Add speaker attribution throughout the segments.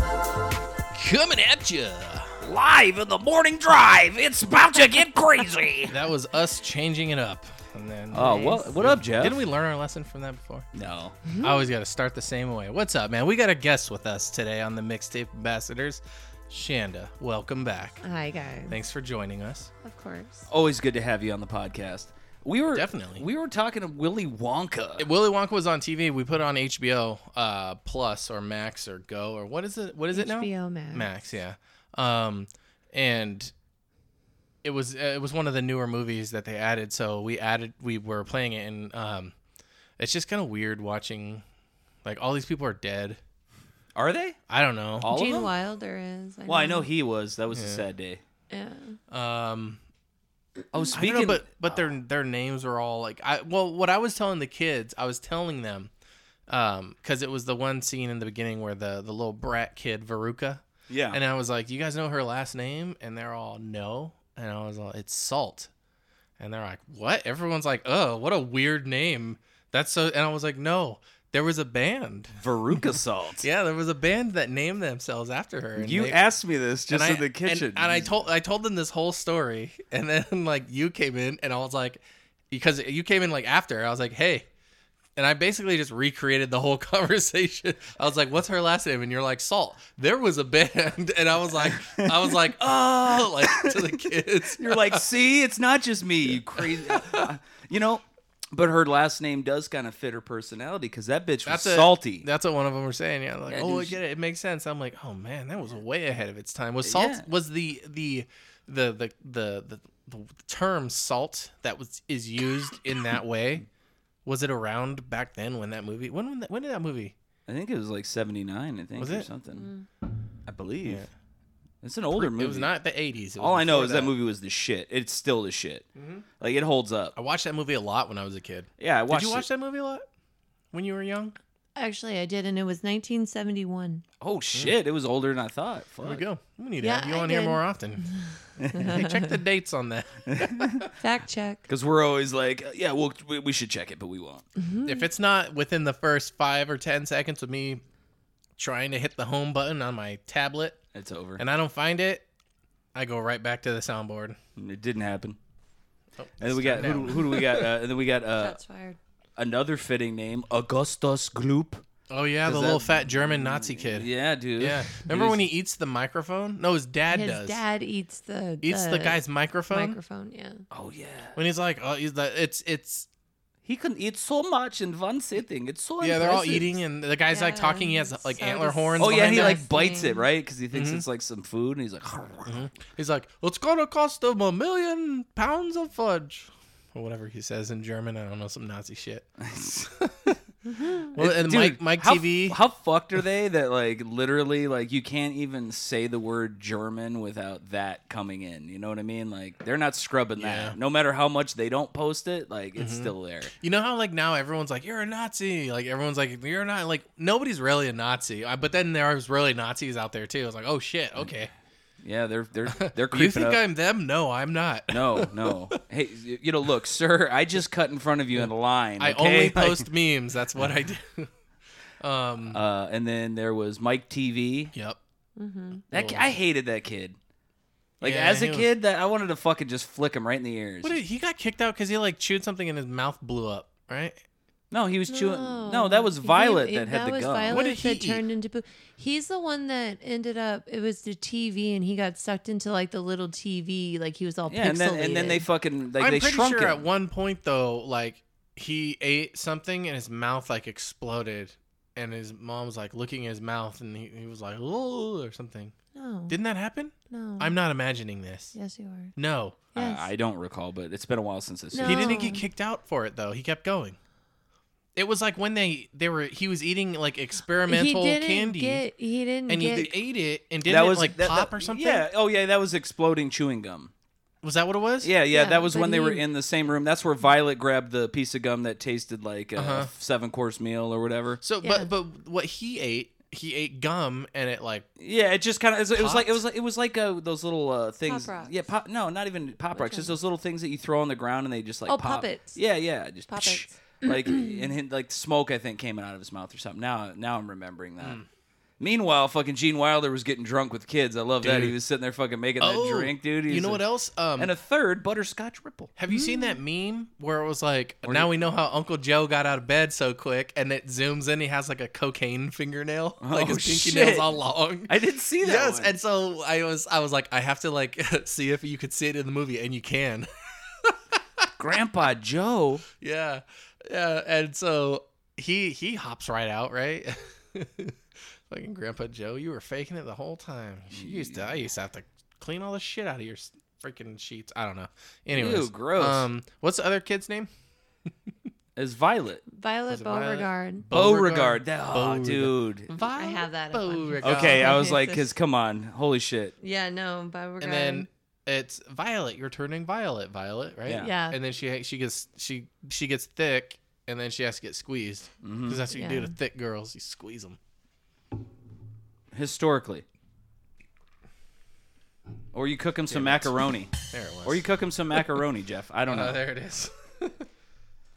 Speaker 1: Coming at you.
Speaker 2: Live in the morning drive. It's about to get crazy.
Speaker 1: That was us changing it up. And then
Speaker 2: Oh, well, what up, Jeff?
Speaker 1: Didn't we learn our lesson from that before?
Speaker 2: No.
Speaker 1: I always got to start the same way. What's up, man? We got a guest with us today on the Mixtape Ambassadors. Shanda, welcome back.
Speaker 3: Hi guys.
Speaker 1: Thanks for joining us.
Speaker 3: Of course.
Speaker 2: Always good to have you on the podcast. We were
Speaker 1: Definitely.
Speaker 2: We were talking to Willy Wonka.
Speaker 1: Willy Wonka was on TV. We put it on HBO uh, Plus or Max or Go or what is it? What is it now?
Speaker 3: HBO Max.
Speaker 1: Max, yeah. Um, and it was uh, it was one of the newer movies that they added. So we added we were playing it, and um, it's just kind of weird watching, like all these people are dead.
Speaker 2: Are they?
Speaker 1: I don't know.
Speaker 2: All of
Speaker 3: Gene
Speaker 2: them?
Speaker 3: Wilder is.
Speaker 2: Well, I know he was. That was a sad day.
Speaker 1: Oh,
Speaker 3: Yeah.
Speaker 1: Um,
Speaker 2: Oh,
Speaker 1: I don't
Speaker 2: speaking
Speaker 1: know, but but their their names were all like I well what I was telling the kids I was telling them, um, because it was the one scene in the beginning where the the little brat kid Veruca.
Speaker 2: yeah.
Speaker 1: And I was like, "You guys know her last name?" And they're all, "No." And I was like, "It's Salt." And they're like, "What?" Everyone's like, "Oh, what a weird name." That's so. And I was like, "No, there was a band.
Speaker 2: Veruca Salt.
Speaker 1: Yeah, there was a band that named themselves after her." And
Speaker 4: You
Speaker 1: they-
Speaker 4: asked me this just
Speaker 1: and
Speaker 4: in
Speaker 1: I-
Speaker 4: the kitchen.
Speaker 1: And, and I told I told them this whole story, and then like you came in, and I was like, because you came in like after, I was like, hey. And I basically just recreated the whole conversation. I was like, "What's her last name?" And you're like, "Salt." There was a band, and I was like, "I was like, oh, like to the kids."
Speaker 2: You're like, see, it's not just me, you crazy. you know, but her last name does kind of fit her personality because that bitch was
Speaker 1: That's a-
Speaker 2: salty.
Speaker 1: That's what one of them were saying. Yeah, like,
Speaker 2: Yeah,
Speaker 1: oh,
Speaker 2: dude,
Speaker 1: I
Speaker 2: she-
Speaker 1: get it. It makes sense. I'm like, oh man, that was way ahead of its time. Was salt
Speaker 2: Yeah.
Speaker 1: was the the the the the the, the term salt that was is used in that way? Was it around back then when that movie? When when, that, when did that movie?
Speaker 2: I think it was like 79, I think,
Speaker 1: Was
Speaker 2: or
Speaker 1: it?
Speaker 2: something. I believe.
Speaker 1: Yeah.
Speaker 2: It's an older movie.
Speaker 1: It was not the 80s. It was
Speaker 2: All I know
Speaker 1: before
Speaker 2: is that. movie was the shit. It's still the shit. Like it holds up.
Speaker 1: I watched that movie a lot when I was a kid.
Speaker 2: Yeah, I watched.
Speaker 1: Mm-hmm. did you watch
Speaker 2: it.
Speaker 1: that movie a lot when you were young?
Speaker 3: Actually, I did, and it was 1971.
Speaker 1: Mm-hmm.
Speaker 2: Oh shit! It was older than I thought. Fuck.
Speaker 1: There we go. We need
Speaker 3: Yeah,
Speaker 1: to have you
Speaker 3: I
Speaker 1: on here
Speaker 3: did.
Speaker 1: more often. hey, check the dates on that.
Speaker 3: Fact check.
Speaker 2: Because we're always like, uh, yeah, we'll, we we should check it, but we won't.
Speaker 1: if it's not within the first five or ten seconds of me trying to hit the home button on my tablet
Speaker 2: It's over.
Speaker 1: and I don't find it, I go right back to the soundboard.
Speaker 2: And it didn't happen.
Speaker 1: Oh,
Speaker 2: And then we got who, do- who do we got? Uh, and then we got uh,
Speaker 3: Shots fired.
Speaker 2: another fitting name, Augustus Gloop.
Speaker 1: oh yeah, the
Speaker 2: Does
Speaker 1: little
Speaker 2: that-
Speaker 1: fat German Nazi kid. Yeah.
Speaker 2: Yeah, dude.
Speaker 1: Remember when he eats the microphone? No, his dad
Speaker 3: His
Speaker 1: does.
Speaker 3: dad eats the
Speaker 1: eats the guy's microphone
Speaker 3: microphone. Yeah.
Speaker 2: Oh yeah.
Speaker 1: when he's like, oh, he's the, it's it's
Speaker 2: He can eat so much in one sitting. It's
Speaker 3: Oh,
Speaker 2: so
Speaker 1: yeah, they're all
Speaker 2: impressive.
Speaker 1: eating and the guy's like
Speaker 3: Yeah,
Speaker 1: talking. He has like
Speaker 3: so
Speaker 1: antler horns.
Speaker 2: Oh yeah,
Speaker 1: behind
Speaker 2: he
Speaker 1: him.
Speaker 2: like bites it
Speaker 3: Disgusting.
Speaker 2: right because he thinks it's like some food, and he's like,
Speaker 1: He's like, it's gonna cost them a million pounds of fudge. Or whatever he says in German. I don't know, some Nazi shit. well, and Mike,
Speaker 2: Dude,
Speaker 1: Mike
Speaker 2: how,
Speaker 1: TV.
Speaker 2: How fucked are they that like literally like you can't even say the word German without that coming in. You know what I mean? Like they're not scrubbing
Speaker 1: Yeah.
Speaker 2: that. No matter how much they don't post it, like it's still there.
Speaker 1: you know how, like, now everyone's like, you're a Nazi. Like, everyone's like, you're not. Like, nobody's really a Nazi. I, but then there's really Nazis out there, too. It's like, oh, shit, okay.
Speaker 2: Yeah, they're they're Mm. they're creeping
Speaker 1: You think
Speaker 2: up.
Speaker 1: I'm them? No, I'm not.
Speaker 2: no, no. Hey, you you know, look, sir, I just cut in front of you in line.
Speaker 1: I
Speaker 2: okay?
Speaker 1: only post memes. That's what I do. um,
Speaker 2: Uh, and then there was Mike TV.
Speaker 1: yep.
Speaker 3: Mm-hmm.
Speaker 2: That ki- I hated that kid. Like
Speaker 1: Yeah,
Speaker 2: as a
Speaker 1: he was-
Speaker 2: kid, that I wanted to fucking just flick him right in the ears.
Speaker 1: What did, he got kicked out because he, like, chewed something and his mouth blew up, right?
Speaker 2: No, he was chewing. No, that was Violet that had the
Speaker 3: was
Speaker 2: gum.
Speaker 3: Violet
Speaker 1: What did he
Speaker 3: that turned into poo. He's the one that ended up. It was the TV, and he got sucked into like the little TV. Like he was all
Speaker 2: Yeah, and then and then they
Speaker 3: pixelated.
Speaker 2: fucking like
Speaker 1: I'm
Speaker 2: they
Speaker 1: pretty
Speaker 2: shrunk
Speaker 1: sure
Speaker 2: him.
Speaker 1: at one point though, like he ate something and his mouth like exploded, and his mom was like looking at his mouth, and he, he was like oh or something.
Speaker 3: no,
Speaker 1: Didn't that happen?
Speaker 3: no.
Speaker 1: I'm not imagining this.
Speaker 3: Yes, you are.
Speaker 1: No,
Speaker 2: I-
Speaker 3: Yes.
Speaker 2: I, don't recall, but it's been a while since this.
Speaker 3: No.
Speaker 1: he didn't get kicked out for it though. He kept going. It was like when they they were he was eating like experimental
Speaker 3: he didn't
Speaker 1: candy,
Speaker 3: Get, he didn't
Speaker 1: and he
Speaker 3: get.
Speaker 1: ate it and didn't it, like pop or something.
Speaker 2: Yeah. Oh yeah, that was exploding chewing gum.
Speaker 1: Was that what it was?
Speaker 2: Yeah, yeah,
Speaker 3: Yeah,
Speaker 2: that was
Speaker 3: but
Speaker 2: when they were
Speaker 3: he-
Speaker 2: in the same room. That's where Violet grabbed the piece of gum that tasted like a
Speaker 1: Uh-huh.
Speaker 2: seven course meal or whatever.
Speaker 1: So,
Speaker 3: Yeah.
Speaker 1: but but what he ate, he ate gum and it like
Speaker 2: Yeah, it just kind of it was like
Speaker 1: Popped?
Speaker 2: it was like it was like uh, those little uh, things.
Speaker 3: Pop rocks.
Speaker 2: Yeah, pop. No, not even pop rocks. Just those little things that you throw on the ground and they just like
Speaker 3: Oh,
Speaker 2: pop.
Speaker 3: puppets.
Speaker 2: Yeah, yeah, just
Speaker 3: Puppets.
Speaker 1: Hmm.
Speaker 2: like and him, like smoke I think came out of his mouth or something. Now now I'm remembering that. Meanwhile, fucking Gene Wilder was getting drunk with kids. I love that.
Speaker 1: Dude.
Speaker 2: He was sitting there fucking making that drink, dude. He
Speaker 1: oh, You
Speaker 2: was
Speaker 1: know
Speaker 2: a-
Speaker 1: what else? Um,
Speaker 2: And a third, Butterscotch Ripple.
Speaker 1: have you seen that
Speaker 3: Mm.
Speaker 1: meme where it was like, now we know how Uncle Joe got out of bed so quick, and it zooms in. He has like a cocaine fingernail, like
Speaker 2: Oh,
Speaker 1: his pinky
Speaker 2: shit.
Speaker 1: nails all long.
Speaker 2: I didn't see that.
Speaker 1: yes,
Speaker 2: one.
Speaker 1: and so I was, I was like, I have to like see if you could see it in the movie, and you can.
Speaker 2: Grandpa Joe.
Speaker 1: yeah, yeah, and so he he hops right out, right? Fucking Grandpa Joe, you were faking it the whole time. You used to, I used to have to clean all the shit out of your s- freaking sheets. I don't know. Anyways,
Speaker 2: Ew, gross.
Speaker 1: Um, what's the other kid's name?
Speaker 2: Is Violet
Speaker 3: Violet
Speaker 1: it Violet?
Speaker 3: Beauregard.
Speaker 2: Beauregard? That, oh, dude.
Speaker 3: I have that in my-
Speaker 1: Beauregard.
Speaker 2: Okay, I was
Speaker 3: Okay,
Speaker 2: like,
Speaker 3: so-
Speaker 2: because come on, holy shit.
Speaker 3: Yeah, no, Beauregard.
Speaker 1: and then it's Violet. You're turning Violet, Violet, right?
Speaker 2: Yeah.
Speaker 3: Yeah.
Speaker 1: And then she she gets she she gets thick, and then she has to get squeezed because
Speaker 2: Mhm.
Speaker 1: that's what you do
Speaker 3: Yeah.
Speaker 1: to thick girls. You squeeze them.
Speaker 2: Historically. Or you cook him some macaroni.
Speaker 1: There it was.
Speaker 2: Or you cook him some macaroni, Jeff. I don't
Speaker 1: Oh,
Speaker 2: know.
Speaker 1: there it is.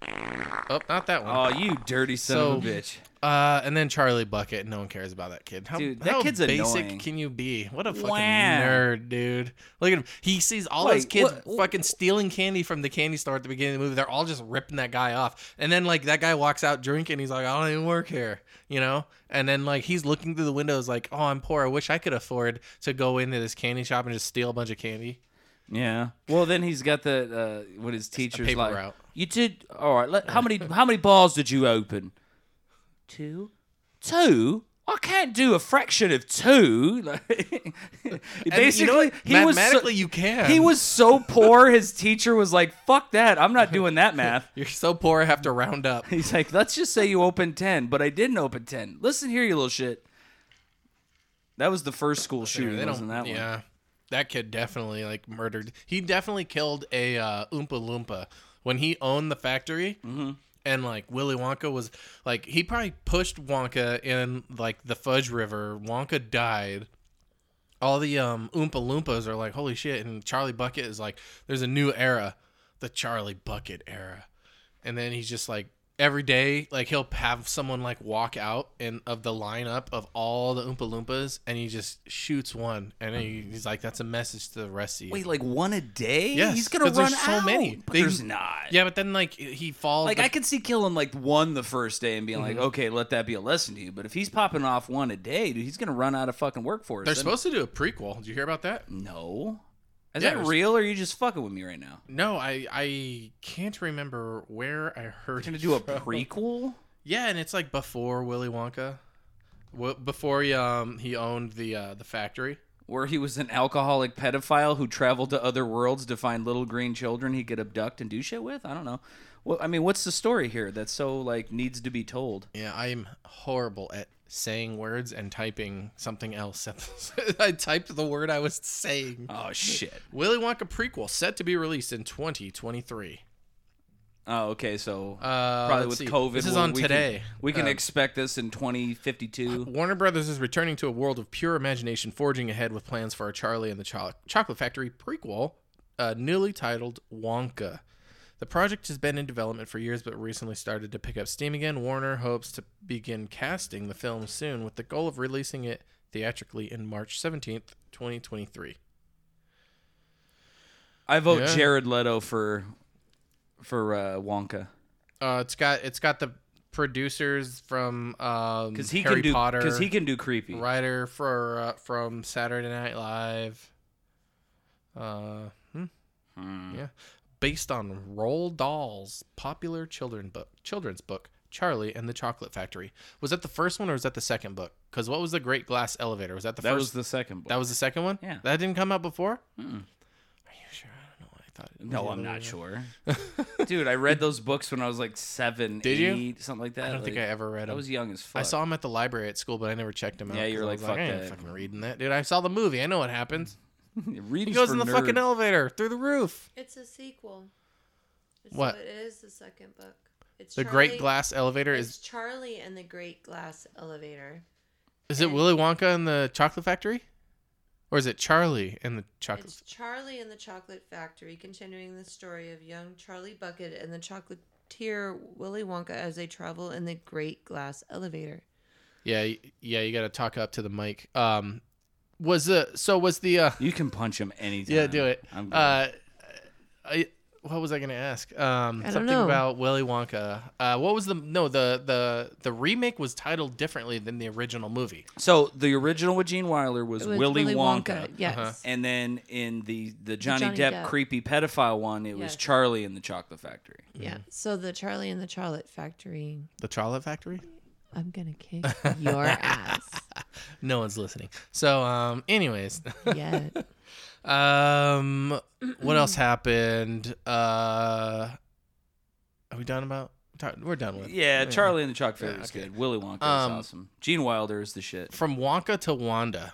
Speaker 1: oh, not that one.
Speaker 2: Oh, you dirty son of
Speaker 1: So-
Speaker 2: a bitch.
Speaker 1: Uh, and then Charlie Bucket. No one cares about that kid. How,
Speaker 2: Dude, that
Speaker 1: how
Speaker 2: kid's
Speaker 1: basic
Speaker 2: annoying.
Speaker 1: can you be? What a fucking
Speaker 2: Wow.
Speaker 1: nerd, dude. Look at him. He sees all
Speaker 2: Wait,
Speaker 1: those kids
Speaker 2: what-
Speaker 1: fucking stealing candy from the candy store at the beginning of the movie. They're all just ripping that guy off. And then, like, that guy walks out drinking. He's like, I don't even work here, you know? And then, like, he's looking through the windows, like, oh, I'm poor. I wish I could afford to go into this candy shop and just steal a bunch of candy.
Speaker 2: Yeah. Well, then he's got the uh, what his teacher's
Speaker 1: paper
Speaker 2: like.
Speaker 1: route.
Speaker 2: You did all right. Let, how many how many bars did you open? Two. Two. I can't do a fraction of two. Like, Basically, he was so,
Speaker 1: mathematically, you can.
Speaker 2: he was so poor. His teacher was like, "Fuck that! I'm not doing that math."
Speaker 1: You're so poor, I have to round up.
Speaker 2: He's like, "Let's just say you opened ten, but I didn't open ten. Listen here, you little shit." That was the first school shooter.
Speaker 1: They
Speaker 2: wasn't
Speaker 1: don't.
Speaker 2: that one?
Speaker 1: yeah, that kid definitely like murdered. He definitely killed a uh, Oompa Loompa when he owned the factory.
Speaker 2: Mm-hmm.
Speaker 1: And like Willy Wonka was like he probably pushed Wonka in like the Fudge River. Wonka died. All the um Oompa Loompas are like holy shit, and Charlie Bucket is like there's a new era, the Charlie Bucket era and then he's just like every day like he'll have someone like walk out and of the lineup of all the oompa loompas and he just shoots one and he, he's like that's a message to the rest of you
Speaker 2: Wait, Mm-hmm. like one a day?
Speaker 1: Yes,
Speaker 2: he's gonna
Speaker 1: 'cause
Speaker 2: run
Speaker 1: there's so
Speaker 2: out,
Speaker 1: many.
Speaker 2: But
Speaker 1: They-
Speaker 2: there's not.
Speaker 1: yeah but then like he falls
Speaker 2: Like
Speaker 1: the-
Speaker 2: I could see killing like one the first day and being
Speaker 1: Mm-hmm.
Speaker 2: like, okay, let that be a lesson to you. But if he's popping off one a day, dude, he's gonna run out of fucking workforce.
Speaker 1: they're
Speaker 2: Then-
Speaker 1: supposed to do a prequel did you hear about that
Speaker 2: no. Is
Speaker 1: Yeah,
Speaker 2: that
Speaker 1: there's-
Speaker 2: real, or are you just fucking with me right now?
Speaker 1: no i i can't remember where i heard
Speaker 2: We're gonna do a
Speaker 1: it from.
Speaker 2: prequel.
Speaker 1: yeah and it's like before willy wonka Wh- before he um he owned the uh the factory
Speaker 2: Where he was an alcoholic pedophile who traveled to other worlds to find little green children he could abduct and do shit with. I don't know. Well, I mean, what's the story here that's so like needs to be told?
Speaker 1: Yeah, I'm horrible at saying words and typing something else. at the- I typed the word I was saying.
Speaker 2: Oh shit.
Speaker 1: Willy Wonka prequel set to be released in 2023.
Speaker 2: Oh, okay. So
Speaker 1: Uh,
Speaker 2: probably
Speaker 1: let's
Speaker 2: with
Speaker 1: see.
Speaker 2: COVID,
Speaker 1: This is
Speaker 2: we-
Speaker 1: on
Speaker 2: we can-
Speaker 1: today.
Speaker 2: we can
Speaker 1: Um,
Speaker 2: expect this in 2052.
Speaker 1: Warner Brothers is returning to a world of pure imagination, forging ahead with plans for a Charlie and the Cho- Chocolate Factory prequel, uh, newly titled Wonka. The project has been in development for years, but recently started to pick up steam again. Warner hopes to begin casting the film soon, with the goal of releasing it theatrically in March 17th, 2023.
Speaker 2: I vote
Speaker 1: yeah.
Speaker 2: Jared Leto for for uh, Wonka
Speaker 1: Uh, it's got it's got the producers from um,
Speaker 2: because he
Speaker 1: Harry
Speaker 2: can do
Speaker 1: Potter,
Speaker 2: because he can do creepy.
Speaker 1: writer for uh, from Saturday Night Live. Uh, hmm, yeah, based on Roald Dahl's popular children book, children's book, Charlie and the Chocolate Factory. Was that the first one or was that the second book? Because what was the Great Glass Elevator? Was that the
Speaker 2: That
Speaker 1: first?
Speaker 2: was the second book.
Speaker 1: that was the second one.
Speaker 2: Yeah.
Speaker 1: that didn't come out before. Are you sure? I don't know. I thought. It was
Speaker 2: no,
Speaker 1: the
Speaker 2: I'm
Speaker 1: other
Speaker 2: not
Speaker 1: one.
Speaker 2: sure. Dude, I read those books when I was like seven,
Speaker 1: Did you?
Speaker 2: eight, something like that.
Speaker 1: I don't think I ever read
Speaker 2: I
Speaker 1: them.
Speaker 2: was young as fuck.
Speaker 1: I saw him at the library at school, but I never checked him out.
Speaker 2: Yeah, you
Speaker 1: 'cause
Speaker 2: were
Speaker 1: I
Speaker 2: like,
Speaker 1: was
Speaker 2: "Fuck
Speaker 1: I ain't
Speaker 2: that."
Speaker 1: fucking reading that, dude. I saw the movie. I know what happens.
Speaker 2: Readings
Speaker 1: He goes
Speaker 2: for
Speaker 1: in the fucking
Speaker 2: nerds.
Speaker 1: elevator through the roof.
Speaker 3: it's a sequel. It's
Speaker 1: What?
Speaker 3: It is the second book. It's
Speaker 1: The
Speaker 3: Charlie-
Speaker 1: Great Glass Elevator
Speaker 3: It's
Speaker 1: is—is
Speaker 3: Charlie and the Great Glass Elevator.
Speaker 1: it Willy Wonka and the Chocolate Factory, or is it Charlie and the Chocolate?
Speaker 3: It's Charlie and the Chocolate Factory, continuing the story of young Charlie Bucket and the chocolatier Willy Wonka as they travel in the Great Glass Elevator.
Speaker 1: Yeah, y- yeah, you got to talk up to the mic. Um, was the so was the uh,
Speaker 2: You can punch him anytime.
Speaker 1: yeah do it.
Speaker 2: I'm good.
Speaker 1: Uh, I what was I gonna ask? Um,
Speaker 3: I don't
Speaker 1: something
Speaker 3: know.
Speaker 1: about Willy Wonka. Uh, what was the no the the the remake was titled differently than the original movie.
Speaker 2: so the original with Gene Wilder was,
Speaker 3: It was
Speaker 2: Willy, Wonka.
Speaker 3: Yes.
Speaker 1: Uh-huh.
Speaker 2: And then in the, the Johnny,
Speaker 3: Johnny
Speaker 2: Depp,
Speaker 3: Depp.
Speaker 2: creepy pedophile one, it was
Speaker 3: Yes.
Speaker 2: Charlie in the Chocolate Factory.
Speaker 3: Yeah. So the Charlie and the Charlotte Factory.
Speaker 1: The Chocolate Factory.
Speaker 3: I'm gonna kick your ass.
Speaker 1: No one's listening. So um, anyways,
Speaker 3: Yeah.
Speaker 1: um, what else happened? Uh, are we done about? We're done with
Speaker 2: Yeah, Charlie in the Chocolate Factory was
Speaker 1: okay.
Speaker 2: good. Willy Wonka
Speaker 1: Um,
Speaker 2: was awesome. Gene Wilder is the shit.
Speaker 1: From Wonka to Wanda,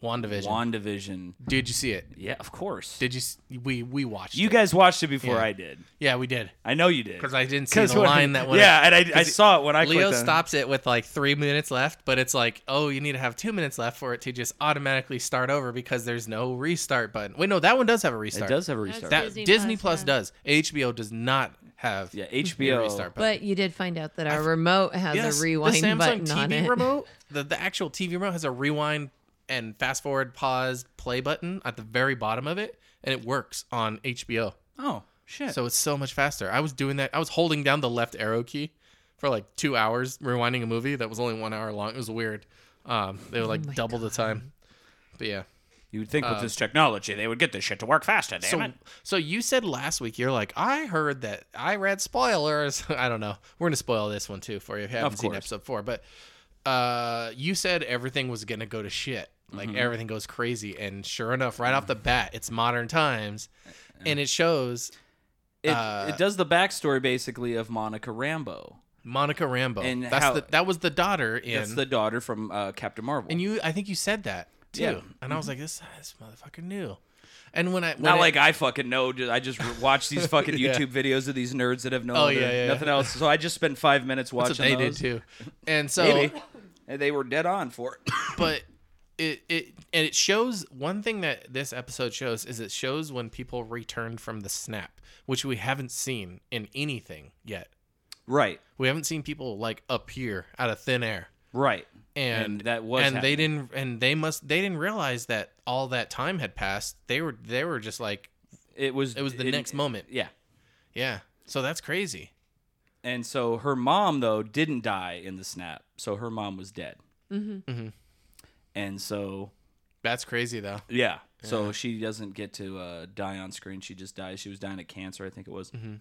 Speaker 1: WandaVision.
Speaker 2: WandaVision.
Speaker 1: Did you see it?
Speaker 2: Yeah, of course.
Speaker 1: Did you? s- We we watched.
Speaker 2: you
Speaker 1: it.
Speaker 2: guys watched it before
Speaker 1: Yeah.
Speaker 2: I did.
Speaker 1: Yeah, we did.
Speaker 2: I know you did.
Speaker 1: Because I didn't see the
Speaker 2: when-
Speaker 1: line that went.
Speaker 2: Yeah, and I, I saw it when I
Speaker 1: Leo
Speaker 2: clicked on it.
Speaker 1: stops it with like three minutes left, but it's like, oh, you need to have two minutes left for it to just automatically start over because there's no restart button. Wait, no, that one does have a
Speaker 2: It
Speaker 1: restart.
Speaker 2: does have a
Speaker 3: That's
Speaker 2: restart.
Speaker 1: That Disney,
Speaker 3: Disney
Speaker 1: Plus,
Speaker 3: Plus,
Speaker 1: does. HBO does not have
Speaker 2: yeah,
Speaker 1: a
Speaker 2: HBO.
Speaker 1: restart button.
Speaker 3: But you did find out that our remote has
Speaker 1: Yes,
Speaker 3: a rewind
Speaker 1: the Samsung
Speaker 3: button
Speaker 1: TV
Speaker 3: on it.
Speaker 1: remote, the, the actual TV remote has a rewind and fast forward, pause, play button at the very bottom of it, and it works on HBO.
Speaker 2: Oh shit.
Speaker 1: So it's so much faster. I was doing that. I was holding down the left arrow key for like two hours, rewinding a movie that was only one hour long. It was weird. Um, they were like
Speaker 3: Oh my
Speaker 1: double the time. But yeah.
Speaker 2: you would think with this technology they would get this shit to work faster. Damn
Speaker 1: So,
Speaker 2: it.
Speaker 1: so you said last week you're like I heard that I read spoilers. I don't know. We're gonna spoil this one too for you if you haven't seen
Speaker 2: course.
Speaker 1: episode four. But uh, you said everything was gonna go to shit. Like
Speaker 2: Mm-hmm.
Speaker 1: everything goes crazy, and sure enough, right off the bat, it's modern times,
Speaker 2: Uh,
Speaker 1: and it shows
Speaker 2: It,
Speaker 1: uh,
Speaker 2: it does the backstory basically of Monica Rambo.
Speaker 1: Monica Rambo.
Speaker 2: And
Speaker 1: That's
Speaker 2: how-
Speaker 1: the, that was the daughter in
Speaker 2: That's the daughter from uh, Captain Marvel.
Speaker 1: And you, I think you said that too.
Speaker 2: Yeah. Mm-hmm.
Speaker 1: And I was like, this this motherfucker knew. And when I when
Speaker 2: Not
Speaker 1: I-
Speaker 2: like I fucking know. ju- I just re- watch these fucking
Speaker 1: Yeah.
Speaker 2: YouTube videos of these nerds that have no
Speaker 1: Oh,
Speaker 2: other-
Speaker 1: yeah, yeah,
Speaker 2: nothing
Speaker 1: yeah.
Speaker 2: else. So I just spent five minutes watching
Speaker 1: that's what they did
Speaker 2: those.
Speaker 1: too. Oh. And so,
Speaker 2: Maybe. And they were dead on for it.
Speaker 1: but it it and it shows one thing that this episode shows is it shows when people returned from the snap, which we haven't seen in anything yet.
Speaker 2: right.
Speaker 1: We haven't seen people like appear out of thin air.
Speaker 2: Right.
Speaker 1: And,
Speaker 2: And that was
Speaker 1: and they
Speaker 2: happening.
Speaker 1: didn't and they must they didn't realize that all that time had passed. They were they were just like
Speaker 2: It was.
Speaker 1: it was the next moment.
Speaker 2: Yeah.
Speaker 1: Yeah. So that's crazy.
Speaker 2: And so her mom though didn't die in the snap. So her mom was dead. Mm-hmm.
Speaker 1: Mhm.
Speaker 2: And so
Speaker 1: That's crazy though.
Speaker 2: yeah. So she doesn't get to uh, die on screen. She just dies. She was dying of cancer, I think it was.
Speaker 1: Mm-hmm.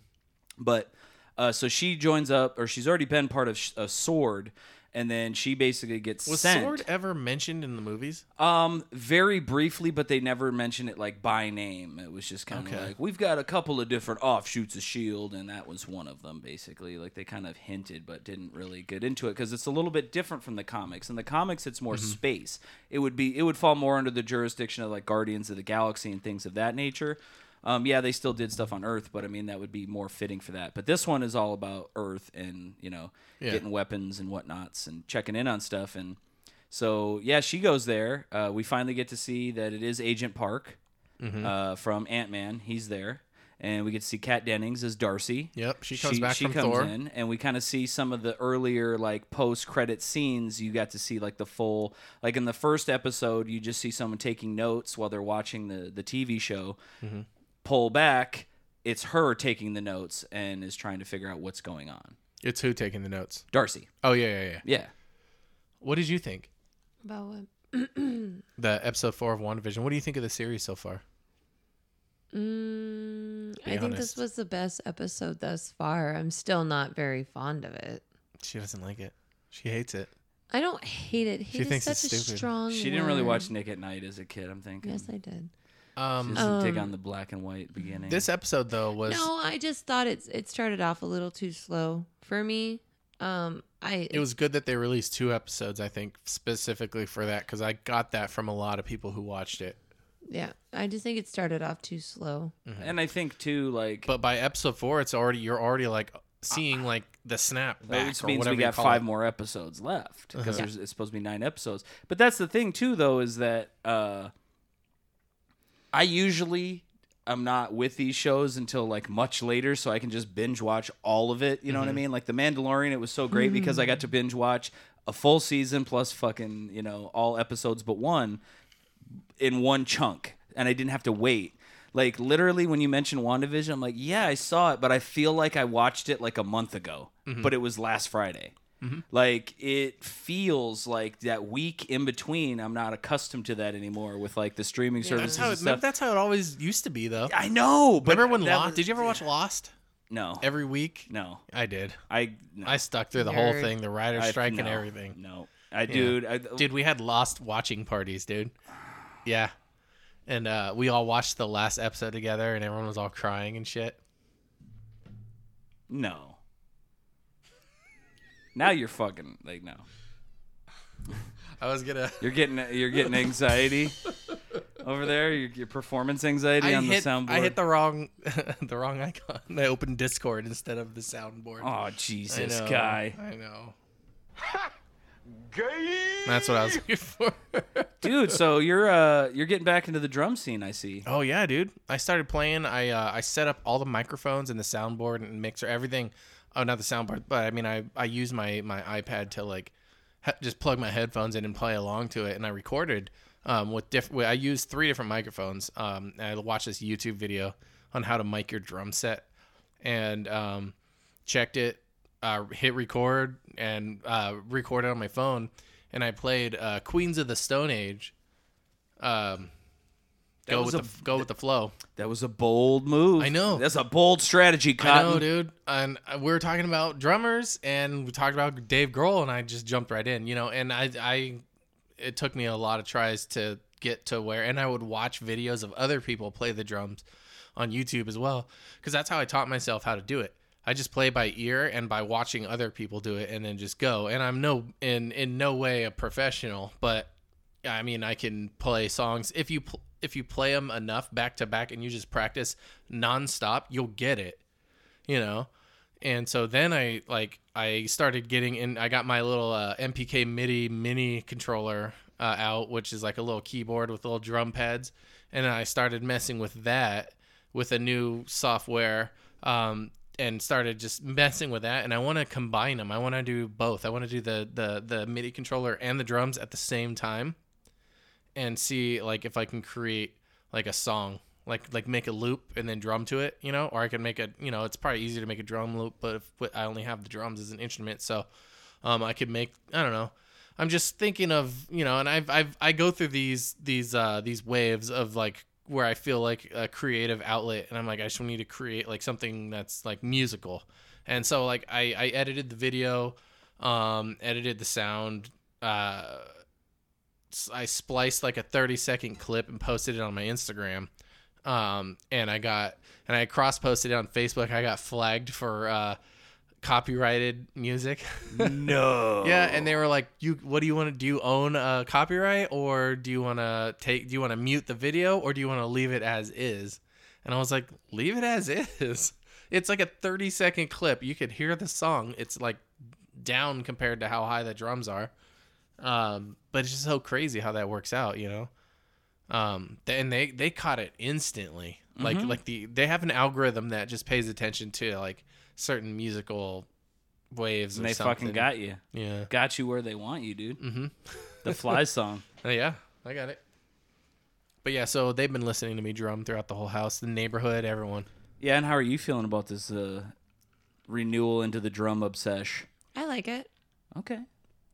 Speaker 2: But uh, so she joins up, or she's already been part of sh- a sword, and then she basically gets
Speaker 1: Was
Speaker 2: sent.
Speaker 1: sword ever mentioned in the movies?
Speaker 2: Um, very briefly, but they never mentioned it like by name. It was just kind of
Speaker 1: Okay.
Speaker 2: like we've got a couple of different offshoots of Shield, E and that was one of them. Basically, like they kind of hinted, but didn't really get into it because it's a little bit different from the comics. In the comics, it's more
Speaker 1: Mm-hmm.
Speaker 2: space. It would be it would fall more under the jurisdiction of like Guardians of the Galaxy and things of that nature. Um, yeah, they still did stuff on Earth, but I mean that would be more fitting for that. But this one is all about Earth and you know
Speaker 1: Yeah.
Speaker 2: getting weapons and whatnots and checking in on stuff and. So yeah, she goes there. Uh, we finally get to see that it is Agent Park
Speaker 1: Mm-hmm.
Speaker 2: uh, from Ant Man. He's there, and we get to see Kat Dennings as Darcy.
Speaker 1: Yep, she comes back from Thor.
Speaker 2: in, and we kind of see some of the earlier like post credit scenes. You got to see like the full like in the first episode, you just see someone taking notes while they're watching the the TV show.
Speaker 1: Mm-hmm.
Speaker 2: Pull back, it's her taking the notes and is trying to figure out what's going on.
Speaker 1: It's who taking the notes.
Speaker 2: Darcy,
Speaker 1: Oh yeah, yeah, yeah.
Speaker 2: yeah.
Speaker 1: What did you think?
Speaker 3: About what?
Speaker 1: The episode four of WandaVision. What do you think of the series so far?
Speaker 3: Mm, I think
Speaker 1: honest.
Speaker 3: this was the best episode thus far. I'm still not very fond of it.
Speaker 1: She doesn't like it. She hates it.
Speaker 3: I don't hate it. Hate is
Speaker 1: thinks it's
Speaker 3: such a
Speaker 1: stupid.
Speaker 3: strong.
Speaker 2: She didn't really
Speaker 3: word.
Speaker 2: watch Nick at Night as a kid. I'm thinking.
Speaker 3: Yes, I did.
Speaker 1: Um,
Speaker 2: Just to dig
Speaker 3: Um,
Speaker 2: on the black and white beginning.
Speaker 1: this episode though was
Speaker 3: No, I just thought it's it started off a little too slow for me. Um, I
Speaker 1: it was good that they released two episodes. I think specifically for that because I got that from a lot of people who watched it.
Speaker 3: yeah. I just think it started off too slow.
Speaker 2: and I think too, like,
Speaker 1: But by episode four, it's already you're already like seeing like the snap back
Speaker 2: which
Speaker 1: or
Speaker 2: means
Speaker 1: whatever
Speaker 2: we
Speaker 1: you
Speaker 2: got
Speaker 1: call
Speaker 2: five
Speaker 1: it.
Speaker 2: more episodes left
Speaker 1: Uh-huh.
Speaker 2: because there's it's supposed to be nine episodes. But that's the thing too, though, is that uh, I usually I'm not with these shows until like much later, so I can just binge watch all of it. You know what I mean? Like The Mandalorian, it was so great because I got to binge watch a full season plus fucking you know all episodes but one in one chunk, and I didn't have to wait. Like literally, when you mentioned WandaVision, I'm like, yeah, I saw it, but I feel like I watched it like a month ago,
Speaker 1: Mm-hmm.
Speaker 2: but it was last Friday. Like it feels like that week in between. I'm not accustomed to that anymore with like the streaming
Speaker 1: That's
Speaker 2: services
Speaker 1: how,
Speaker 2: and
Speaker 1: it,
Speaker 2: stuff.
Speaker 1: that's how it always used to be, though.
Speaker 2: I know, but
Speaker 1: Remember when
Speaker 2: that
Speaker 1: Lost?
Speaker 2: was-
Speaker 1: Did you ever watch Lost
Speaker 2: No,
Speaker 1: every week?
Speaker 2: no,
Speaker 1: I did.
Speaker 2: I, no,
Speaker 1: I stuck through the whole
Speaker 3: Nerd.
Speaker 1: thing, the writer
Speaker 2: I-
Speaker 1: strike and
Speaker 2: no,
Speaker 1: everything.
Speaker 2: No, I dude, I,
Speaker 1: Dude, we had Lost watching parties, dude. Yeah. And uh, we all watched the last episode together, and everyone was all crying and shit.
Speaker 2: no. Now you're fucking like no.
Speaker 1: I was gonna.
Speaker 2: You're getting you're getting anxiety over there. Your, your performance anxiety
Speaker 1: I
Speaker 2: on
Speaker 1: hit,
Speaker 2: the soundboard.
Speaker 1: I hit the wrong, the wrong icon. I opened Discord instead of the soundboard.
Speaker 2: oh
Speaker 1: I
Speaker 2: Jesus,
Speaker 1: know,
Speaker 2: guy,
Speaker 1: I know. That's what I was looking for.
Speaker 2: dude. So you're uh you're getting back into the drum scene. I see.
Speaker 1: oh yeah, dude. I started playing. I uh, I set up all the microphones and the soundboard and mixer, everything. Oh, not the soundboard, but I mean, I I use my my iPad to like ha- just plug my headphones in and play along to it, and I recorded um with different. I used three different microphones. Um, and I watched this YouTube video on how to mic your drum set, and um, checked it, uh, hit record, and uh, recorded on my phone. And I played uh, Queens of the Stone Age. Um, go
Speaker 2: was
Speaker 1: with
Speaker 2: a-
Speaker 1: the f- go with the flow.
Speaker 2: That was a bold move.
Speaker 1: I know.
Speaker 2: That's a bold strategy,
Speaker 1: I
Speaker 2: Cotton.
Speaker 1: know, dude. And uh, we were talking about drummers, and we talked about Dave Grohl, and I just jumped right in, you know. And I, I, it took me a lot of tries to get to where, and I would watch videos of other people play the drums on YouTube as well, because that's how I taught myself how to do it. I just play by ear and by watching other people do it, and then just go. And I'm no in in no way a professional, but I mean, I can play songs if you pl- if you play them enough back to back and you just practice nonstop, you'll get it, you know. And so then I like I started getting in. I got my little uh, MPK MIDI mini controller uh, out, which is like a little keyboard with little drum pads, and I started messing with that with a new software. Um, and started just messing with that and I want to combine them. I want to do both. I want to do the the the MIDI controller and the drums at the same time and see like if I can create like a song, like like make a loop and then drum to it, you know, or I can make a you know it's probably easier to make a drum loop, but if but I only have the drums as an instrument, so um, I could make I don't know. I'm just thinking of you know, and I've I've I go through these these uh these waves of like where I feel like a creative outlet, and I'm like I just need to create like something that's like musical, and so like I I edited the video, um, edited the sound, uh s- I spliced like a 30 second clip and posted it on my Instagram. Um, and I got and I cross posted it on Facebook. I got flagged for uh, copyrighted music.
Speaker 2: No.
Speaker 1: yeah, and they were like, "You, what do you want to do? You own a copyright, or do you want to take? Do you want to mute the video, or do you want to leave it as is?" And I was like, "Leave it as is." It's like a 30 second clip. You could hear the song. It's like down compared to how high the drums are. Um, but it's just so crazy how that works out, you know. Um, th- and they they caught it instantly. Like
Speaker 2: Mm-hmm.
Speaker 1: like the they have an algorithm that just pays attention to like certain musical waves.
Speaker 2: And
Speaker 1: or
Speaker 2: they
Speaker 1: something.
Speaker 2: fucking got you.
Speaker 1: yeah.
Speaker 2: Got you where they want you, dude. Mm-hmm. The fly song.
Speaker 1: Uh, yeah, I got it. But yeah, so they've been listening to me drum throughout the whole house, the neighborhood, everyone.
Speaker 2: Yeah, and how are you feeling about this uh, renewal into the drum obsesh?
Speaker 3: I like it.
Speaker 2: Okay.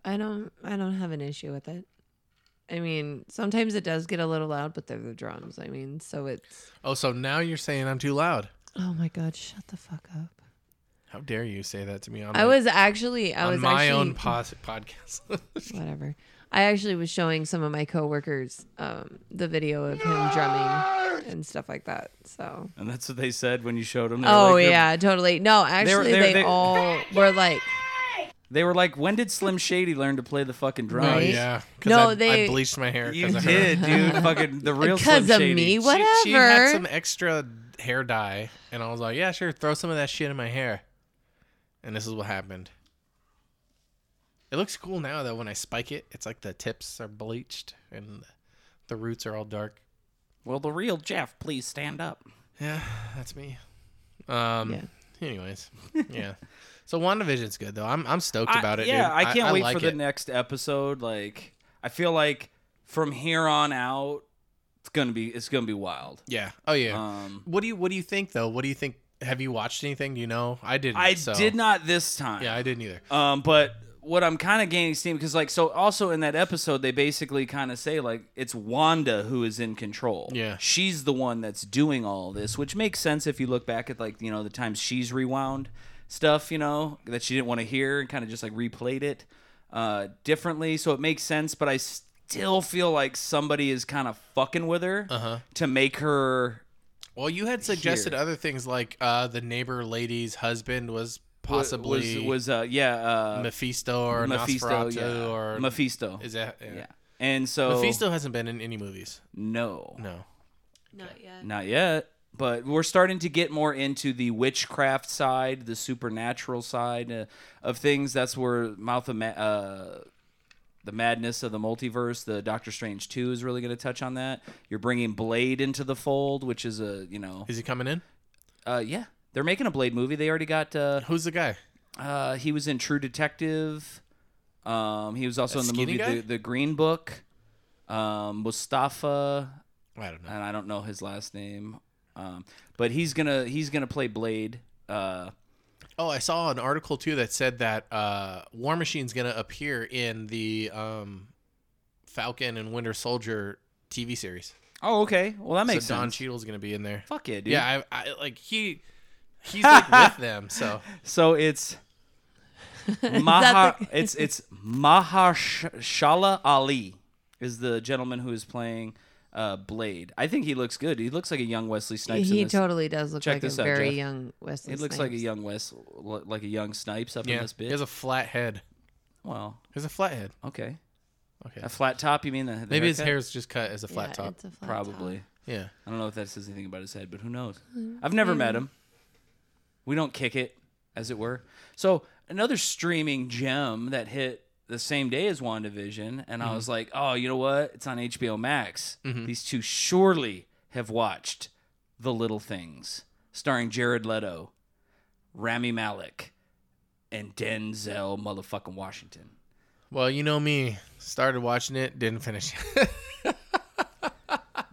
Speaker 3: I don't I don't have an issue with it. I mean, sometimes it does get a little loud, but they're the drums. I mean, so it's
Speaker 1: Oh, so now you're saying I'm too loud?
Speaker 3: Oh my god, shut the fuck up.
Speaker 1: How dare you say that to me on
Speaker 3: I
Speaker 1: my-
Speaker 3: was actually I
Speaker 1: on
Speaker 3: was
Speaker 1: my
Speaker 3: actually,
Speaker 1: own pos- podcast?
Speaker 3: whatever. I actually was showing some of my coworkers um, the video of him drumming and stuff like that. So
Speaker 2: And that's what they said when you showed them. They were
Speaker 3: Oh
Speaker 2: like, they're-
Speaker 3: yeah, totally. No, actually
Speaker 2: they
Speaker 3: they,
Speaker 2: were- they-
Speaker 3: all were like
Speaker 2: They were like, when did Slim Shady learn to play the fucking drums?
Speaker 1: Oh
Speaker 3: Right?
Speaker 1: yeah, 'cause
Speaker 3: No,
Speaker 1: I,
Speaker 3: they-
Speaker 1: I bleached my hair.
Speaker 2: You
Speaker 1: 'cause of her.
Speaker 2: did, dude. fucking the real Slim
Speaker 3: because of
Speaker 2: Shady.
Speaker 3: me,
Speaker 1: She,
Speaker 3: whatever.
Speaker 1: she had some extra hair dye, and I was like, "Yeah, sure, throw some of that shit in my hair." And this is what happened. It looks cool now though when I spike it. It's like the tips are bleached and the roots are all dark.
Speaker 2: Well, the real Jeff, please stand up.
Speaker 1: Yeah, that's me. Um.
Speaker 3: Yeah.
Speaker 1: Anyways, yeah. So WandaVision's good though. I'm I'm stoked
Speaker 2: I-
Speaker 1: about it.
Speaker 2: Yeah,
Speaker 1: dude.
Speaker 2: I can't wait
Speaker 1: like
Speaker 2: for
Speaker 1: it.
Speaker 2: the next episode. Like, I feel like from here on out, it's gonna be it's gonna be wild.
Speaker 1: Yeah. Oh yeah.
Speaker 2: Um,
Speaker 1: what do you What do you think though? What do you think? Have you watched anything? Do you know? I didn't.
Speaker 2: I
Speaker 1: so-
Speaker 2: did not this time.
Speaker 1: Yeah, I didn't either.
Speaker 2: Um, but what I'm kind of gaining steam because like so also in that episode they basically kind of say like it's Wanda who is in control.
Speaker 1: Yeah.
Speaker 2: she's the one that's doing all this, which makes sense if you look back at like you know the times she's rewound stuff, you know that she didn't want to hear and kind of just like replayed it uh, differently. So it makes sense, but I still feel like somebody is kind of fucking with her
Speaker 1: Uh-huh.
Speaker 2: to make her
Speaker 1: Well, you had suggested
Speaker 2: Here.
Speaker 1: other things like uh, the neighbor lady's husband was possibly
Speaker 2: was, was uh yeah uh,
Speaker 1: Mephisto or
Speaker 2: Mephisto
Speaker 1: Nosferatu
Speaker 2: yeah.
Speaker 1: or
Speaker 2: Mephisto
Speaker 1: is that yeah.
Speaker 2: yeah. and so
Speaker 1: Mephisto hasn't been in any movies.
Speaker 2: No,
Speaker 1: No.
Speaker 3: Not yet.
Speaker 2: not yet. But we're starting to get more into the witchcraft side, the supernatural side uh, of things. That's where Mouth of Ma- uh, the Madness of the Multiverse, the Doctor Strange Two, is really going to touch on that. You're bringing Blade into the fold, which is a you know,
Speaker 1: Is he coming in?
Speaker 2: uh, yeah, they're making a Blade movie. They already got. Uh,
Speaker 1: Who's the guy?
Speaker 2: uh, he was in True Detective. Um, he was also
Speaker 1: That
Speaker 2: in the
Speaker 1: skinny
Speaker 2: movie
Speaker 1: guy?
Speaker 2: the, the Green Book. Um, Mustafa
Speaker 1: I don't know.
Speaker 2: and I don't know his last name. Um, but he's gonna he's gonna play Blade. Uh,
Speaker 1: Oh, I saw an article too that said that uh, War Machine's going to appear in the um, Falcon and Winter Soldier TV series.
Speaker 2: oh, okay. Well, that makes
Speaker 1: so Don
Speaker 2: sense.
Speaker 1: Cheadle's going to be in there.
Speaker 2: Fuck yeah, dude.
Speaker 1: Yeah, I, I like he he's like with them. So
Speaker 2: So it's
Speaker 3: Is
Speaker 2: Maha.
Speaker 3: that the-
Speaker 2: it's it's Mahershala Ali is the gentleman who is playing uh, Blade. I think he looks good. He looks like a young Wesley Snipes.
Speaker 3: he
Speaker 2: in this.
Speaker 3: totally does look
Speaker 2: Check
Speaker 3: like a
Speaker 2: this out,
Speaker 3: very
Speaker 2: Jeff.
Speaker 3: young Wesley.
Speaker 2: He looks like a
Speaker 3: Snipes.
Speaker 2: young Wes, like a young Snipes up in
Speaker 1: yeah,
Speaker 2: this
Speaker 1: he
Speaker 2: bitch.
Speaker 1: has a flat head.
Speaker 2: well,
Speaker 1: He has a flat head.
Speaker 2: okay.
Speaker 1: Okay,
Speaker 2: A flat top? You mean the, the
Speaker 1: maybe his
Speaker 2: haircut?
Speaker 1: hair's just cut as a flat
Speaker 3: Yeah,
Speaker 1: top.
Speaker 3: it's a flat
Speaker 2: Probably.
Speaker 3: top.
Speaker 1: Yeah.
Speaker 2: I don't know if that says anything about his head, but who knows? I've never met him. We don't kick it, as it were. So another streaming gem that hit the same day as WandaVision, and
Speaker 1: Mm-hmm.
Speaker 2: I was like, oh, you know what? It's on HBO Max. These two surely have watched The Little Things, starring Jared Leto, Rami Malik, and Denzel motherfucking Washington.
Speaker 1: Well, you know me. Started watching it, didn't finish. it.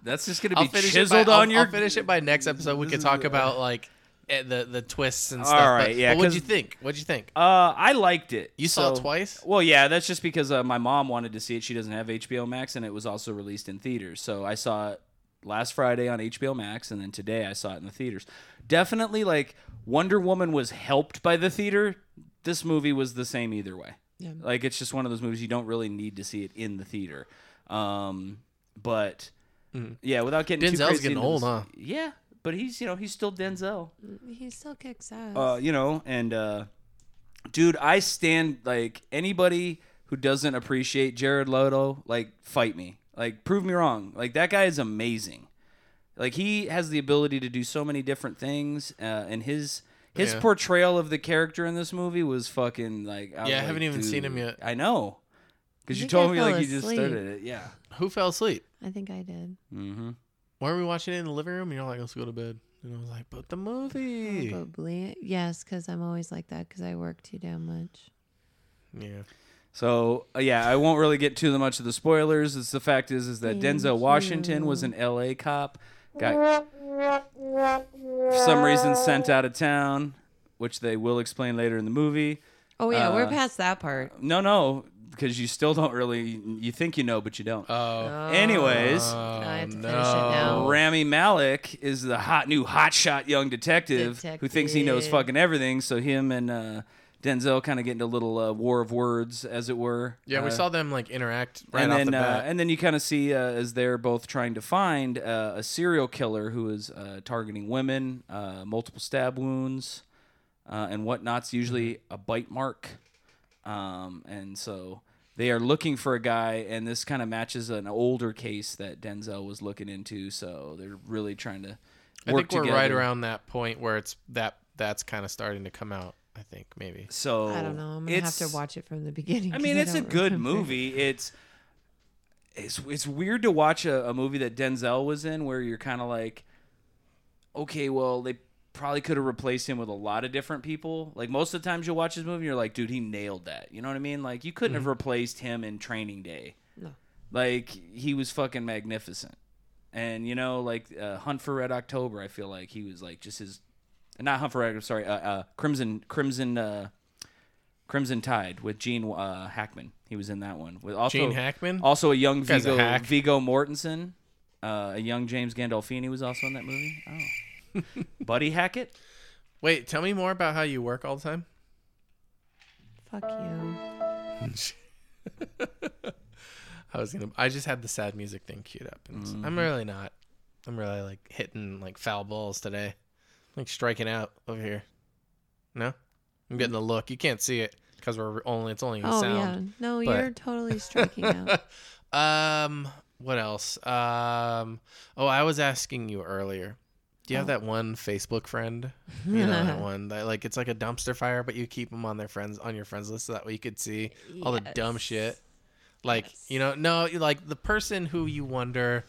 Speaker 2: That's just gonna be
Speaker 1: I'll finish it by,
Speaker 2: chiseled on
Speaker 1: I'll,
Speaker 2: your.
Speaker 1: I'll finish it by next episode. We could talk about like eh, the the twists and
Speaker 2: All
Speaker 1: stuff. but-
Speaker 2: right, yeah,
Speaker 1: But what'd
Speaker 2: 'cause-
Speaker 1: you think? What'd you think?
Speaker 2: Uh, I liked it.
Speaker 1: You saw it
Speaker 2: So-
Speaker 1: twice?
Speaker 2: Well, yeah, that's just because uh, my mom wanted to see it. She doesn't have HBO Max, and it was also released in theaters. So I saw it last Friday on HBO Max, and then today I saw it in the theaters. Definitely, like Wonder Woman was helped by the theater. This movie was the same either way.
Speaker 3: Yeah.
Speaker 2: Like it's just one of those movies you don't really need to see it in the theater. Um, but yeah, without getting too
Speaker 1: Mm. Denzel's
Speaker 2: crazy
Speaker 1: getting
Speaker 2: into
Speaker 1: old,
Speaker 2: this-
Speaker 1: huh?
Speaker 2: Yeah, but he's you know he's still Denzel
Speaker 3: He still kicks ass.
Speaker 2: uh, you know, and uh, dude, I stand like anybody who doesn't appreciate Jared Leto, like fight me, like prove me wrong. Like that guy is amazing. Like he has the ability to do so many different things, uh, and his his
Speaker 1: Yeah.
Speaker 2: portrayal of the character in this movie was fucking like. I was
Speaker 1: Yeah, I
Speaker 2: like,
Speaker 1: haven't even seen
Speaker 2: dude,
Speaker 1: him yet.
Speaker 2: I know, because you
Speaker 3: think I
Speaker 2: told me
Speaker 3: fell
Speaker 2: like you just
Speaker 3: asleep.
Speaker 2: started it. Yeah.
Speaker 1: Who fell asleep?
Speaker 3: I think I did.
Speaker 2: Mm-hmm.
Speaker 1: Why are we watching it in the living room? And you're like, let's go to bed. And I was like, but the movie.
Speaker 3: Probably yes, because I'm always like that because I work too damn much.
Speaker 1: Yeah.
Speaker 2: So uh, yeah, I won't really get too much of the spoilers. It's the fact is is that
Speaker 3: Thank
Speaker 2: Denzel Washington was an L.A. cop, got for some reason sent out of town, which they will explain later in the movie.
Speaker 3: Oh yeah, we're
Speaker 2: Uh,
Speaker 3: past that part.
Speaker 2: No, no, because you still don't really you think you know, but you don't.
Speaker 1: Oh.
Speaker 2: Anyways,
Speaker 3: Uh, I have to
Speaker 1: Oh,
Speaker 3: finish it now.
Speaker 2: Rami Malik is the hot new hotshot young detective, who thinks he knows
Speaker 3: Detective.
Speaker 2: fucking everything. So him and uh, Denzel kind of get into a little uh, war of words, as it were.
Speaker 1: Yeah, we
Speaker 2: Uh,
Speaker 1: saw them like interact right
Speaker 2: and
Speaker 1: off
Speaker 2: then,
Speaker 1: the bat.
Speaker 2: Uh, and then you kind of see uh, as they're both trying to find uh, a serial killer who is uh, targeting women, uh, multiple stab wounds, uh, and whatnot's usually
Speaker 1: Mm-hmm.
Speaker 2: a bite mark. Um, and so they are looking for a guy, and this kind of matches an older case that Denzel was looking into. So they're really trying to.
Speaker 1: I
Speaker 2: work
Speaker 1: think we're right
Speaker 2: together.
Speaker 1: around that point where it's that that's kind of starting to come out. I think maybe.
Speaker 2: So
Speaker 3: I don't know. I'm gonna have to
Speaker 2: it's-
Speaker 3: watch it from the beginning.
Speaker 2: I
Speaker 3: 'cause
Speaker 2: mean, it's a
Speaker 3: don't
Speaker 2: good
Speaker 3: remember.
Speaker 2: movie. It's it's it's weird to watch a, a movie that Denzel was in where you're kind of like, okay, well, they probably could have replaced him with a lot of different people. Like most of the times you watch this movie, you're like, dude, he nailed that. You know what I mean? Like you couldn't have replaced him in Training Day.
Speaker 3: No.
Speaker 2: Like he was fucking magnificent. And you know, like uh, Hunt for Red October, I feel like he was like just his, not Hunt for Red. I'm sorry, uh, uh, Crimson Crimson uh, Crimson Tide with Gene uh, Hackman. He was in that one with also
Speaker 1: Gene Hackman?
Speaker 2: also a young
Speaker 1: guy's a
Speaker 2: Vigo
Speaker 1: hack.
Speaker 2: Vigo Mortensen, uh, a young James Gandolfini was also in that movie. Oh, Buddy Hackett.
Speaker 1: Wait, tell me more about how you work all the time.
Speaker 3: Fuck you.
Speaker 1: I was gonna. I just had the sad music thing queued up, and it's-
Speaker 3: Mm-hmm.
Speaker 1: I'm really not. I'm really like hitting like foul balls today. like striking out over here. No, I'm getting the look. You can't see it because we're only. It's only
Speaker 3: Mm. Oh
Speaker 1: sound.
Speaker 3: yeah. No,
Speaker 1: but-
Speaker 3: you're totally striking out.
Speaker 1: Um. What else? Um. Oh, I was asking you earlier. Do you have that one Facebook friend? You know that one that like it's like a dumpster fire, but you keep them on their friends on your friends list so that way you could see all the dumb
Speaker 3: Yes.
Speaker 1: shit. Like you know, no, like the person who you wonder,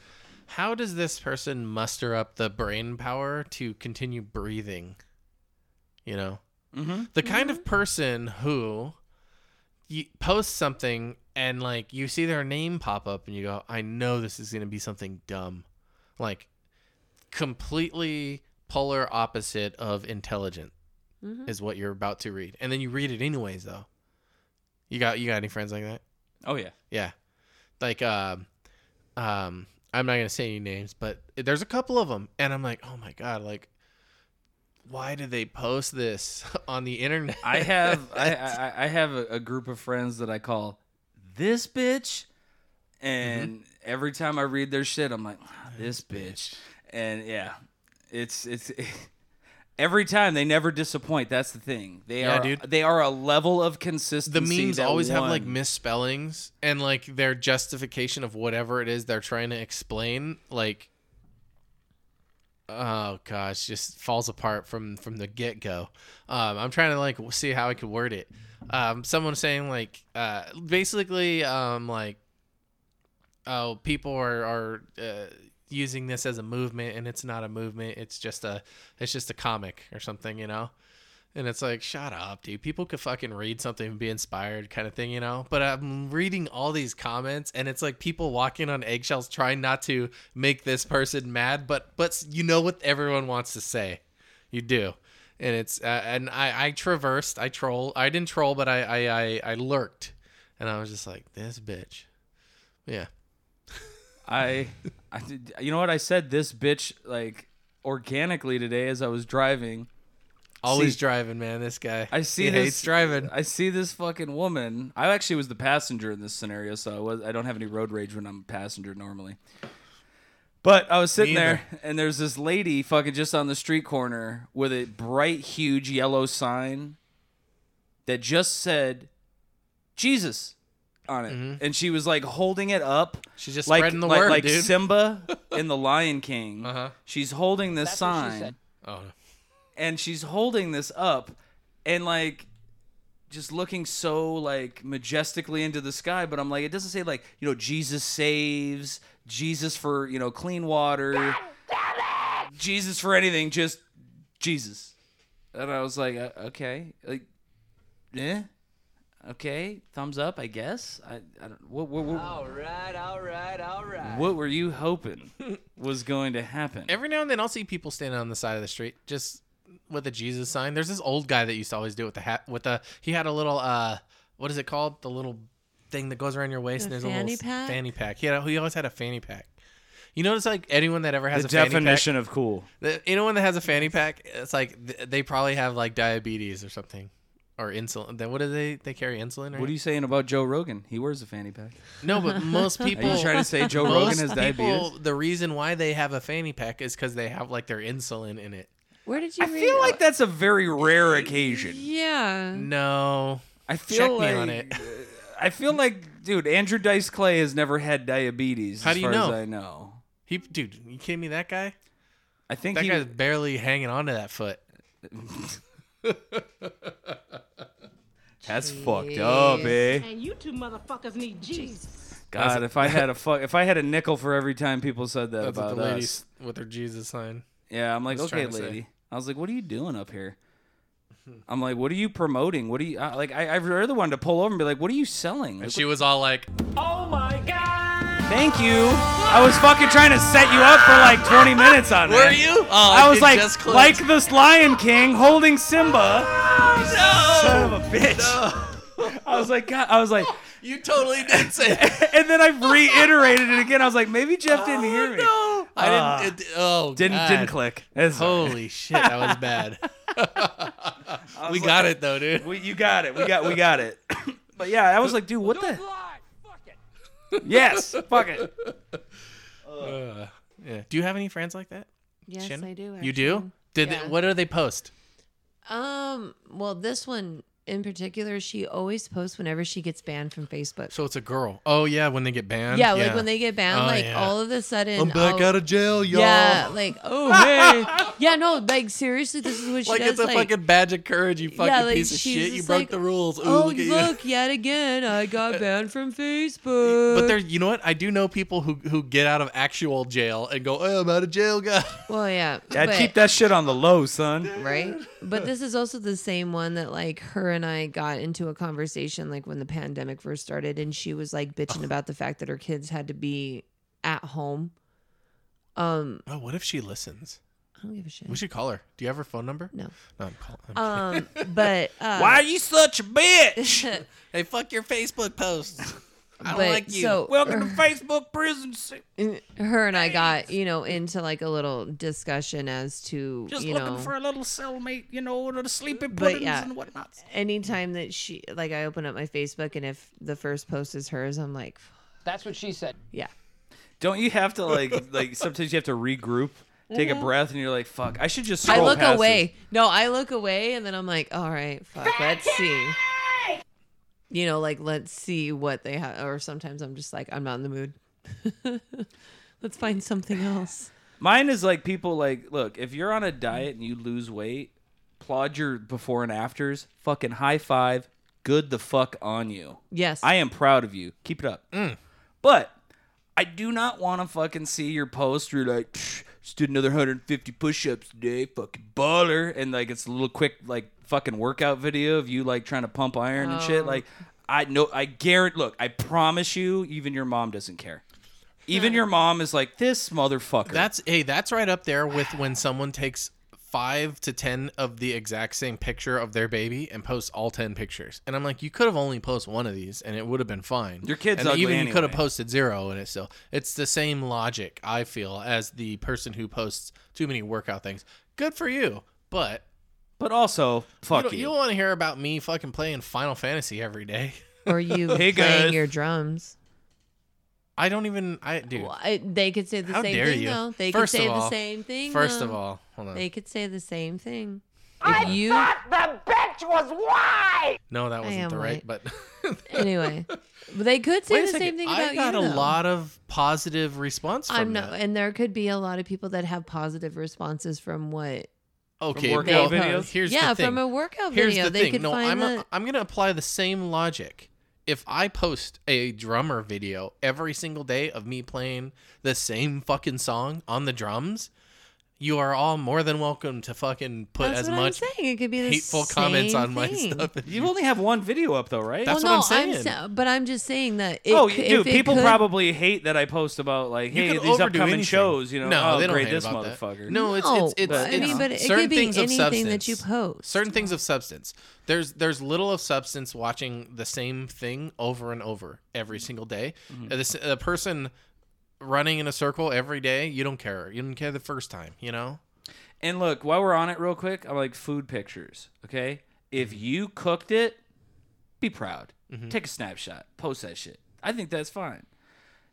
Speaker 1: how does this person muster up the brain power to continue breathing? You know,
Speaker 2: Mm-hmm.
Speaker 1: the kind of person who you post something and like you see their name pop up and you go, I know this is going to be something dumb. Like completely polar opposite of intelligent
Speaker 3: Mhm.
Speaker 1: is what you're about to read. And then you read it anyways though. You got you got any friends like that?
Speaker 2: Oh yeah.
Speaker 1: Yeah. Like um um I'm not going to say any names, but there's a couple of them and I'm like, "Oh my god, like why did they post this on the internet?"
Speaker 2: I have I, I, I have a, a group of friends that I call this bitch, and
Speaker 1: Mm-hmm.
Speaker 2: every time I read their shit, I'm like "Ah, this bitch, and yeah, it's it's. Every time they never disappoint. That's the thing. They
Speaker 1: Yeah,
Speaker 2: are
Speaker 1: dude.
Speaker 2: they are a level of consistency.
Speaker 1: the memes
Speaker 2: that
Speaker 1: always have
Speaker 2: one-
Speaker 1: like misspellings and like their justification of whatever it is they're trying to explain like oh gosh just falls apart from from the get-go um i'm trying to like w- see how i could word it um someone saying like uh basically um like oh people are are uh, using this as a movement and it's not a movement it's just a it's just a comic or something you know and it's like, shut up, dude. People could fucking read something and be inspired, kind of thing, you know? But I'm reading all these comments, and it's like people walking on eggshells, trying not to make this person mad, but but you know what everyone wants to say, you do, and it's uh, and I I traversed, I troll, I didn't troll, but I I I, I lurked, and I was just like, this bitch, yeah.
Speaker 2: I, I did, you know what I said this bitch like organically today as I was driving.
Speaker 1: Always
Speaker 2: See-
Speaker 1: driving, man. This guy.
Speaker 2: I see
Speaker 1: He
Speaker 2: this
Speaker 1: hates driving.
Speaker 2: I see this fucking woman. I actually was the passenger in this scenario, so I was I don't have any road rage when I'm a passenger normally. But I was sitting
Speaker 1: Me
Speaker 2: there and there's this lady fucking just on the street corner with a bright huge yellow sign that just said Jesus on it. And she was like holding it up
Speaker 1: She's just
Speaker 2: like,
Speaker 1: spreading the
Speaker 2: like,
Speaker 1: word,
Speaker 2: like
Speaker 1: dude.
Speaker 2: Simba in the Lion King.
Speaker 1: Uh-huh.
Speaker 2: She's holding this
Speaker 4: what she
Speaker 2: sign
Speaker 4: said.
Speaker 1: oh,
Speaker 2: and she's holding this up and like just looking so like majestically into the sky but i'm like it doesn't say like you know jesus saves jesus for you know clean water jesus for anything just jesus and i was like uh, okay like eh okay thumbs up i guess i, I don't what, what, what,
Speaker 4: All right, all right, all right.
Speaker 2: what were you hoping was going to happen
Speaker 1: Every now and then, I'll see people standing on the side of the street just with a Jesus sign. There's this old guy that used to always do it with the hat. With the he had a little uh, what is it called? The little thing that goes around your waist. and
Speaker 3: A
Speaker 1: there's a
Speaker 3: fanny
Speaker 1: little s-
Speaker 3: pack?
Speaker 1: fanny pack. He, had a, he always had a fanny pack. You notice like anyone that ever has
Speaker 2: the
Speaker 1: a fanny pack,
Speaker 2: definition of cool
Speaker 1: the, anyone that has a fanny pack, it's like th- they probably have like diabetes or something. Or insulin. Then what do they? They carry insulin, right?
Speaker 2: what are you saying about joe rogan he wears a fanny pack
Speaker 1: no, but most people.
Speaker 2: Are you trying to say Joe Rogan
Speaker 1: most
Speaker 2: has
Speaker 1: people,
Speaker 2: diabetes?
Speaker 1: the reason why they have a fanny pack is because they have like their insulin in it.
Speaker 3: Where did you
Speaker 2: I
Speaker 3: read Oh,
Speaker 2: feel like that's a very rare occasion.
Speaker 3: Yeah.
Speaker 1: No,
Speaker 2: I feel
Speaker 1: Check
Speaker 2: like
Speaker 1: me on it.
Speaker 2: I feel like, dude, Andrew Dice Clay has never had diabetes.
Speaker 1: How
Speaker 2: as
Speaker 1: do you
Speaker 2: far
Speaker 1: know?
Speaker 2: As I know.
Speaker 1: He, dude, you kidding me? That guy?
Speaker 2: I think
Speaker 1: That
Speaker 2: he.
Speaker 1: guy's barely hanging on to that foot.
Speaker 2: that's fucked up, eh?
Speaker 5: And you two motherfuckers need Jesus.
Speaker 2: God, if I had a fuck, if I had a nickel for every time people said that
Speaker 1: That's what
Speaker 2: about
Speaker 1: the lady
Speaker 2: us,
Speaker 1: with her Jesus sign.
Speaker 2: Yeah, I'm like,
Speaker 1: was
Speaker 2: okay,
Speaker 1: trying to say.
Speaker 2: lady. I was like, what are you doing up here? I'm like, what are you promoting? What are you I, like? I, I really wanted to pull over and be like, what are you selling? Like,
Speaker 1: And she was all like,
Speaker 2: Thank you. I was fucking trying to set you up for like 20 minutes on
Speaker 1: "Where
Speaker 2: that.
Speaker 1: are you?" Oh,
Speaker 2: I was
Speaker 1: it
Speaker 2: like,
Speaker 1: just clicked.
Speaker 2: like this Lion King holding Simba. Son of a bitch. I was like, God, I was like,
Speaker 1: you totally did say. That.
Speaker 2: and then I reiterated it again. I was like, maybe Jeff didn't hear me.
Speaker 1: Oh, No, I didn't. It, oh,
Speaker 2: Didn't
Speaker 1: God.
Speaker 2: didn't click. It's-
Speaker 1: Holy shit, that was bad. we
Speaker 2: was
Speaker 1: got it though, dude.
Speaker 2: We, you got it. We got we got it. but yeah, I was like, dude, what the? Yes, fuck it.
Speaker 1: Uh, yeah. Do you have any friends like that?
Speaker 3: Yes,
Speaker 1: Shannon?
Speaker 3: I do.
Speaker 1: You do? Did they-
Speaker 3: Yeah.
Speaker 1: what do they post?
Speaker 3: Um. Well, this one in particular, she always posts whenever she gets banned from Facebook.
Speaker 1: So it's a girl. Oh yeah, when they get banned.
Speaker 3: yeah, like when they get banned,
Speaker 1: Oh,
Speaker 3: like
Speaker 1: yeah.
Speaker 3: all of a sudden, oh,
Speaker 1: I'm back
Speaker 3: I'll-
Speaker 1: out of jail, y'all.
Speaker 3: Yeah, like oh hey, yeah, no, like seriously, this is what she
Speaker 1: like
Speaker 3: does.
Speaker 1: it's a
Speaker 3: like,
Speaker 1: fucking badge of courage, you fucking
Speaker 3: yeah, like
Speaker 1: piece of
Speaker 3: she's
Speaker 1: shit. You
Speaker 3: just
Speaker 1: broke
Speaker 3: like,
Speaker 1: the rules. Ooh,
Speaker 3: oh
Speaker 1: look at you.
Speaker 3: look, yet again, I got banned from Facebook.
Speaker 1: But there, you know what? I do know people who who get out of actual jail and go, "Oh, I'm out of jail, guy."
Speaker 3: well, yeah,
Speaker 2: Yeah,
Speaker 3: but-
Speaker 2: keep that shit on the low, son.
Speaker 3: right? But this is also the same one that like her and I got into a conversation like when the pandemic first started and she was like bitching about the fact that her kids had to be at home. Um,
Speaker 1: Oh, what if she listens?
Speaker 3: I don't give a shit.
Speaker 1: We should call her. Do you have her phone number?
Speaker 3: No.
Speaker 1: No, I'm calling. I'm-
Speaker 3: Um, but uh,
Speaker 2: Why are you such a bitch?
Speaker 1: hey, fuck your Facebook posts. I don't
Speaker 3: but
Speaker 1: like you.
Speaker 3: so uh,
Speaker 2: Welcome to Facebook prison. se-
Speaker 3: her and I got you know into like a little discussion as to
Speaker 2: Just
Speaker 3: you
Speaker 2: looking
Speaker 3: know
Speaker 2: for a little cellmate, you know, or the sleepy
Speaker 3: But,
Speaker 2: puddings
Speaker 3: yeah.
Speaker 2: and whatnot.
Speaker 3: anytime that she like I open up my Facebook and if the first post is hers, I'm like,
Speaker 4: That's what she said.
Speaker 3: yeah,
Speaker 2: Don't you have to like like sometimes you have to regroup, take a breath, and you're like, fuck, I should just
Speaker 3: I
Speaker 2: scroll
Speaker 3: look
Speaker 2: past
Speaker 3: away. No, I look away and then I'm like, all right, fuck, let's see. You know, like let's see what they have. Or sometimes I'm just like, I'm not in the mood. let's find something else.
Speaker 2: this. Mine is like people like, look, if you're on a diet and you lose weight, applaud your before and afters, fucking high five, good the fuck on you.
Speaker 3: Yes.
Speaker 2: I am proud of you. Keep it up.
Speaker 1: Mm.
Speaker 2: But I do not want to fucking see your post where you're like, "Psh, just did another 150 push-ups today, fucking baller, and like it's a little quick like fucking workout video of you like trying to pump iron and
Speaker 1: Oh.
Speaker 2: shit. Like I know, I guarantee. Look, I promise you, even your mom doesn't care. Even your mom is like this motherfucker.
Speaker 1: That's hey, that's right up there with when someone takes five to ten of the exact same picture of their baby and posts all ten pictures. And I'm like, you could have only posted one of these, and it would have been fine.
Speaker 2: Your kid's
Speaker 1: and
Speaker 2: ugly
Speaker 1: even you could have
Speaker 2: anyway.
Speaker 1: posted zero, and it's still it's the same logic I feel as the person who posts too many workout things. Good for you, but
Speaker 2: but also
Speaker 1: you
Speaker 2: fuck
Speaker 1: don't,
Speaker 2: you.
Speaker 1: you don't want to hear about me fucking playing Final Fantasy every day.
Speaker 3: or you
Speaker 2: Hey,
Speaker 3: playing
Speaker 2: guys.
Speaker 3: your drums.
Speaker 1: I don't even. I dude.
Speaker 3: Well, I, they could say the
Speaker 1: How
Speaker 3: same
Speaker 1: dare
Speaker 3: thing
Speaker 1: you.
Speaker 3: though. They
Speaker 1: First
Speaker 3: could
Speaker 1: of
Speaker 3: say
Speaker 1: all-
Speaker 3: the same thing.
Speaker 1: First
Speaker 3: though.
Speaker 1: of all, hold on.
Speaker 3: they could say the same thing. If you
Speaker 1: no, that wasn't
Speaker 3: am
Speaker 1: the right. But
Speaker 3: anyway, but they could say
Speaker 1: Wait a
Speaker 3: the
Speaker 1: second,
Speaker 3: same thing about
Speaker 1: I got
Speaker 3: you.
Speaker 1: a
Speaker 3: though.
Speaker 1: lot of positive response from
Speaker 3: I'm not,
Speaker 1: that.
Speaker 3: and there could be a lot of people that have positive responses from what
Speaker 1: Okay,
Speaker 2: workout
Speaker 1: well,
Speaker 2: They videos? post.
Speaker 1: here's
Speaker 3: yeah,
Speaker 1: the thing.
Speaker 3: from a workout
Speaker 1: here's
Speaker 3: video,
Speaker 1: the
Speaker 3: they
Speaker 1: thing.
Speaker 3: could
Speaker 1: no,
Speaker 3: find
Speaker 1: I'm
Speaker 3: the.
Speaker 1: a, I'm gonna apply the same logic. If I post a drummer video every single day of me playing the same fucking song on the drums, you are all more than welcome to fucking put
Speaker 3: that's
Speaker 1: as
Speaker 3: what
Speaker 1: much
Speaker 3: I'm saying. It could be the
Speaker 1: hateful comments
Speaker 3: same
Speaker 1: on my
Speaker 3: thing.
Speaker 1: stuff. as
Speaker 2: You only have one video up though, right?
Speaker 1: That's
Speaker 3: well,
Speaker 1: what
Speaker 3: no,
Speaker 1: I'm saying.
Speaker 3: sa- but I'm just saying that. It,
Speaker 2: oh,
Speaker 3: c-
Speaker 2: you
Speaker 3: if
Speaker 2: do.
Speaker 3: it
Speaker 2: People
Speaker 3: could-
Speaker 2: probably hate that I post about like,
Speaker 1: You
Speaker 2: hey,
Speaker 1: can
Speaker 2: these
Speaker 1: overdo
Speaker 2: upcoming
Speaker 1: anything.
Speaker 2: shows. You know,
Speaker 1: no,
Speaker 2: oh,
Speaker 1: they don't
Speaker 2: great,
Speaker 1: hate
Speaker 2: this
Speaker 1: about that.
Speaker 2: motherfucker.
Speaker 1: No, it's
Speaker 3: No,
Speaker 1: it's it's,
Speaker 3: but, I
Speaker 1: it's
Speaker 3: mean, but it could
Speaker 1: certain
Speaker 3: be
Speaker 1: things of
Speaker 3: anything that
Speaker 1: substance.
Speaker 3: you post.
Speaker 1: Certain things of substance. There's there's little of substance watching the same thing over and over every
Speaker 3: Mm-hmm.
Speaker 1: single day.
Speaker 2: Mm-hmm.
Speaker 1: Uh, This a person running in a circle every day. You don't care. You didn't care the first time. You know.
Speaker 2: And look, while we're on it, real quick, I like food pictures. Okay, if
Speaker 1: Mm-hmm.
Speaker 2: you cooked it, be proud. Take a snapshot. Post that shit. I think that's fine.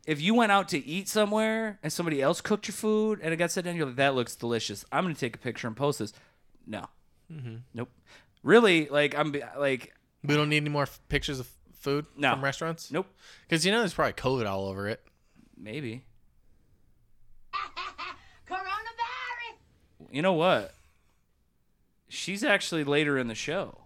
Speaker 2: If you went out to eat somewhere and somebody else cooked your food and it got set down, you're like, that looks delicious. I'm gonna take a picture and post this. No,
Speaker 1: Mm-hmm.
Speaker 2: nope. Really, like I'm be- like
Speaker 1: We don't need any more f- pictures of food
Speaker 2: No.
Speaker 1: from restaurants.
Speaker 2: nope.
Speaker 1: Because you know there's probably COVID all over it.
Speaker 2: Maybe
Speaker 6: Coronavirus!
Speaker 2: you know what? She's actually later in the show.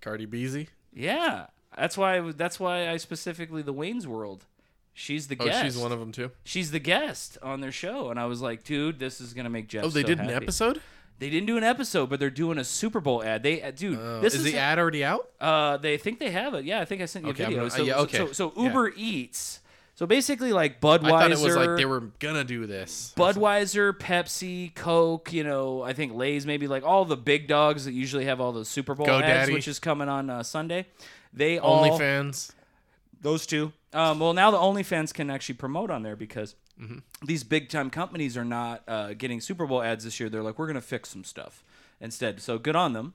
Speaker 1: Cardi Beezy.
Speaker 2: Yeah, that's why. I was- That's why I specifically the Wayne's World She's the
Speaker 1: Oh,
Speaker 2: guest.
Speaker 1: she's one of them too.
Speaker 2: She's the guest on their show, and I was like, dude, this is gonna make Jeff.
Speaker 1: Oh, they
Speaker 2: so
Speaker 1: did an
Speaker 2: happy.
Speaker 1: episode.
Speaker 2: They didn't do an episode, but they're doing a Super Bowl ad. They, uh, dude,
Speaker 1: Oh,
Speaker 2: this
Speaker 1: is
Speaker 2: is,
Speaker 1: the ad already out?
Speaker 2: Uh, they think they have it. Yeah, I think I sent you
Speaker 1: Okay,
Speaker 2: a
Speaker 1: I'm
Speaker 2: video.
Speaker 1: gonna-
Speaker 2: so,
Speaker 1: yeah, okay.
Speaker 2: so, so
Speaker 1: Yeah.
Speaker 2: Uber Eats. So basically, like
Speaker 1: I
Speaker 2: Budweiser.
Speaker 1: thought it was like they were gonna do this.
Speaker 2: Budweiser, Pepsi, Coke, you know, I think Lay's maybe like all the big dogs that usually have all those Super Bowl
Speaker 1: Go
Speaker 2: ads,
Speaker 1: Daddy.
Speaker 2: which is coming on uh, Sunday. They all
Speaker 1: OnlyFans.
Speaker 2: those two. Um, well, now the OnlyFans can actually promote on there because
Speaker 1: Mm-hmm.
Speaker 2: these big time companies are not uh, getting Super Bowl ads this year. They're like, we're gonna fix some stuff instead. So good on them.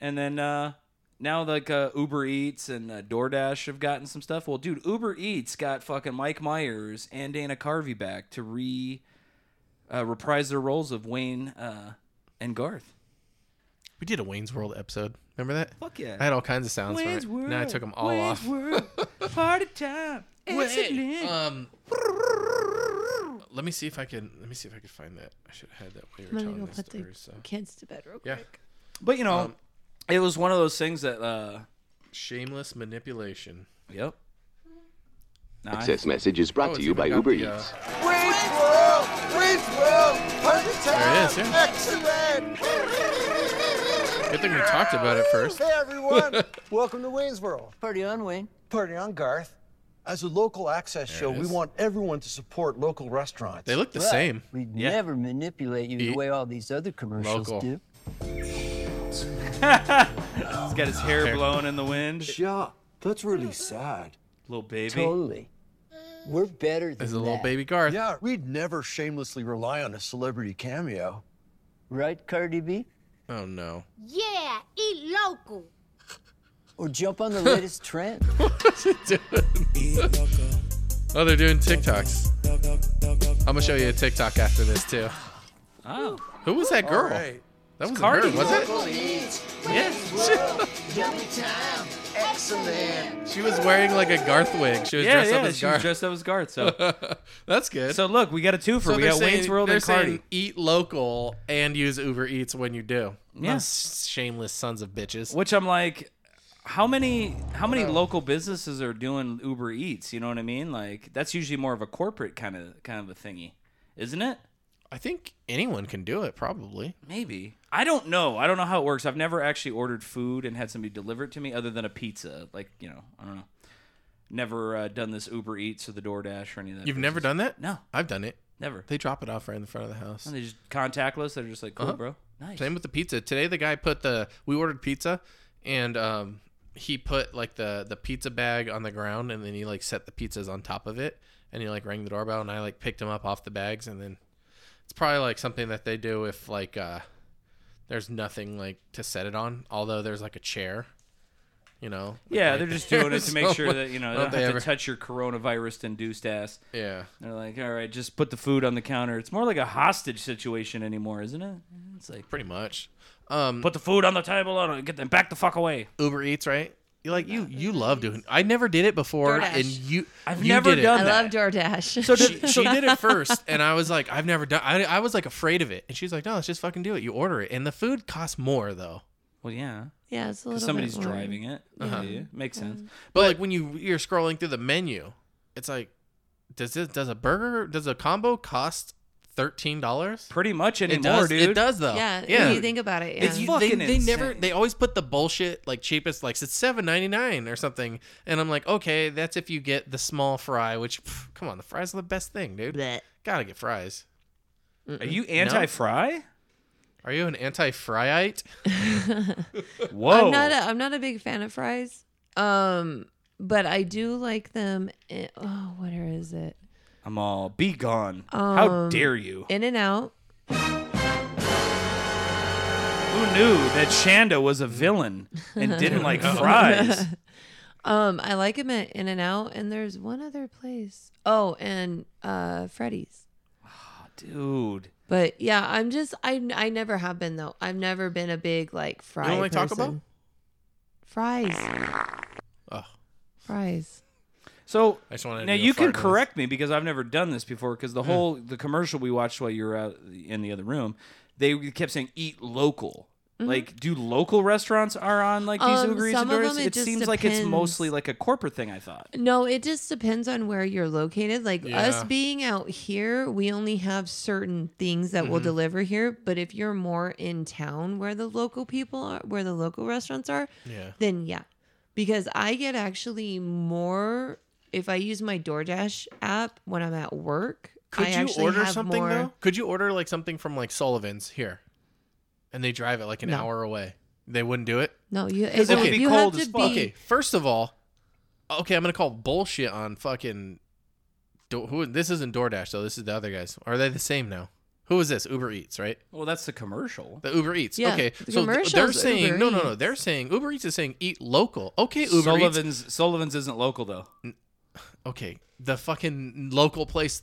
Speaker 2: And then uh, now like uh, Uber Eats and uh, DoorDash have gotten some stuff. Well, dude, Uber Eats got fucking Mike Myers and Dana Carvey back to re uh, reprise their roles of Wayne uh, and Garth.
Speaker 1: We did a Wayne's World episode. Remember that?
Speaker 2: Fuck yeah.
Speaker 1: I had all kinds of sounds
Speaker 2: Wayne's
Speaker 1: for it.
Speaker 2: World.
Speaker 1: Now I took them all
Speaker 2: Wayne's
Speaker 1: off.
Speaker 2: World. Party time. Excellent.
Speaker 1: um, let me see if I can. Let me see if I could find that. I should have had that when you were
Speaker 3: I'm gonna
Speaker 1: telling
Speaker 3: go
Speaker 1: the
Speaker 3: put the
Speaker 1: story. So
Speaker 3: kids to bed real
Speaker 1: yeah,
Speaker 3: quick.
Speaker 2: But you know,
Speaker 1: Um,
Speaker 2: it was one of those things that. uh
Speaker 1: shameless manipulation.
Speaker 2: Yep. Nah, I-
Speaker 7: Access message is brought
Speaker 1: Oh,
Speaker 7: to
Speaker 1: it's
Speaker 7: you
Speaker 1: even
Speaker 7: by
Speaker 1: got
Speaker 7: Uber
Speaker 1: the, uh,
Speaker 7: Eats.
Speaker 8: Wayne's World! Wayne's World! Party
Speaker 1: There it
Speaker 8: time!
Speaker 1: is, yeah.
Speaker 8: Excellent!
Speaker 1: Good thing we talked about it first.
Speaker 8: Hey everyone! Welcome to Wayne's World.
Speaker 4: Party on, Wayne.
Speaker 8: Party on Garth. As a local access show,
Speaker 1: it
Speaker 8: we
Speaker 1: is.
Speaker 8: want everyone to support local restaurants.
Speaker 1: They look the
Speaker 4: But
Speaker 1: same.
Speaker 4: We'd
Speaker 2: Yeah.
Speaker 4: never manipulate you the
Speaker 1: Eat.
Speaker 4: way all these other commercials
Speaker 1: Local.
Speaker 4: do.
Speaker 2: He's got his hair blown in the wind.
Speaker 8: yeah, that's really sad.
Speaker 2: Little baby.
Speaker 4: Totally. We're better than
Speaker 1: This is a little
Speaker 4: that.
Speaker 1: baby Garth.
Speaker 8: Yeah, we'd never shamelessly rely on a celebrity cameo.
Speaker 4: Right, Cardi B?
Speaker 1: Oh no.
Speaker 6: Yeah, eat local.
Speaker 4: Or jump on the latest trend.
Speaker 1: Oh, they're doing TikToks. I'm gonna show you a TikTok after this too.
Speaker 2: Oh,
Speaker 1: Who was that girl?
Speaker 8: Right.
Speaker 1: That was
Speaker 2: Cardi.
Speaker 1: her, was it?
Speaker 2: yes.
Speaker 1: She was wearing like a Garth wig. She was
Speaker 2: Yeah,
Speaker 1: dressed
Speaker 2: yeah.
Speaker 1: up as
Speaker 2: She was
Speaker 1: Garth.
Speaker 2: dressed up as Garth. So,
Speaker 1: That's good.
Speaker 2: so look, we got a twofer.
Speaker 1: So
Speaker 2: we
Speaker 1: they're
Speaker 2: got Wayne's
Speaker 1: saying-
Speaker 2: World
Speaker 1: they're
Speaker 2: and Cardi.
Speaker 1: saying eat local and use Uber Eats when you do.
Speaker 2: Yeah.
Speaker 1: Those shameless sons of bitches.
Speaker 2: Which I'm like, how many how
Speaker 1: Oh.
Speaker 2: many local businesses are doing Uber Eats? You know what I mean? Like that's usually more of a corporate kind of kind of a thingy, isn't it?
Speaker 1: I think anyone can do it, probably.
Speaker 2: Maybe. I don't know. I don't know how it works. I've never actually ordered food and had somebody deliver it to me other than a pizza. Like, you know, I don't know. Never uh, done this Uber Eats or the DoorDash or any of that.
Speaker 1: You've never done that?
Speaker 2: No,
Speaker 1: I've done it.
Speaker 2: never.
Speaker 1: They drop it off right in the front of the house.
Speaker 2: And they just contactless. They're just like, cool,
Speaker 1: Uh-huh.
Speaker 2: bro. Nice.
Speaker 1: Same with the pizza. Today the guy put the we ordered pizza and um he put like the the pizza bag on the ground and then he like set the pizzas on top of it and he like rang the doorbell and I like picked him up off the bags and then it's probably like something that they do if like uh there's nothing like to set it on although there's like a chair you know
Speaker 2: Yeah,
Speaker 1: Like,
Speaker 2: they're just doing it to make sure that, you know, they
Speaker 1: Don't
Speaker 2: don't
Speaker 1: they
Speaker 2: have
Speaker 1: ever-
Speaker 2: to touch your coronavirus induced ass.
Speaker 1: yeah
Speaker 2: They're like, all right, just put the food on the counter. It's more like a hostage situation anymore, isn't it? It's like,
Speaker 1: pretty much um
Speaker 2: put the food on the table and get them back the fuck away.
Speaker 1: Uber Eats right you like you you love doing I never did it before
Speaker 3: DoorDash.
Speaker 1: and you
Speaker 2: I've
Speaker 1: you
Speaker 2: never
Speaker 1: did it.
Speaker 2: done
Speaker 3: I
Speaker 2: that.
Speaker 3: love DoorDash.
Speaker 1: she, she did it first, and I was like, I've never done. I, I was like afraid of it, and she's like, No, let's just fucking do it. You order it, and the food costs more though.
Speaker 2: Well, yeah.
Speaker 3: yeah, it's a little.
Speaker 2: Because
Speaker 3: bit
Speaker 2: somebody's
Speaker 3: more.
Speaker 2: driving it.
Speaker 1: Uh-huh.
Speaker 2: Yeah, makes sense.
Speaker 1: But, like when you you're scrolling through the menu, it's like, does this does a burger does a combo cost thirteen dollars?
Speaker 2: Pretty much anymore,
Speaker 1: It does.
Speaker 2: dude.
Speaker 1: It does though.
Speaker 3: Yeah,
Speaker 1: yeah.
Speaker 3: If you think about it, yeah.
Speaker 2: It's
Speaker 1: You-
Speaker 2: fucking
Speaker 1: they, they never
Speaker 2: insane.
Speaker 1: they always put the bullshit like cheapest like it's seven ninety nine or something and I'm like okay that's if you get the small fry which pff, come on the fries are the best thing dude
Speaker 3: Bleh.
Speaker 1: gotta get fries
Speaker 2: Are you anti-fry?
Speaker 1: are you an anti fryite
Speaker 2: Whoa!
Speaker 1: Oh.
Speaker 3: I'm not. A, I'm not a big fan of fries. Um, but I do like them. In, oh, what are- is it?
Speaker 2: I'm all be gone.
Speaker 3: Um,
Speaker 2: How dare you?
Speaker 3: In and out.
Speaker 2: Who knew that Shanda was a villain and didn't like fries?
Speaker 3: Um, I like them at In and Out, and there's one other place. Oh, and uh, Freddy's.
Speaker 2: Dude,
Speaker 3: But yeah, I'm just I I never have been though. I've never been a big like fry.
Speaker 1: like Taco
Speaker 3: person.
Speaker 1: Bell?
Speaker 3: Fries,
Speaker 1: oh
Speaker 3: fries.
Speaker 2: so
Speaker 1: I just wanted to
Speaker 2: now
Speaker 1: do a
Speaker 2: you can
Speaker 1: fart noise.
Speaker 2: correct me because I've never done this before. Because the whole the commercial we watched while you were out in the other room, they kept saying "eat local." Like, do local restaurants are on like these
Speaker 3: Mm-hmm. Um,
Speaker 2: Uber Eats
Speaker 3: some
Speaker 2: and
Speaker 3: of them,
Speaker 2: DoorDash?
Speaker 3: it
Speaker 2: It
Speaker 3: just
Speaker 2: seems like it's
Speaker 3: depends.
Speaker 2: mostly like a corporate thing. I thought.
Speaker 3: No, it just depends on where you're located. Like us
Speaker 1: Yeah.
Speaker 3: being out here, we only have certain things that
Speaker 1: Mm-hmm.
Speaker 3: will deliver here. But if you're more in town where the local people are, where the local restaurants are,
Speaker 1: Yeah.
Speaker 3: then yeah. Because I get actually more if I use my DoorDash app when I'm at work.
Speaker 1: Could
Speaker 3: I
Speaker 1: you
Speaker 3: actually
Speaker 1: order
Speaker 3: have
Speaker 1: something
Speaker 3: more,
Speaker 1: though? Could you order like something from like Sullivan's here, and they drive it like an
Speaker 3: No.
Speaker 1: hour away? They wouldn't do it.
Speaker 3: No, you it,
Speaker 2: Because it would
Speaker 1: be
Speaker 3: you
Speaker 2: cold
Speaker 3: have
Speaker 2: as
Speaker 3: to
Speaker 2: fuck.
Speaker 3: be
Speaker 1: Okay, first of all, okay, I'm gonna call bullshit on fucking. Do- who? This isn't DoorDash though. This is the other guys. Are they the same now? Who is this? Uber Eats, right?
Speaker 2: Well, that's the commercial.
Speaker 1: The Uber Eats.
Speaker 3: Yeah,
Speaker 1: okay,
Speaker 3: the
Speaker 1: so th- they're
Speaker 3: commercials are
Speaker 1: saying
Speaker 3: Uber
Speaker 1: no, no, no.
Speaker 3: Eats.
Speaker 1: They're saying Uber Eats is saying eat local. Okay, Uber Eats.
Speaker 2: Sullivan's Sullivan's isn't local though.
Speaker 1: okay, the fucking local place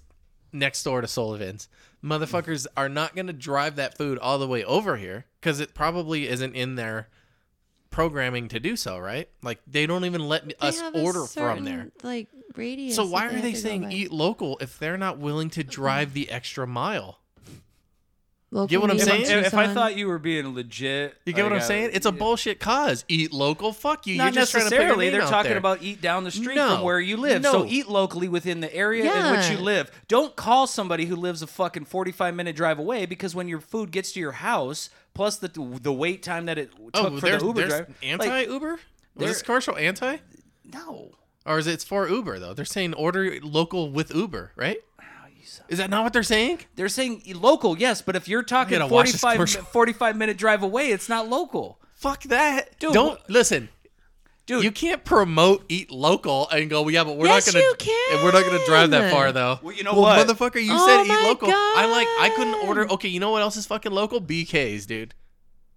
Speaker 1: next door to Sullivan's, motherfuckers are not going to drive that food all the way over here because it probably isn't in their programming to do so, right? Like they don't even let
Speaker 3: they
Speaker 1: us
Speaker 3: have a
Speaker 1: order from
Speaker 3: certain,
Speaker 1: there.
Speaker 3: Like radius.
Speaker 1: So
Speaker 3: that
Speaker 1: why are
Speaker 3: have
Speaker 1: they
Speaker 3: to go
Speaker 1: saying
Speaker 3: by.
Speaker 1: eat local if they're not willing to drive the extra mile?
Speaker 3: Local
Speaker 1: get what I'm
Speaker 3: meat
Speaker 2: If, I,
Speaker 1: saying?
Speaker 3: options
Speaker 2: if I
Speaker 3: on-
Speaker 2: thought you were being legit,
Speaker 1: You get what
Speaker 2: like,
Speaker 1: I'm
Speaker 2: I-
Speaker 1: saying? It's a bullshit cause. Eat local. Fuck you.
Speaker 2: Oh, Not
Speaker 1: You're just Trying to put
Speaker 2: necessarily.
Speaker 1: your name
Speaker 2: They're
Speaker 1: out
Speaker 2: talking
Speaker 1: there.
Speaker 2: about eat down the street from
Speaker 1: No.
Speaker 2: where you live.
Speaker 1: No.
Speaker 2: So eat locally within the area in which
Speaker 3: Yeah.
Speaker 2: you live. Don't call somebody who lives a fucking 45 minute drive away because when your food gets to your house, plus the the wait time that it took
Speaker 1: oh,
Speaker 2: for the
Speaker 1: there's,
Speaker 2: Uber
Speaker 1: there's
Speaker 2: driver.
Speaker 1: anti
Speaker 2: like,
Speaker 1: Uber. Was
Speaker 2: they're-
Speaker 1: this commercial anti?
Speaker 2: no.
Speaker 1: Or is it it's for Uber though? They're saying order local with Uber, right? Is that not what they're saying?
Speaker 2: They're saying e, local, yes, but if you're talking
Speaker 1: gotta watch this
Speaker 2: 45,
Speaker 1: commercial.
Speaker 2: 45 minute drive away, it's not local.
Speaker 1: Fuck that.
Speaker 2: Dude,
Speaker 1: Don't
Speaker 2: wh-
Speaker 1: listen.
Speaker 2: Dude.
Speaker 1: you can't promote eat local and go, yeah, but we're
Speaker 3: Yes,
Speaker 1: not gonna
Speaker 3: you can.
Speaker 1: and we're not gonna drive that far though.
Speaker 2: Well, you know what?
Speaker 1: motherfucker, you
Speaker 3: Oh
Speaker 1: said eat
Speaker 3: my
Speaker 1: local. I like I couldn't
Speaker 3: God.
Speaker 1: order okay, you know what else is fucking local? BK's, dude.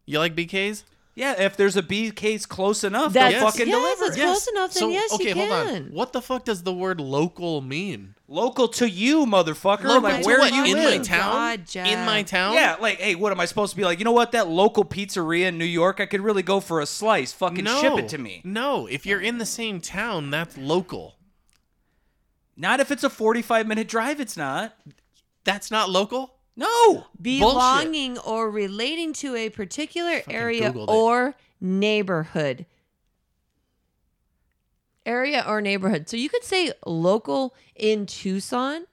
Speaker 1: You like BK's?
Speaker 2: Yeah, if there's a BK's close enough,
Speaker 3: That's-
Speaker 2: they'll fucking
Speaker 3: yes,
Speaker 2: deliver.
Speaker 3: it's close
Speaker 2: Oh,
Speaker 3: enough, then yes, you
Speaker 1: okay, hold on.
Speaker 3: can.
Speaker 1: What the fuck does the word local mean?
Speaker 2: Local to you, motherfucker.
Speaker 1: Local
Speaker 2: like
Speaker 1: to
Speaker 2: where
Speaker 1: what?
Speaker 2: you
Speaker 1: in
Speaker 2: live.
Speaker 1: my town?
Speaker 3: God,
Speaker 1: in my
Speaker 3: Jack.
Speaker 1: town?
Speaker 2: Yeah, like, hey, what am I supposed to be like? You know what? That local pizzeria in New York, I could really go for a slice. Fucking ship it to me.
Speaker 1: No, if you're in the same town, that's local.
Speaker 2: Not if it's a 45 minute drive, it's not.
Speaker 1: That's not local.
Speaker 2: No.
Speaker 3: belonging or relating to a particular area
Speaker 1: Googled it.
Speaker 3: or neighborhood. Area or neighborhood. So you could say local in Tucson,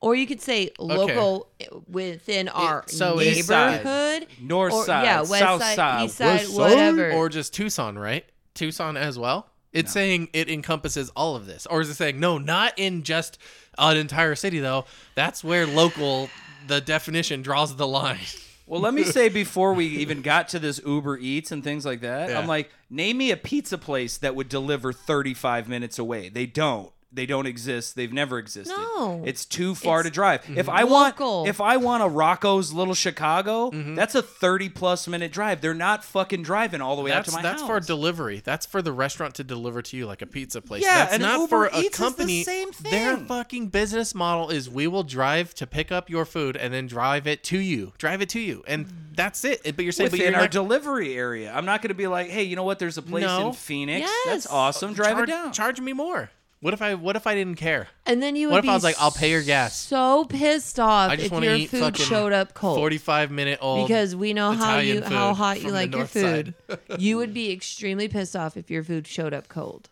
Speaker 3: or you could say local within our
Speaker 1: so it's-
Speaker 3: neighborhood,
Speaker 2: North
Speaker 3: or,
Speaker 2: side,
Speaker 3: yeah, west
Speaker 2: south
Speaker 3: side,
Speaker 2: side,
Speaker 3: east side,
Speaker 2: west side,
Speaker 3: whatever.
Speaker 1: or just Tucson, right? Tucson as well. It's saying it encompasses all of this, or is it saying no, not in just an entire city though? That's where local, the definition draws the line.
Speaker 2: Well, let me say before we even got to this Uber Eats and things like that,
Speaker 1: Yeah.
Speaker 2: I'm like, name me a pizza place that would deliver 35 minutes away. They don't. They don't exist. They've never existed.
Speaker 3: No.
Speaker 2: It's too far
Speaker 3: It's
Speaker 2: to drive. If I
Speaker 3: local.
Speaker 2: want if I want a Rocco's Little Chicago,
Speaker 1: Mm-hmm.
Speaker 2: that's a 30 plus minute drive. They're not fucking driving all the way
Speaker 1: That's
Speaker 2: out to my
Speaker 1: that's
Speaker 2: house.
Speaker 1: for delivery. That's for the restaurant to deliver to you like a pizza place.
Speaker 2: Yeah,
Speaker 1: that's
Speaker 2: and
Speaker 1: not for
Speaker 2: Uber Eats
Speaker 1: a
Speaker 2: is the
Speaker 1: company.
Speaker 2: same
Speaker 1: Their
Speaker 2: thing.
Speaker 1: fucking business model is we will drive to pick up your food and then drive it to you. Drive it to you. And
Speaker 3: Mm.
Speaker 1: that's it. But you're saying but
Speaker 2: within
Speaker 1: you're
Speaker 2: our
Speaker 1: not
Speaker 2: delivery area. I'm not going to be like, hey, you know what? There's a place
Speaker 1: No.
Speaker 2: in Phoenix.
Speaker 3: Yes.
Speaker 2: That's awesome. Drive
Speaker 1: charge,
Speaker 2: it down.
Speaker 1: charge me more. What if I what if I didn't care?
Speaker 3: and then you would
Speaker 1: What if
Speaker 3: be
Speaker 1: I was like, I'll pay your gas.
Speaker 3: So pissed off
Speaker 1: I just
Speaker 3: if
Speaker 1: want
Speaker 3: your
Speaker 1: to eat
Speaker 3: food
Speaker 1: fucking
Speaker 3: showed up cold.
Speaker 1: 45 minute old
Speaker 3: because we know how you
Speaker 1: Italian
Speaker 3: how
Speaker 1: food
Speaker 3: hot
Speaker 1: from
Speaker 3: you
Speaker 1: the
Speaker 3: like your
Speaker 1: north side.
Speaker 3: food. you would be extremely pissed off if your food showed up cold.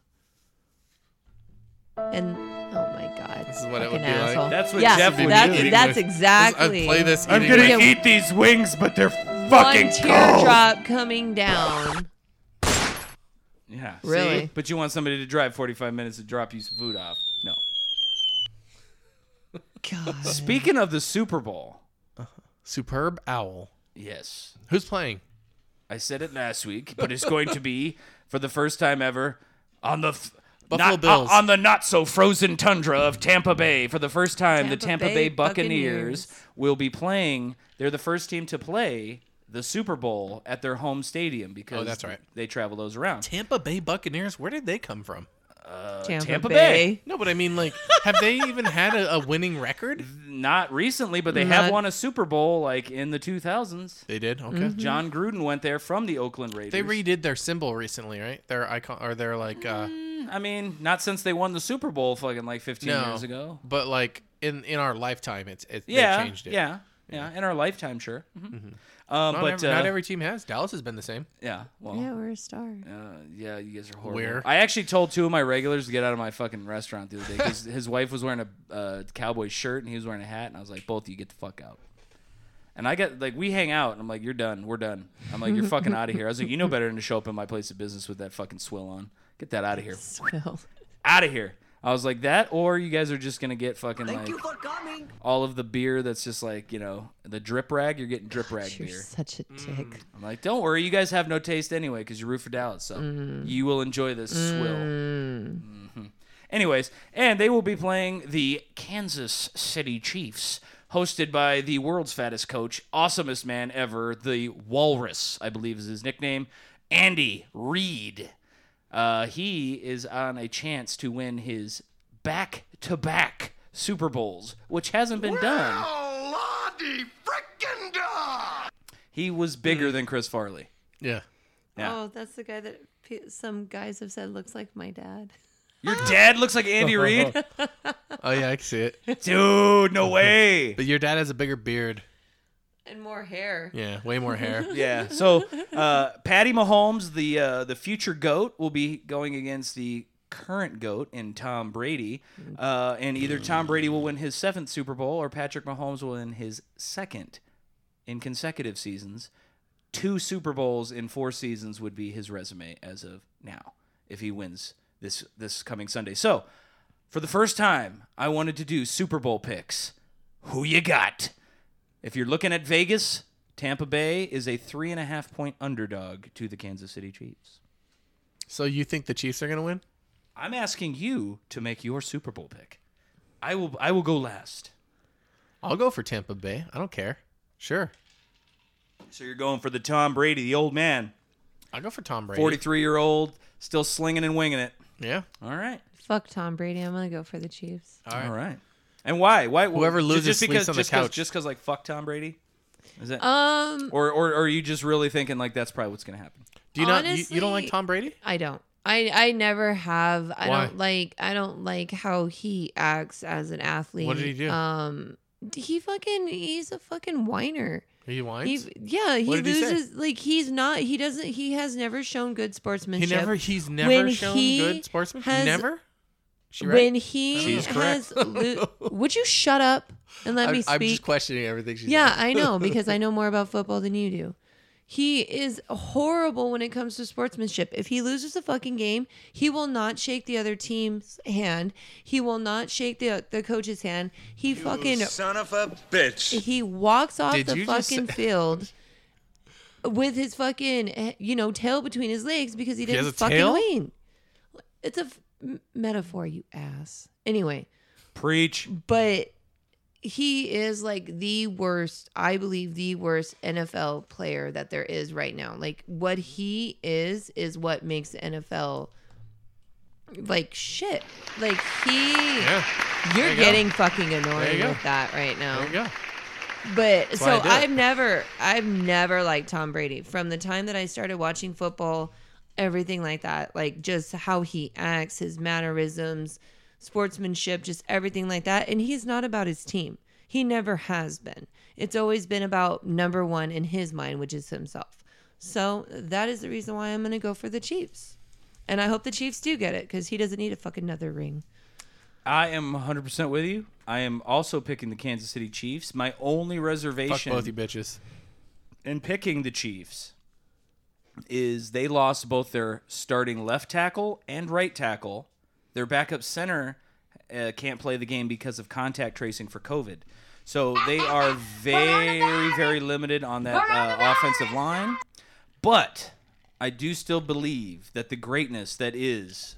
Speaker 3: And oh my god,
Speaker 1: This is what it
Speaker 3: fucking
Speaker 1: would be like.
Speaker 3: asshole.
Speaker 2: That's what
Speaker 3: yeah,
Speaker 2: Jeff
Speaker 1: would
Speaker 3: that's,
Speaker 1: do.
Speaker 3: That's
Speaker 1: Eating with-
Speaker 3: exactly.
Speaker 1: I play this
Speaker 2: I'm
Speaker 1: eating
Speaker 2: gonna
Speaker 1: like-
Speaker 3: Get
Speaker 2: eat these wings, but they're
Speaker 3: One
Speaker 2: fucking cold.
Speaker 3: teardrop coming down.
Speaker 2: Yeah,
Speaker 3: Really?
Speaker 2: see? But you want somebody to drive 45 minutes to drop you some food off? No.
Speaker 3: God.
Speaker 2: Speaking of the Super Bowl,
Speaker 1: superb owl.
Speaker 2: yes,
Speaker 1: Who's playing?
Speaker 2: I said it last week, but it's going to be for the first time ever on the. F-
Speaker 1: Buffalo
Speaker 2: not- uh,
Speaker 1: Bills.
Speaker 2: on the not so frozen tundra of Tampa Bay. For the first time, the Tampa
Speaker 3: Tampa
Speaker 2: Bay,
Speaker 3: Bay
Speaker 2: Buccaneers,
Speaker 3: Buccaneers.
Speaker 2: will be playing. They're the first team to play the Super Bowl at their home stadium because
Speaker 1: Oh, that's right.
Speaker 2: they travel those around.
Speaker 1: Tampa Bay Buccaneers. Where did they come from?
Speaker 3: Tampa,
Speaker 2: Uh, Tampa
Speaker 3: Bay.
Speaker 1: No, but I mean, like, have they even had a, a winning record?
Speaker 2: Not recently, but they
Speaker 3: Not-
Speaker 2: have won a Super Bowl like in the 2000s.
Speaker 1: They did. Okay.
Speaker 2: John Gruden went there from the Oakland Raiders.
Speaker 1: Mm-hmm. They redid their symbol recently, right? Their icon, or their like, uh,
Speaker 2: I mean, not since they won the Super Bowl fucking like 15
Speaker 1: no,
Speaker 2: years ago.
Speaker 1: but like in in our lifetime, it's it,
Speaker 2: Yeah.
Speaker 1: they changed it. Mm-hmm.
Speaker 2: Yeah. Yeah. In our lifetime, sure. Mhm. Um,
Speaker 1: Not,
Speaker 2: but
Speaker 1: every,
Speaker 2: uh,
Speaker 1: not every team has. Dallas has been the same.
Speaker 2: yeah, well,
Speaker 3: Yeah, we're a star.
Speaker 2: Uh, yeah, you guys are horrible.
Speaker 1: Where?
Speaker 2: I actually told two of my regulars to get out of my fucking restaurant the other day because his wife was wearing a uh, cowboy shirt and he was wearing a hat, and I was like, both of you get the fuck out. And I got like we hang out, and I'm like, you're done, we're done. I'm like, you're fucking out of here. I was like, you know better than to show up in my place of business with that fucking swill on. Get that out of here,
Speaker 3: Swill.
Speaker 2: out of here. I was like that, or you guys are just gonna get fucking like all of the beer that's just like you know the drip rag. You're getting drip rag
Speaker 3: You're
Speaker 2: beer.
Speaker 3: such a
Speaker 1: Mm.
Speaker 3: dick.
Speaker 2: I'm like, don't worry, you guys have no taste anyway because you root for Dallas, so you will enjoy this swill. Mhm. Anyways, and they will be playing the Kansas City Chiefs, hosted by the world's fattest coach, awesomest man ever, the Walrus, I believe is his nickname, Andy Reid. Uh, he is on a chance to win his back-to-back Super Bowls, which hasn't been done. He was bigger than Chris Farley.
Speaker 1: Yeah.
Speaker 2: Yeah.
Speaker 3: Oh, that's the guy that pe- some guys have said looks like my dad.
Speaker 2: Your dad looks like Andy Reid?
Speaker 1: Oh yeah, I can see it.
Speaker 2: Dude, no way.
Speaker 1: But your dad has a bigger beard.
Speaker 3: And more hair.
Speaker 1: Yeah, way more hair.
Speaker 2: Yeah. So, uh, Patty Mahomes, the uh, the future goat, will be going against the current goat in Tom Brady, uh, and either Tom Brady will win his seventh Super Bowl or Patrick Mahomes will win his second in consecutive seasons. Two Super Bowls in four seasons would be his resume as of now if he wins this this coming Sunday. So, for the first time, I wanted to do Super Bowl picks. Who you got? If you're looking at Vegas, Tampa Bay is a three and a half point underdog to the Kansas City Chiefs.
Speaker 1: So you think the Chiefs are gonna win?
Speaker 2: I'm asking you to make your Super Bowl pick. I will. I will go last.
Speaker 1: I'll go for Tampa Bay. I don't care. Sure.
Speaker 2: So you're going for the Tom Brady, the old man,
Speaker 1: I'll go for Tom Brady.
Speaker 2: 43 year old, still slinging and winging it.
Speaker 1: Yeah.
Speaker 2: All right.
Speaker 3: Fuck Tom Brady. I'm gonna go for the Chiefs.
Speaker 1: All right.
Speaker 2: All right. And why? Why?
Speaker 1: Whoever loses
Speaker 2: just
Speaker 1: sleeps
Speaker 2: because,
Speaker 1: on the
Speaker 2: just 'cause-
Speaker 1: couch.
Speaker 2: just because, like, fuck Tom Brady. Is that?
Speaker 3: Um,
Speaker 2: or, or, or are you just really thinking like that's probably what's gonna happen?
Speaker 1: Do you not? You, you don't
Speaker 3: Honestly-
Speaker 1: like Tom Brady?
Speaker 3: I don't. I I never have. I
Speaker 1: Why?
Speaker 3: don't like. I don't like how he acts as an athlete.
Speaker 1: What did he do?
Speaker 3: Um, he fucking. He's a fucking whiner.
Speaker 1: Are you
Speaker 3: He,
Speaker 1: whines?
Speaker 3: yeah, he
Speaker 1: What did he say?
Speaker 3: loses. Like he's not. He doesn't. He has never shown good
Speaker 1: He
Speaker 3: sportsmanship.
Speaker 1: never. He's never
Speaker 3: When
Speaker 1: shown
Speaker 3: he
Speaker 1: good sportsman.
Speaker 3: has-
Speaker 1: never. She right?
Speaker 3: When he
Speaker 1: She's
Speaker 3: has,
Speaker 1: correct.
Speaker 3: lo- would you shut up and let me
Speaker 1: I, am
Speaker 3: speak?
Speaker 1: just questioning everything she's.
Speaker 3: Yeah,
Speaker 1: saying.
Speaker 3: I know because I know more about football than you do. He is horrible when it comes to sportsmanship. If he loses the fucking game, he will not shake the other team's hand. He will not shake the the coach's hand. He fucking
Speaker 7: Son of a bitch.
Speaker 3: he walks off
Speaker 1: Did
Speaker 3: the
Speaker 1: you just
Speaker 3: fucking
Speaker 1: say-
Speaker 3: field with his fucking eh, you know tail between his legs because he didn't
Speaker 1: has a
Speaker 3: fucking
Speaker 1: tail?
Speaker 3: win. It's a f- m- metaphor, you ass. Anyway,
Speaker 2: Preach.
Speaker 3: but he is like the worst, I believe, the worst NFL player that there is right now. Like what he is is what makes the NFL like shit. Like he,
Speaker 1: Yeah.
Speaker 3: you're
Speaker 1: you go.
Speaker 3: getting fucking annoying
Speaker 1: go.
Speaker 3: with that right now.
Speaker 1: There you go.
Speaker 3: But
Speaker 1: why I
Speaker 3: so
Speaker 1: do it.
Speaker 3: I've never, I've never liked Tom Brady from the time that I started watching football, everything like that, like just how he acts, his mannerisms, sportsmanship, just everything like that. And he's not about his team. He never has been. It's always been about number one in his mind, which is himself. So that is the reason why I'm going to go for the Chiefs. And I hope the Chiefs do get it because he doesn't need a fucking another ring.
Speaker 2: I am 100% with you. I am also picking the Kansas City Chiefs. My only
Speaker 1: Fuck
Speaker 2: reservation
Speaker 1: both you bitches.
Speaker 2: in picking the Chiefs is they lost both their starting left tackle and right tackle. Their backup center uh, can't play the game because of contact tracing for COVID. So they are very, very limited on that uh, offensive line. But I do still believe that the greatness that is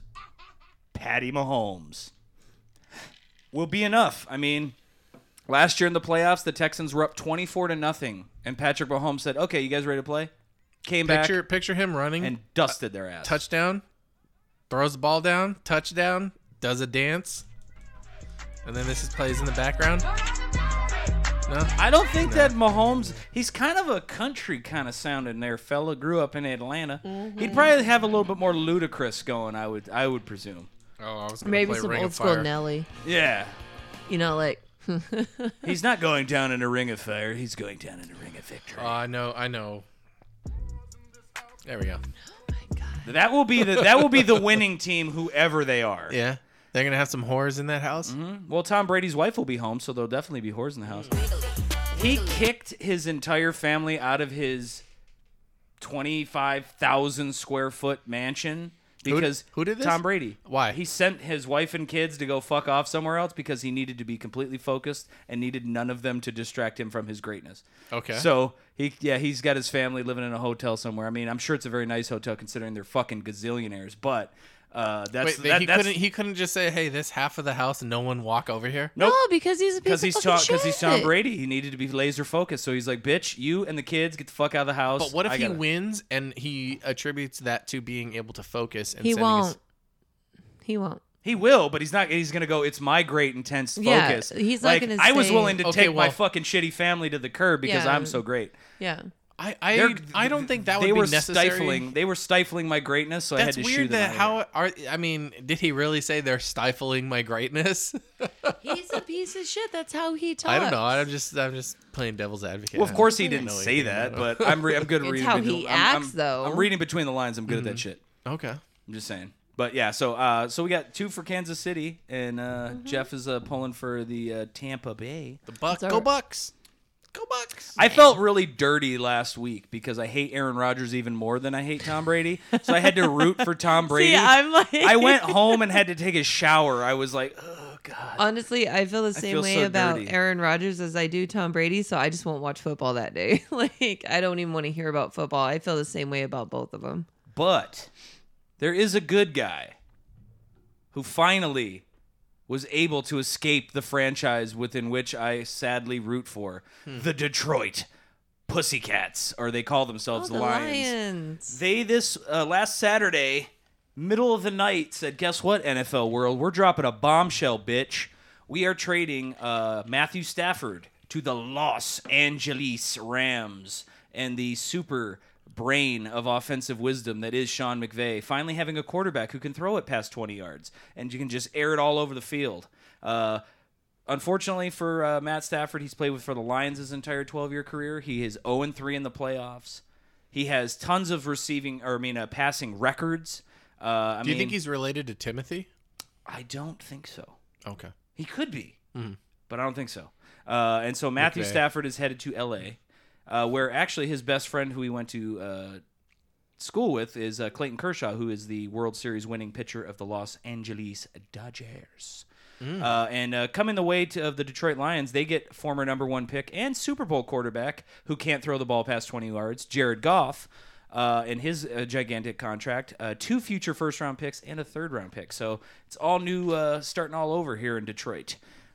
Speaker 2: Patty Mahomes will be enough. I mean, Last year in the playoffs, the Texans were up 24 to nothing, and Patrick Mahomes said, "Okay, you guys ready to play?" Came
Speaker 1: Picture
Speaker 2: back
Speaker 1: picture him running
Speaker 2: and dusted their ass.
Speaker 1: touchdown, throws the ball down, touchdown, does a dance, and then this is plays in the background. No,
Speaker 2: I don't think that Mahomes, he's kind of a country kind of sounding there fella, grew up in Atlanta. He'd probably have a little bit more ludicrous going, I would I would presume.
Speaker 1: oh, I was gonna
Speaker 3: Maybe
Speaker 1: play
Speaker 3: some
Speaker 1: Ring
Speaker 3: old
Speaker 1: of
Speaker 3: school
Speaker 1: Fire.
Speaker 3: Nelly,
Speaker 2: Yeah.
Speaker 3: you know, like
Speaker 2: He's not going down in a ring of fire. He's going down in a ring of victory.
Speaker 1: Oh, I know, I know. There we go.
Speaker 2: that will be the that will be the winning team, whoever they are.
Speaker 1: Yeah, Mm-hmm. they're gonna have some horrors in that house.
Speaker 2: Well, Tom Brady's wife will be home, so there'll definitely be whores in the house. He kicked his entire family out of his twenty-five thousand square foot mansion
Speaker 1: d-
Speaker 2: because
Speaker 1: who did this?
Speaker 2: Tom Brady.
Speaker 1: Why?
Speaker 2: he sent his wife and kids to go fuck off somewhere else because he needed to be completely focused and needed none of them to distract him from his greatness.
Speaker 1: Okay.
Speaker 2: So he yeah he's got his family living in a hotel somewhere. I mean I'm sure it's a very nice hotel considering they're fucking gazillionaires, but. Uh, that's
Speaker 1: Wait,
Speaker 2: that,
Speaker 1: he
Speaker 2: that's,
Speaker 1: couldn't. He couldn't just say, "Hey, this half of the house, and no one walk over here."
Speaker 2: Nope.
Speaker 3: No, oh, because he's a piece
Speaker 2: Because
Speaker 3: of
Speaker 2: he's
Speaker 3: fucking
Speaker 2: Tom,
Speaker 3: shit.
Speaker 2: because he's Tom Brady, he needed to be laser focused. So he's like, "Bitch, you and the kids get the fuck out of the house."
Speaker 1: But what if
Speaker 2: I
Speaker 1: he
Speaker 2: gotta-"
Speaker 1: wins and he attributes that to being able to focus? And
Speaker 3: He
Speaker 1: sending his-
Speaker 3: won't. He won't.
Speaker 2: He will, but he's not. He's gonna go. It's my great intense
Speaker 3: Yeah,
Speaker 2: focus.
Speaker 3: he's not
Speaker 2: like,
Speaker 3: gonna
Speaker 2: I was
Speaker 3: say-
Speaker 2: willing to
Speaker 1: Okay,
Speaker 2: take my
Speaker 1: well-
Speaker 2: fucking shitty family to the curb because
Speaker 3: Yeah.
Speaker 2: I'm so great.
Speaker 3: Yeah.
Speaker 1: I I,
Speaker 2: They're-
Speaker 1: I don't think that would
Speaker 2: they
Speaker 1: be
Speaker 2: were
Speaker 1: necessary.
Speaker 2: stifling. They were stifling my greatness, so I had
Speaker 1: That's
Speaker 2: to shoo
Speaker 1: weird.
Speaker 2: them
Speaker 1: That
Speaker 2: out of
Speaker 1: how are I mean? Did he really say they're stifling my greatness?
Speaker 3: He's a piece of shit. That's how he talks.
Speaker 1: I don't know. I'm just I'm just playing devil's advocate.
Speaker 2: Well, of course he
Speaker 1: I
Speaker 2: didn't
Speaker 1: know
Speaker 2: say
Speaker 1: anything
Speaker 2: that,
Speaker 1: about
Speaker 2: but I'm, re- I'm good at
Speaker 3: It's
Speaker 2: reading.
Speaker 3: how
Speaker 2: between-
Speaker 3: he
Speaker 2: I'm- I'm-
Speaker 3: acts, though.
Speaker 2: I'm reading between the lines. I'm good at that shit.
Speaker 1: it. okay.
Speaker 2: I'm just saying. But yeah, so uh, so we got two for Kansas City, and uh, Jeff is uh, pulling for the uh, Tampa Bay.
Speaker 1: The buck.
Speaker 3: It's all
Speaker 1: Go
Speaker 3: right.
Speaker 1: Bucks. Go Bucks.
Speaker 2: I felt really dirty last week because I hate Aaron Rodgers even more than I hate Tom Brady. So I had to root for Tom Brady.
Speaker 3: See, I'm like.
Speaker 2: I went home and had to take a shower. I was like, oh god.
Speaker 3: Honestly, I feel the same
Speaker 2: feel
Speaker 3: way
Speaker 2: so
Speaker 3: about
Speaker 2: dirty.
Speaker 3: Aaron Rodgers as I do Tom Brady, so I just won't watch football that day. like, I don't even want to hear about football. I feel the same way about both of them.
Speaker 2: But there is a good guy who finally was able to escape the franchise within which I sadly root for, the Detroit Pussycats, or they call
Speaker 3: Oh,
Speaker 2: themselves the, Lions. They this uh, last Saturday, middle of the night, said, "Guess what, NFL world? We're dropping a bombshell, bitch. We are trading uh, Matthew Stafford to the Los Angeles Rams and the super." Brain of offensive wisdom that is Sean McVay, finally having a quarterback who can throw it past 20 yards and you can just air it all over the field. Uh, Unfortunately for uh, Matt Stafford, he's played with for the Lions his entire 12-year career. He is 0 3 in the playoffs. He has tons of receiving, or I mean, uh, passing records. Uh, I
Speaker 1: Do you
Speaker 2: mean,
Speaker 1: think he's related to Timothy?
Speaker 2: I don't think so.
Speaker 1: Okay.
Speaker 2: He could be, but I don't think so. Uh, and so Matthew
Speaker 1: Mm-hmm. Okay.
Speaker 2: Stafford is headed to L.A., uh, where actually his best friend, who he went to uh, school with, is uh, Clayton Kershaw, who is the World Series winning pitcher of the Los Angeles Dodgers. Uh, and uh, coming the way to, of the Detroit Lions, they get former number one pick and Super Bowl quarterback who can't throw the ball past 20 yards, Jared Goff, uh, and his uh, gigantic contract, uh, two future first round picks, and a third round pick. So it's all new, uh, starting all over here in Detroit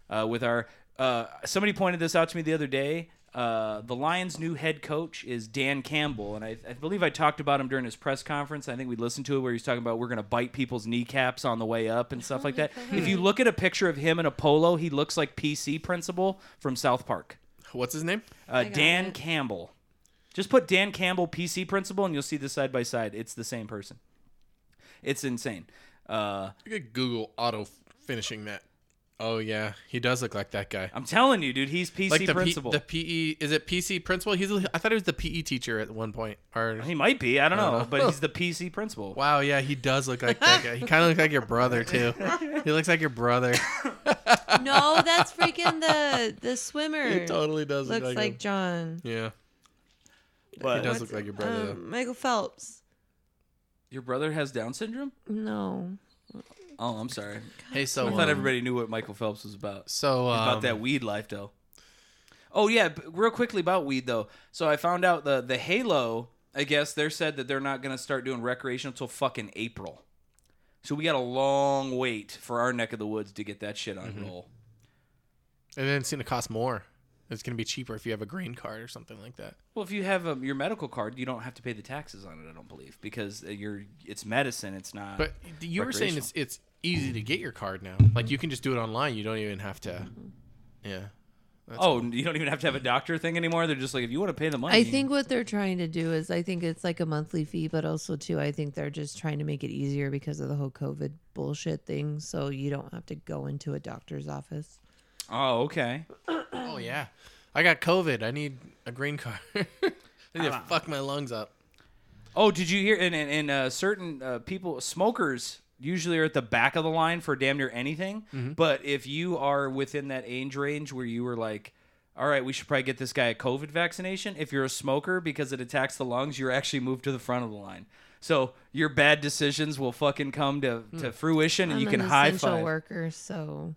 Speaker 2: uh, with our. Uh, somebody pointed this out to me the other day. Uh, the Lions' new head coach is Dan Campbell, and I, I believe I talked about him during his press conference. I think we listened to it where he was talking about we're going to bite people's kneecaps on the way up and stuff like that. If you look at a picture of him in a polo, he looks like PC Principal from South Park.
Speaker 1: What's his name?
Speaker 2: Uh, Dan Campbell. Just put Dan Campbell PC Principal, and you'll see the side by side. It's the same person. It's insane. Uh,
Speaker 1: You could Google auto finishing that. Oh yeah, he does look like that guy.
Speaker 2: I'm telling you, dude, he's PC
Speaker 1: like the, P,
Speaker 2: Principal.
Speaker 1: the PE is it PC principal? He's a- I thought he was the PE teacher at one point. Or
Speaker 2: he might be. I don't know, but he's the PC Principal.
Speaker 1: wow, yeah, he does look like that guy. He kind of looks like your brother too. He looks like your brother.
Speaker 3: No, that's freaking the the swimmer.
Speaker 1: He totally does
Speaker 3: Looks
Speaker 1: look
Speaker 3: like
Speaker 1: him.
Speaker 3: John.
Speaker 1: yeah,
Speaker 2: But-
Speaker 1: he does look like your brother. though.
Speaker 3: Um, Michael Phelps.
Speaker 2: Your brother has Down syndrome?
Speaker 3: No.
Speaker 2: Oh, I'm sorry.
Speaker 1: Hey, so
Speaker 2: I thought
Speaker 1: um,
Speaker 2: everybody knew what Michael Phelps was about.
Speaker 1: So um,
Speaker 2: about that weed life, though. Oh yeah, b- real quickly about weed though. So I found out the the Halo. I guess they're said that they're not gonna start doing recreational until fucking April. So we got a long wait for our neck of the woods to get that shit on roll.
Speaker 1: And then it's going to cost more. It's going to be cheaper if you have a green card or something like that.
Speaker 2: Well, if you have um your medical card, you don't have to pay the taxes on it. I don't believe because uh, you're it's medicine. It's not.
Speaker 1: But you were saying it's
Speaker 2: recreational.
Speaker 1: it's easy to get your card now. Like you can just do it online. You don't even have to. Yeah.
Speaker 2: oh, you don't even have to have a doctor thing anymore. They're just like if you want to pay the money.
Speaker 3: I think what they're trying to do is I think it's like a monthly fee, but also too I think they're just trying to make it easier because of the whole COVID bullshit thing, so you don't have to go into a doctor's office.
Speaker 2: Oh, okay.
Speaker 1: Oh yeah, I got COVID. I need a green card. I need to fuck my lungs up.
Speaker 2: Oh, did you hear? And and, and uh, certain uh, people, smokers, usually are at the back of the line for damn near anything.
Speaker 3: Mm-hmm.
Speaker 2: But if you are within that age range where you were like, all right, we should probably get this guy a COVID vaccination. If you're a smoker because it attacks the lungs, you're actually moved to the front of the line. So your bad decisions will fucking come to, to fruition, and
Speaker 3: Hmm. I'm
Speaker 2: you can
Speaker 3: an
Speaker 2: high
Speaker 3: essential
Speaker 2: five.
Speaker 3: worker, so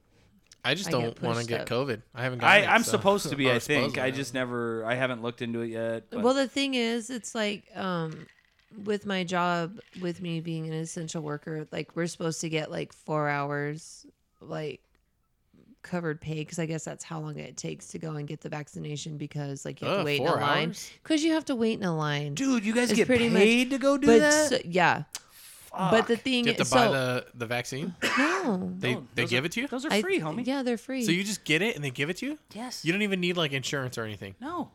Speaker 1: I just
Speaker 3: I get
Speaker 1: don't want to
Speaker 3: pushed
Speaker 1: get
Speaker 3: up.
Speaker 1: COVID. I haven't.
Speaker 2: I,
Speaker 1: Gotten it,
Speaker 2: I'm
Speaker 1: so-
Speaker 2: supposed to be,
Speaker 1: or
Speaker 2: I think.
Speaker 1: supposedly,
Speaker 2: I
Speaker 1: yeah.
Speaker 2: just never, I haven't looked into it yet. but-
Speaker 3: Well, the thing is, it's like um, with my job, with me being an essential worker, like we're supposed to get like four hours, like covered pay, because I guess that's how long it takes to go and get the vaccination. Because like you have
Speaker 1: Ugh,
Speaker 3: to wait in a
Speaker 1: four
Speaker 3: line,
Speaker 1: hours?
Speaker 3: because you have to wait in a line.
Speaker 2: dude, you guys
Speaker 3: It's
Speaker 2: get
Speaker 3: pretty much-
Speaker 2: paid to go do
Speaker 3: but
Speaker 2: that.
Speaker 3: so- yeah, but the thing
Speaker 1: Do you have
Speaker 3: is,
Speaker 1: to
Speaker 3: so
Speaker 1: buy the the vaccine.
Speaker 3: no,
Speaker 1: They
Speaker 2: No,
Speaker 1: they
Speaker 2: those
Speaker 1: give
Speaker 2: are-
Speaker 1: it to you.
Speaker 2: Those are
Speaker 3: I-
Speaker 2: free, homie.
Speaker 3: Yeah, they're free.
Speaker 1: So you just get it and they give it to you.
Speaker 2: Yes.
Speaker 1: You don't even need like insurance or anything.
Speaker 2: no.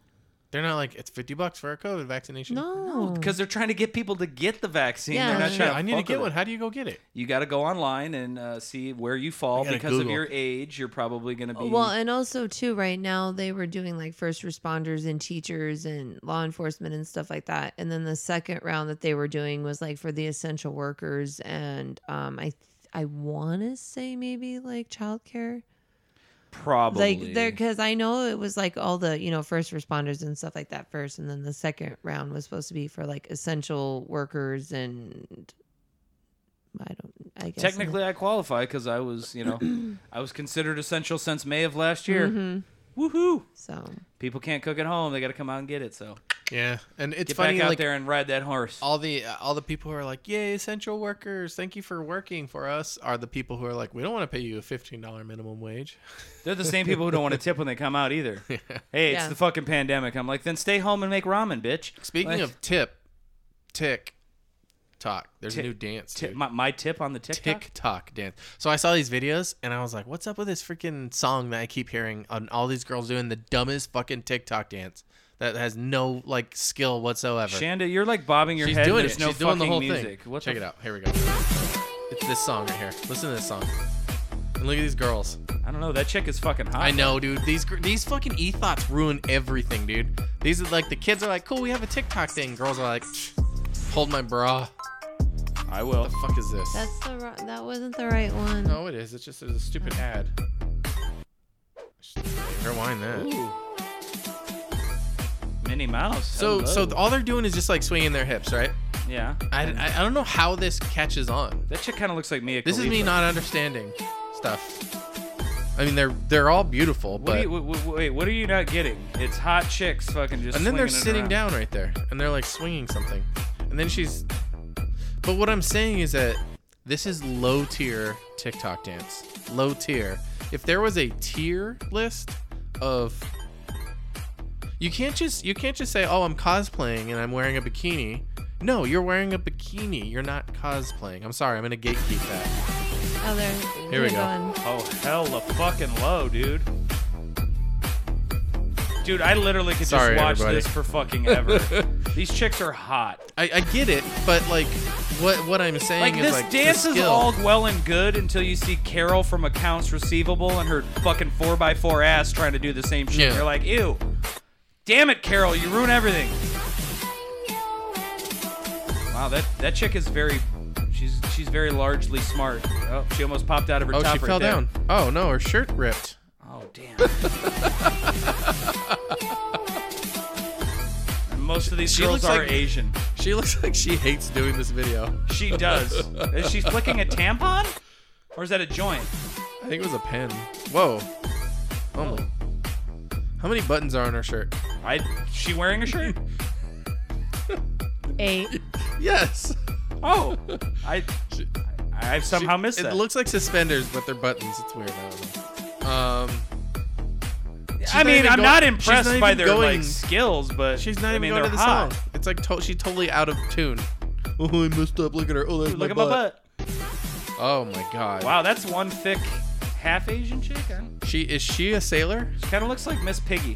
Speaker 1: They're not like it's fifty bucks for a COVID vaccination.
Speaker 3: no,
Speaker 2: because they're trying to get people to get the vaccine.
Speaker 3: Yeah.
Speaker 2: They're not
Speaker 1: Shit,
Speaker 2: trying.
Speaker 1: I need to
Speaker 2: fuck
Speaker 1: get
Speaker 2: with
Speaker 1: one.
Speaker 2: it.
Speaker 1: How do you go get it?
Speaker 2: You got to go online and uh, see where you fall
Speaker 1: gotta
Speaker 2: because of
Speaker 1: Google.
Speaker 2: your age. You're probably going to be.
Speaker 3: Well, and also too, right now they were doing like first responders and teachers and law enforcement and stuff like that. And then the second round that they were doing was like for the essential workers and um, I th- I want to say maybe like childcare,
Speaker 2: probably
Speaker 3: like there because I know it was like all the you know first responders and stuff like that first, and then the second round was supposed to be for like essential workers and I don't I guess
Speaker 2: Technically, I qualify because I was, you know, I was considered essential since May of last year.
Speaker 3: Mm-hmm.
Speaker 2: Woohoo!
Speaker 3: so
Speaker 2: People can't cook at home; they got to come out and get it. So
Speaker 1: Yeah, and it's
Speaker 2: get
Speaker 1: funny
Speaker 2: back out
Speaker 1: like
Speaker 2: there and ride that horse.
Speaker 1: all the all the people who are like, "Yay, essential workers! Thank you for working for us." Are the people who are like, "We don't want to pay you a fifteen dollar minimum wage."
Speaker 2: They're the same people who don't want to tip when they come out either. Hey, it's
Speaker 3: Yeah.
Speaker 2: the fucking pandemic. I'm like, then stay home and make ramen, bitch.
Speaker 1: Speaking
Speaker 2: Like,
Speaker 1: of tip, tick, talk. There's
Speaker 2: Tick-
Speaker 1: a new dance.
Speaker 2: ti-
Speaker 1: dude.
Speaker 2: my, my tip on the TikTok.
Speaker 1: TikTok dance. So I saw these videos and I was like, what's up with this freaking song that I keep hearing on all these girls doing the dumbest fucking TikTok dance that has no like skill whatsoever.
Speaker 2: Shanda, you're like bobbing your
Speaker 1: She's
Speaker 2: head. and
Speaker 1: doing
Speaker 2: There's
Speaker 1: it.
Speaker 2: no
Speaker 1: She's doing the
Speaker 2: fucking
Speaker 1: whole
Speaker 2: music.
Speaker 1: thing.
Speaker 2: What
Speaker 1: Check
Speaker 2: the
Speaker 1: it out. Here we go. It's this song right here. Listen to this song. And look at these girls.
Speaker 2: I don't know. That chick is fucking hot.
Speaker 1: I know, dude. These gr- these fucking e thoughts ruin everything, dude. These are like the kids are like, cool, we have a TikTok thing. Girls are like, hold my bra.
Speaker 2: I will.
Speaker 1: The fuck is this?
Speaker 3: that's the ri- that wasn't the right one.
Speaker 1: No, it is. It's just it's a stupid ad. Rewind that.
Speaker 2: Ooh. Minnie Mouse.
Speaker 1: So,
Speaker 2: hello. Mm-hmm.
Speaker 1: so th- all they're doing is just like swinging their hips, right?
Speaker 2: yeah,
Speaker 1: I, I, I don't know how this catches on.
Speaker 2: that chick kind of looks like Mia.
Speaker 1: This is me
Speaker 2: Khalifa.
Speaker 1: not understanding stuff. I mean, they're they're all beautiful,
Speaker 2: What are
Speaker 1: but
Speaker 2: you, wait, wait, what are you not getting? It's hot chicks fucking just.
Speaker 1: and then they're
Speaker 2: swinging it
Speaker 1: sitting
Speaker 2: around.
Speaker 1: down right there, and they're like swinging something, and then she's. But what I'm saying is that this is low tier TikTok dance. Low tier. If there was a tier list of You can't just you can't just say, "Oh, I'm cosplaying and I'm wearing a bikini." No, you're wearing a bikini. You're not cosplaying. I'm sorry. I'm gonna gatekeep that.
Speaker 3: Oh, there.
Speaker 1: Here we
Speaker 3: they're
Speaker 1: go.
Speaker 3: gone.
Speaker 2: Oh hell, the fucking low, dude. Dude, I literally could
Speaker 1: Sorry,
Speaker 2: just watch
Speaker 1: everybody.
Speaker 2: this for fucking ever. These chicks are hot.
Speaker 1: I, I get it, but like, what what I'm saying
Speaker 2: Like
Speaker 1: is
Speaker 2: this
Speaker 1: like the
Speaker 2: dance is
Speaker 1: skill.
Speaker 2: all well and good until you see Carol from accounts receivable and her fucking four x four ass trying to do the same shit.
Speaker 1: Yeah.
Speaker 2: You're like, ew. Damn it, Carol, you ruin everything. Wow, that that chick is very she's she's very largely smart. Oh, she almost popped out of her
Speaker 1: Oh,
Speaker 2: top
Speaker 1: she
Speaker 2: right
Speaker 1: fell
Speaker 2: there.
Speaker 1: down. Oh no, her shirt ripped.
Speaker 2: Oh damn. And Most of these
Speaker 1: She
Speaker 2: girls
Speaker 1: looks
Speaker 2: are
Speaker 1: like-
Speaker 2: Asian.
Speaker 1: She looks like she hates doing this video.
Speaker 2: She does. is she flicking a tampon? Or is that a joint?
Speaker 1: I think it was a pen. Whoa. Oh my. How many buttons are on her shirt?
Speaker 2: I she wearing a shirt?
Speaker 3: Eight.
Speaker 1: Yes.
Speaker 2: Oh, I I've somehow
Speaker 1: She-
Speaker 2: missed
Speaker 1: it
Speaker 2: that.
Speaker 1: looks like suspenders, but they're buttons. It's weird. I don't know. Um.
Speaker 2: I
Speaker 1: not
Speaker 2: mean,
Speaker 1: even
Speaker 2: I'm
Speaker 1: go-
Speaker 2: not
Speaker 1: she's
Speaker 2: impressed
Speaker 1: not
Speaker 2: by
Speaker 1: even
Speaker 2: their
Speaker 1: going-
Speaker 2: like skills, but
Speaker 1: She's not
Speaker 2: I
Speaker 1: even
Speaker 2: mean,
Speaker 1: going to
Speaker 2: they're
Speaker 1: the
Speaker 2: hot.
Speaker 1: song. It's like to- she's totally out of tune. Oh, I messed up. Look at her. Oh, that's
Speaker 2: Dude, look at my butt.
Speaker 1: Oh my god.
Speaker 2: Wow, that's one thick half Asian chick. I don't-
Speaker 1: She is she a sailor?
Speaker 2: She kind of looks like Miss Piggy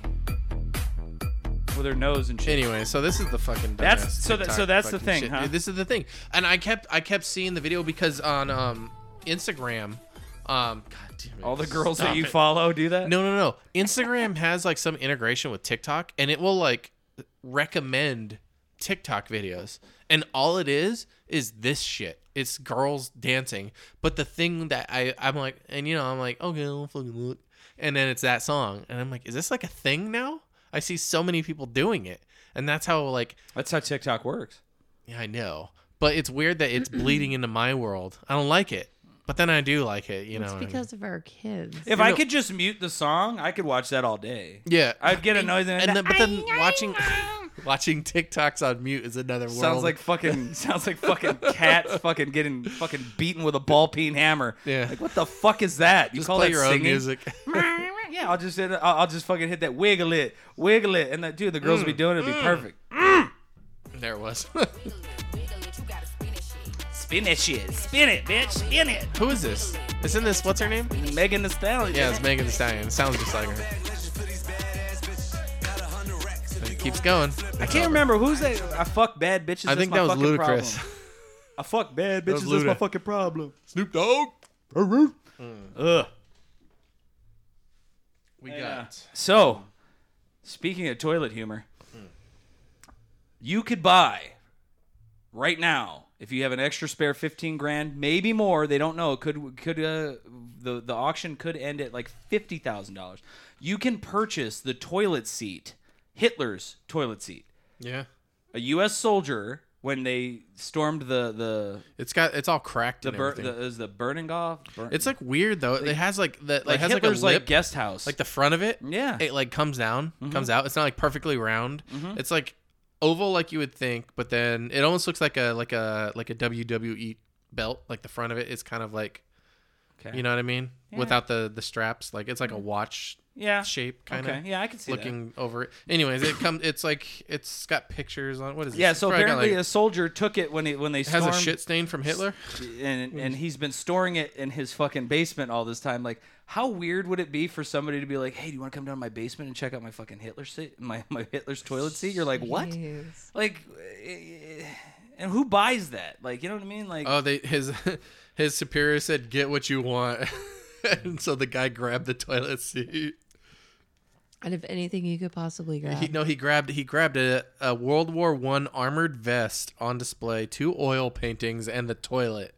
Speaker 2: with her nose and shit.
Speaker 1: Anyway, so this is the fucking.
Speaker 2: That's-
Speaker 1: dumbass
Speaker 2: so that-
Speaker 1: TikTok
Speaker 2: so that's the
Speaker 1: fucking
Speaker 2: thing,
Speaker 1: shit.
Speaker 2: huh?
Speaker 1: This is the thing, and I kept I kept seeing the video because on um Instagram, Um, God damn it.
Speaker 2: All the girls
Speaker 1: Stop
Speaker 2: that you
Speaker 1: it.
Speaker 2: follow do that?
Speaker 1: No, no, no. Instagram has like some integration with TikTok and it will like recommend TikTok videos. And all it is is this shit. It's girls dancing. But the thing that I I'm like and you know, I'm like, okay, I'll fucking look. And then it's that song. And I'm like, is this like a thing now? I see so many people doing it. And that's how like
Speaker 2: That's how TikTok works.
Speaker 1: yeah, I know. But it's weird that it's bleeding into my world. I don't like it. But then I do like it, you know.
Speaker 3: it's
Speaker 1: what I mean?
Speaker 3: because of our kids.
Speaker 2: If I could just mute the song, I could watch that all day.
Speaker 1: Yeah.
Speaker 2: I'd get annoyed and,
Speaker 1: and then, but then watching watching TikToks on mute is another world.
Speaker 2: sounds like fucking sounds like fucking cats fucking getting fucking beaten with a ball peen hammer.
Speaker 1: Yeah.
Speaker 2: Like what the fuck is that? You
Speaker 1: just
Speaker 2: call
Speaker 1: play
Speaker 2: that
Speaker 1: your
Speaker 2: singing?
Speaker 1: own music.
Speaker 2: Yeah, I'll just hit, I'll, I'll just fucking hit that wiggle it, wiggle it, and that dude, the girls will be doing it, it'd be perfect.
Speaker 1: there it was.
Speaker 2: Spin that shit, spin it, bitch, spin it.
Speaker 1: Who is this? Isn't this what's her name?
Speaker 2: Megan Thee Stallion.
Speaker 1: Yeah, it's Megan Thee Stallion. It sounds just like her. And it keeps going.
Speaker 2: I can't remember who's that. I fuck bad bitches.
Speaker 1: I
Speaker 2: that's
Speaker 1: think
Speaker 2: my
Speaker 1: that was
Speaker 2: fucking
Speaker 1: ludicrous.
Speaker 2: problem. I fuck bad
Speaker 1: was
Speaker 2: bitches. That's my
Speaker 1: Luda.
Speaker 2: fucking problem.
Speaker 1: Snoop Dogg.
Speaker 2: Mm. Ugh.
Speaker 1: We got
Speaker 2: So, speaking of toilet humor,
Speaker 1: Hmm.
Speaker 2: you could buy right now if you have an extra spare 15 grand, maybe more. They don't know. It Could could uh, the the auction could end at like fifty thousand dollars. You can purchase the toilet seat, Hitler's toilet seat.
Speaker 1: yeah.
Speaker 2: A U.S. soldier when they stormed the the
Speaker 1: It's got it's all cracked
Speaker 2: the,
Speaker 1: and
Speaker 2: Ber-
Speaker 1: everything.
Speaker 2: the is the Berningoff. Bern-
Speaker 1: it's like weird though. it has like that.
Speaker 2: like
Speaker 1: it has
Speaker 2: Hitler's
Speaker 1: like
Speaker 2: like,
Speaker 1: a lip,
Speaker 2: guest house.
Speaker 1: like the front of it.
Speaker 2: yeah. Mm-hmm.
Speaker 1: it like comes down, comes out. It's not like perfectly round. It's like oval, like you would think, but then it almost looks like a like a like a WWE belt. Like the front of it is kind of like,
Speaker 2: Okay.
Speaker 1: you know what I mean, without the the straps. Like it's like a watch
Speaker 2: Mm-hmm. yeah.
Speaker 1: shape kind of.
Speaker 2: Okay. Yeah, I can see that.
Speaker 1: Looking over it. Anyways, it comes. It's like it's got pictures on. What is it?
Speaker 2: Yeah, so apparently a
Speaker 1: it
Speaker 2: soldier took it when he, when they
Speaker 1: has
Speaker 2: stormed,
Speaker 1: a shit stain from Hitler.
Speaker 2: and and he's been storing it in his fucking basement all this time. Like, how weird would it be for somebody to be like, "Hey, do you want to come down to my basement and check out my fucking Hitler seat, my my Hitler's toilet seat?" You're like, "What?"
Speaker 3: Jeez.
Speaker 2: Like, eh, and who buys that? Like, you know what I mean? Like,
Speaker 1: Oh, they his his superior said, "Get what you want," and so the guy grabbed the toilet seat.
Speaker 3: Out of anything you could possibly grab.
Speaker 1: He, no, he grabbed he grabbed a, a World War One armored vest on display, two oil paintings, and the toilet.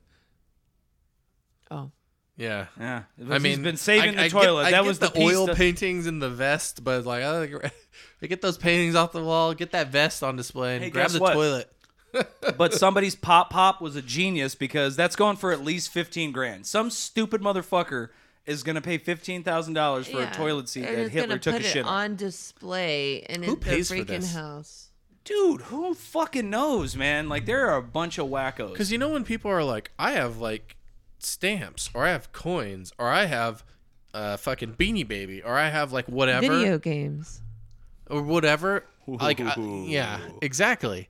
Speaker 3: oh.
Speaker 1: Yeah,
Speaker 2: yeah,
Speaker 1: I mean,
Speaker 2: he's been saving
Speaker 1: I- I
Speaker 2: the toilet.
Speaker 1: Get, I
Speaker 2: that
Speaker 1: get
Speaker 2: was
Speaker 1: the,
Speaker 2: the piece
Speaker 1: oil
Speaker 2: that-
Speaker 1: paintings and the vest, but like, I, I get those paintings off the wall, get that vest on display, and
Speaker 2: Hey,
Speaker 1: grab
Speaker 2: guess
Speaker 1: the
Speaker 2: what?
Speaker 1: toilet.
Speaker 2: but somebody's pop pop was a genius because that's going for at least 15 grand. Some stupid motherfucker is going to pay $15,000 for
Speaker 3: Yeah.
Speaker 2: a toilet seat
Speaker 3: They're
Speaker 2: that
Speaker 3: just
Speaker 2: Hitler
Speaker 3: gonna
Speaker 2: took
Speaker 3: put
Speaker 2: a shit
Speaker 3: it
Speaker 2: on.
Speaker 3: on display in
Speaker 1: Who
Speaker 3: his- their
Speaker 1: pays for
Speaker 3: freaking
Speaker 1: this?
Speaker 3: house.
Speaker 2: Dude, who fucking knows, man? Like, there are a bunch of wackos.
Speaker 1: Because you know when people are like, I have like stamps, or I have coins, or I have uh, fucking Beanie Baby, or I have like whatever.
Speaker 3: Video games.
Speaker 1: or whatever. Like, I- yeah, exactly.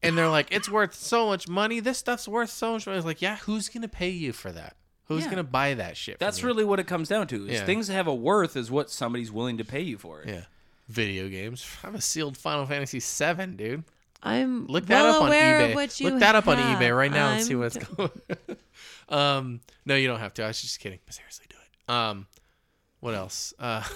Speaker 1: And they're like, it's worth so much money. This stuff's worth so much money. It's like, yeah, who's gonna pay you for that? Who's
Speaker 2: Yeah.
Speaker 1: gonna buy that shit? from
Speaker 2: That's
Speaker 1: you?
Speaker 2: really what it comes down to. Is
Speaker 1: Yeah.
Speaker 2: things that have a worth is what somebody's willing to pay you for. It.
Speaker 1: yeah. Video games. I have a sealed Final Fantasy VII, dude.
Speaker 3: I'm
Speaker 1: Look that
Speaker 3: well
Speaker 1: up on
Speaker 3: aware of
Speaker 1: eBay.
Speaker 3: what you
Speaker 1: Look that up on
Speaker 3: have.
Speaker 1: eBay right now and see
Speaker 3: I'm
Speaker 1: what's going. um, no, you don't have to. I was just kidding. Seriously, do it. Um, what else? Uh,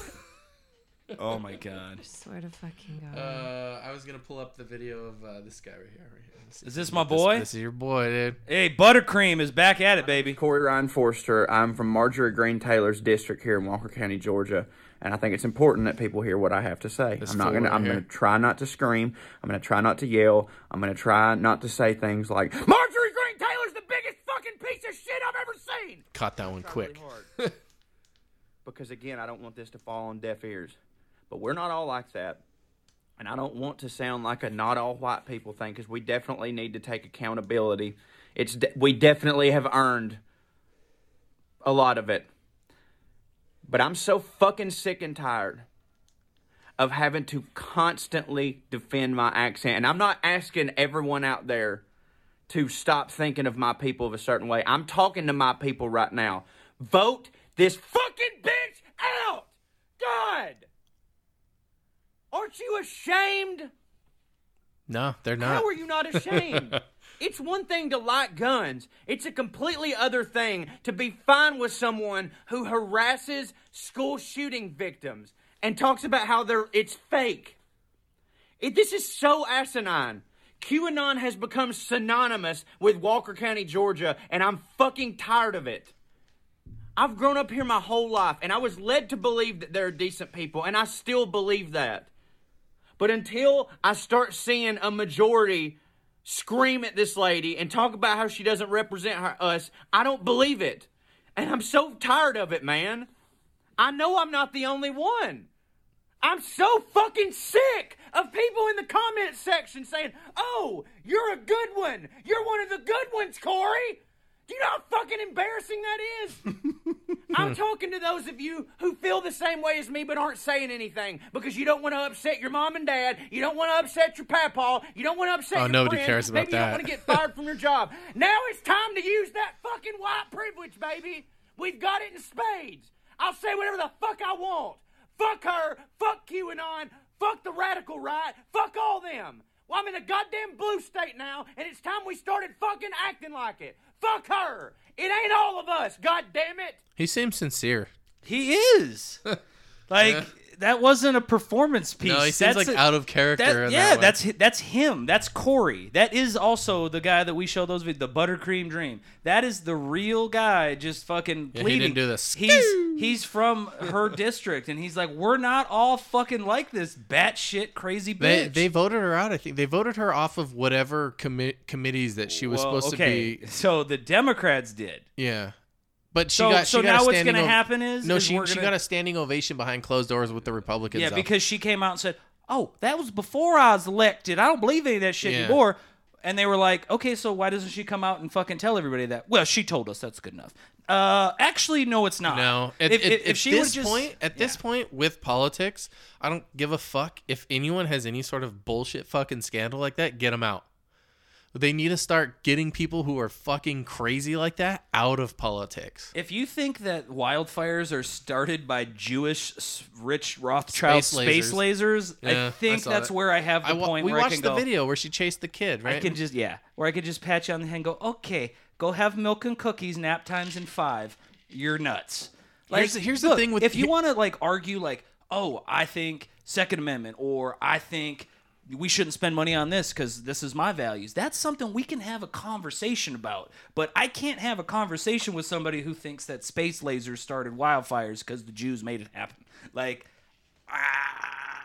Speaker 2: Oh my god.
Speaker 3: Swear to fucking God.
Speaker 1: uh, I was gonna pull up the video of uh, this guy right here. Right here. This,
Speaker 2: Is this my boy?
Speaker 1: this is your boy, dude.
Speaker 2: Hey, Buttercream is back at it, baby.
Speaker 7: Corey Ryan Forster. I'm from Marjorie Green Taylor's district here in Walker County, Georgia, and I think it's important that people hear what I have to say. I'm not
Speaker 1: fool
Speaker 7: gonna.
Speaker 1: right
Speaker 7: I'm
Speaker 1: here.
Speaker 7: gonna try not to scream. I'm gonna try not to yell. I'm gonna try not to say things like Marjorie Green Taylor's the biggest fucking piece of shit I've ever seen.
Speaker 1: Caught that one quick.
Speaker 7: because again, I don't want this to fall on deaf ears. But we're not all like that. And I don't want to sound like a not all white people thing because we definitely need to take accountability. It's de- we definitely have earned a lot of it. But I'm so fucking sick and tired of having to constantly defend my accent. And I'm not asking everyone out there to stop thinking of my people of a certain way. I'm talking to my people right now. Vote this fucking bitch out! God! Aren't you ashamed?
Speaker 1: No, they're not.
Speaker 7: How are you not ashamed? It's one thing to like guns, it's a completely other thing to be fine with someone who harasses school shooting victims and talks about how they're it's fake. It, this is so asinine. QAnon has become synonymous with Walker County, Georgia, and I'm fucking tired of it. I've grown up here my whole life, and I was led to believe that there are decent people, and I still believe that. But until I start seeing a majority scream at this lady and talk about how she doesn't represent her, us, I don't believe it. And I'm so tired of it, man. I know I'm not the only one. I'm so fucking sick of people in the comment section saying, oh, you're a good one. You're one of the good ones, Corey. Do you know how fucking embarrassing that is?
Speaker 1: Hmm.
Speaker 7: I'm talking to those of you who feel the same way as me but aren't saying anything because you don't want to upset your mom and dad. You don't want to upset your papaw. You don't want to upset
Speaker 1: Oh,
Speaker 7: your
Speaker 1: nobody
Speaker 7: friends.
Speaker 1: cares about
Speaker 7: Maybe you don't
Speaker 1: that.
Speaker 7: want to get fired from your job. Now it's time to use that fucking white privilege, baby. We've got it in spades. I'll say whatever the fuck I want. Fuck her. Fuck QAnon. Fuck the radical right. Fuck all them. Well, I'm in a goddamn blue state now, and it's time we started fucking acting like it. Fuck her. It ain't all of us. God damn it.
Speaker 1: He seems sincere.
Speaker 2: He is. like that wasn't a performance piece.
Speaker 1: No, he seems like
Speaker 2: That's a-
Speaker 1: out of character.
Speaker 2: that-
Speaker 1: in
Speaker 2: yeah,
Speaker 1: that one.
Speaker 2: that's hi- that's him. That's Corey. That is also the guy that we show those videos, the buttercream dream. That is the real guy, just fucking
Speaker 1: Yeah, he
Speaker 2: pleading.
Speaker 1: didn't do this.
Speaker 2: He's he's from her district, and he's like, we're not all fucking like this batshit crazy bitch.
Speaker 1: They, they voted her out. I think they voted her off of whatever commi- committees that she was
Speaker 2: Well,
Speaker 1: supposed
Speaker 2: okay.
Speaker 1: to
Speaker 2: So the Democrats did.
Speaker 1: be. Yeah, but she
Speaker 2: so
Speaker 1: got.
Speaker 2: so
Speaker 1: she got a
Speaker 2: now what's
Speaker 1: standing
Speaker 2: gonna
Speaker 1: ov-
Speaker 2: happen is
Speaker 1: no.
Speaker 2: is
Speaker 1: she
Speaker 2: we're
Speaker 1: she
Speaker 2: gonna-
Speaker 1: got a standing ovation behind closed doors with the Republicans.
Speaker 2: Yeah,
Speaker 1: though.
Speaker 2: because she came out and said, "Oh, that was before I was elected. I don't believe any of that shit
Speaker 1: Yeah.
Speaker 2: anymore." And they were like, "Okay, so why doesn't she come out and fucking tell everybody that?" Well, she told us. That's good enough. Uh, actually, no, it's not.
Speaker 1: No, at,
Speaker 2: Ah. if,
Speaker 1: at-
Speaker 2: if, if
Speaker 1: at
Speaker 2: she
Speaker 1: this
Speaker 2: would just
Speaker 1: point, at this point with politics, I don't give a fuck if anyone has any sort of bullshit fucking scandal like that. Get them out. They need to start getting people who are fucking crazy like that out of politics.
Speaker 2: If you think that wildfires are started by Jewish s- rich Rothschild
Speaker 1: Space
Speaker 2: space lasers,
Speaker 1: Yeah, I
Speaker 2: I think
Speaker 1: saw
Speaker 2: that's
Speaker 1: that.
Speaker 2: where I have the
Speaker 1: wa-
Speaker 2: point
Speaker 1: we
Speaker 2: where I
Speaker 1: watched
Speaker 2: can
Speaker 1: the
Speaker 2: go.
Speaker 1: video where she chased the kid, right?
Speaker 2: I can just yeah, or I could just pat you on the head and go, okay, go have milk and cookies. Nap times in five. You're nuts. Like
Speaker 1: Here's the- here's the
Speaker 2: look,
Speaker 1: thing with-
Speaker 2: if you want to like argue like, oh, I think Second Amendment, or I think we shouldn't spend money on this because this is my values. That's something we can have a conversation about. But I can't have a conversation with somebody who thinks that space lasers started wildfires because the Jews made it happen. Like. I,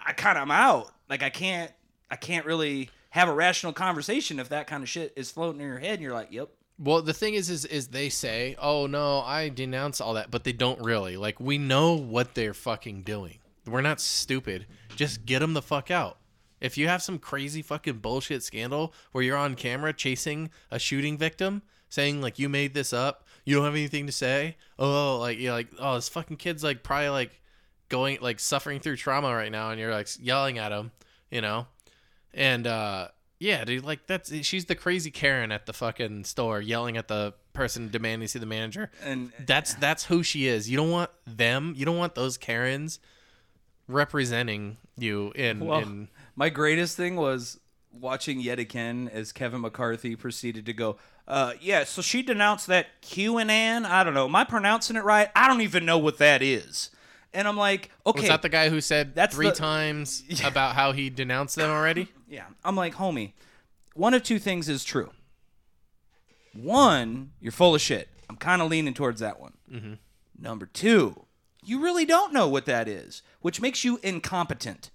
Speaker 2: I kind of am out. Like I can't I can't really have a rational conversation if that kind of shit is floating in your head and you're like, yep.
Speaker 1: Well, the thing is, is, is they say, "Oh no, I denounce all that," but they don't really. Like we know what they're fucking doing. We're not stupid. Just get them the fuck out. If you have some crazy fucking bullshit scandal where you're on camera chasing a shooting victim, saying like you made this up, you don't have anything to say. Oh, like you're like, oh, this fucking kid's like probably like going like suffering through trauma right now, and you're like yelling at him, you know, and uh yeah, dude, like that's eh, she's the crazy Karen at the fucking store yelling at the person demanding to see the manager.
Speaker 2: And eh,
Speaker 1: That's that's who she is. You don't want them. You don't want those Karens representing you in
Speaker 2: well,
Speaker 1: in
Speaker 2: my greatest thing was watching yet again as Kevin McCarthy proceeded to go, uh, yeah, so she denounced that QAnon. I don't know. Am I pronouncing it right? I don't even know what that is. And I'm like, okay.
Speaker 1: Was that the guy who said
Speaker 2: That's
Speaker 1: three
Speaker 2: the-
Speaker 1: times about how he denounced them already?
Speaker 2: Yeah. I'm like, homie, one of two things is true. One, you're full of shit. I'm kind of leaning towards that one. Mm-hmm. Number two, you really don't know what that is, which makes you incompetent.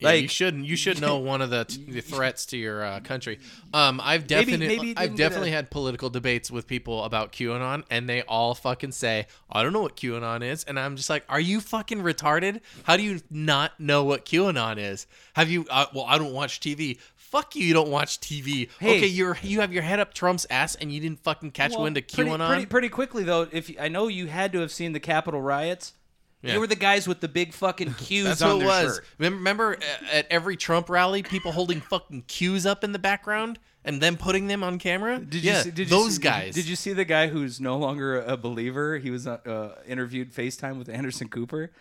Speaker 1: Yeah, you
Speaker 2: Like-
Speaker 1: shouldn't. You should know one of the, t- the threats to your uh, country. Um, I've definitely,
Speaker 2: maybe you
Speaker 1: I've
Speaker 2: didn't get
Speaker 1: definitely
Speaker 2: a-
Speaker 1: had political debates with people about QAnon, and they all fucking say, "I don't know what QAnon is," and I'm just like, "Are you fucking retarded? How do you not know what QAnon is? Have you? Uh, well, I don't watch TV. Fuck you. You don't watch TV.
Speaker 2: Hey.
Speaker 1: Okay, you're you have your head up Trump's ass, and you didn't fucking catch
Speaker 2: Well,
Speaker 1: wind of
Speaker 2: pretty,
Speaker 1: QAnon.
Speaker 2: Pretty, pretty quickly though. If I know you had to have seen the Capitol riots,
Speaker 1: Yeah.
Speaker 2: they were the guys with the big fucking Q's
Speaker 1: That's
Speaker 2: on
Speaker 1: what it
Speaker 2: their
Speaker 1: was.
Speaker 2: shirt.
Speaker 1: Remem- Remember a- at every Trump rally, people holding fucking cues up in the background and then putting them on camera?
Speaker 2: Did you
Speaker 1: yeah,
Speaker 2: see, did you
Speaker 1: those
Speaker 2: see-
Speaker 1: guys.
Speaker 2: Did you see the guy who's no longer a believer? He was uh, uh, interviewed FaceTime with Anderson Cooper,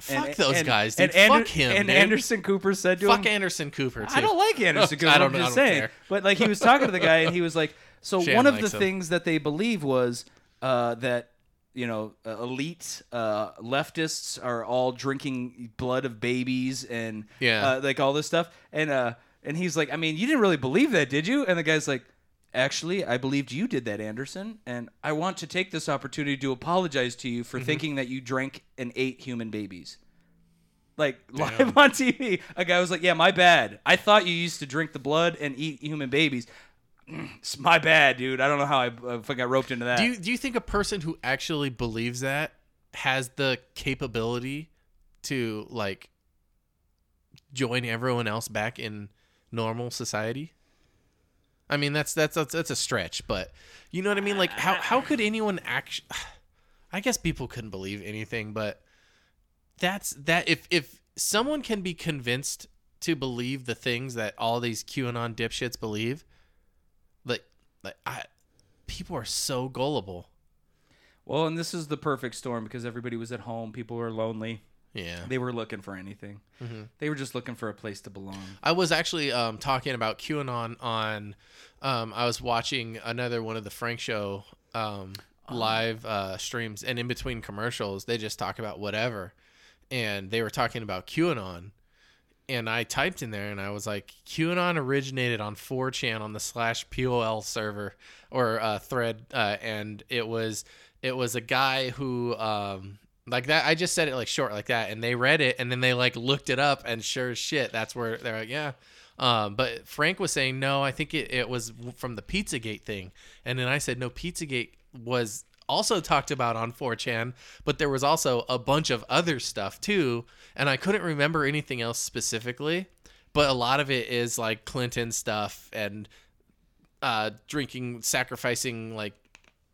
Speaker 1: Fuck
Speaker 2: And-
Speaker 1: those
Speaker 2: and-
Speaker 1: guys, dude.
Speaker 2: And Ander-
Speaker 1: Fuck him.
Speaker 2: And
Speaker 1: dude.
Speaker 2: Anderson Cooper said to
Speaker 1: Fuck
Speaker 2: him,
Speaker 1: Anderson Cooper. Too.
Speaker 2: I don't like Anderson Cooper.
Speaker 1: I
Speaker 2: I
Speaker 1: don't-
Speaker 2: am
Speaker 1: I
Speaker 2: just
Speaker 1: don't
Speaker 2: saying.
Speaker 1: care.
Speaker 2: But like he was talking to the guy, and he was like, "So
Speaker 1: Shan
Speaker 2: one of the
Speaker 1: likes him.
Speaker 2: things that they believe was uh, that you know uh, elite uh, leftists are all drinking blood of babies and
Speaker 1: Yeah.
Speaker 2: uh, like all this stuff." And uh, and he's like, "I mean, you didn't really believe that, did you?" And the guy's like. Actually, I believed you did that, Anderson, and I want to take this opportunity to apologize to you
Speaker 1: Mm-hmm.
Speaker 2: for thinking that you drank and ate human babies like live on TV. A guy was like, "Yeah, my bad. I thought you used to drink the blood and eat human babies. It's my bad, dude. I don't know how I uh, fucking got roped into that."
Speaker 1: Do you do you think a person who actually believes that has the capability to like join everyone else back in normal society? I mean, that's that's that's, that's a stretch, but you know what I mean. Like, how how could anyone actually? I guess people couldn't believe anything, but that's that. If if someone can be convinced to believe the things that all these QAnon dipshits believe, like like I people are so gullible.
Speaker 2: well, and this is the perfect storm because everybody was at home. People were lonely.
Speaker 1: Yeah.
Speaker 2: They were looking for anything.
Speaker 1: Mm-hmm.
Speaker 2: They were just looking for a place to belong.
Speaker 1: I was actually um, talking about QAnon on. Um, I was watching another one of the Frank Show um, live uh, streams, and in between commercials, they just talk about whatever. And they were talking about QAnon, and I typed in there, and I was like, QAnon originated on 4chan on the slash POL server or uh, thread, uh, and it was it was a guy who um, like that. I just said it like short like that, and they read it, and then they like looked it up, and sure as shit, that's where they're like, yeah. Um, but Frank was saying no. I think it, it was from the Pizzagate thing, and then I said no. Pizzagate was also talked about on 4chan, but there was also a bunch of other stuff too, and I couldn't remember anything else specifically. But a lot of it is like Clinton stuff and uh, drinking, sacrificing like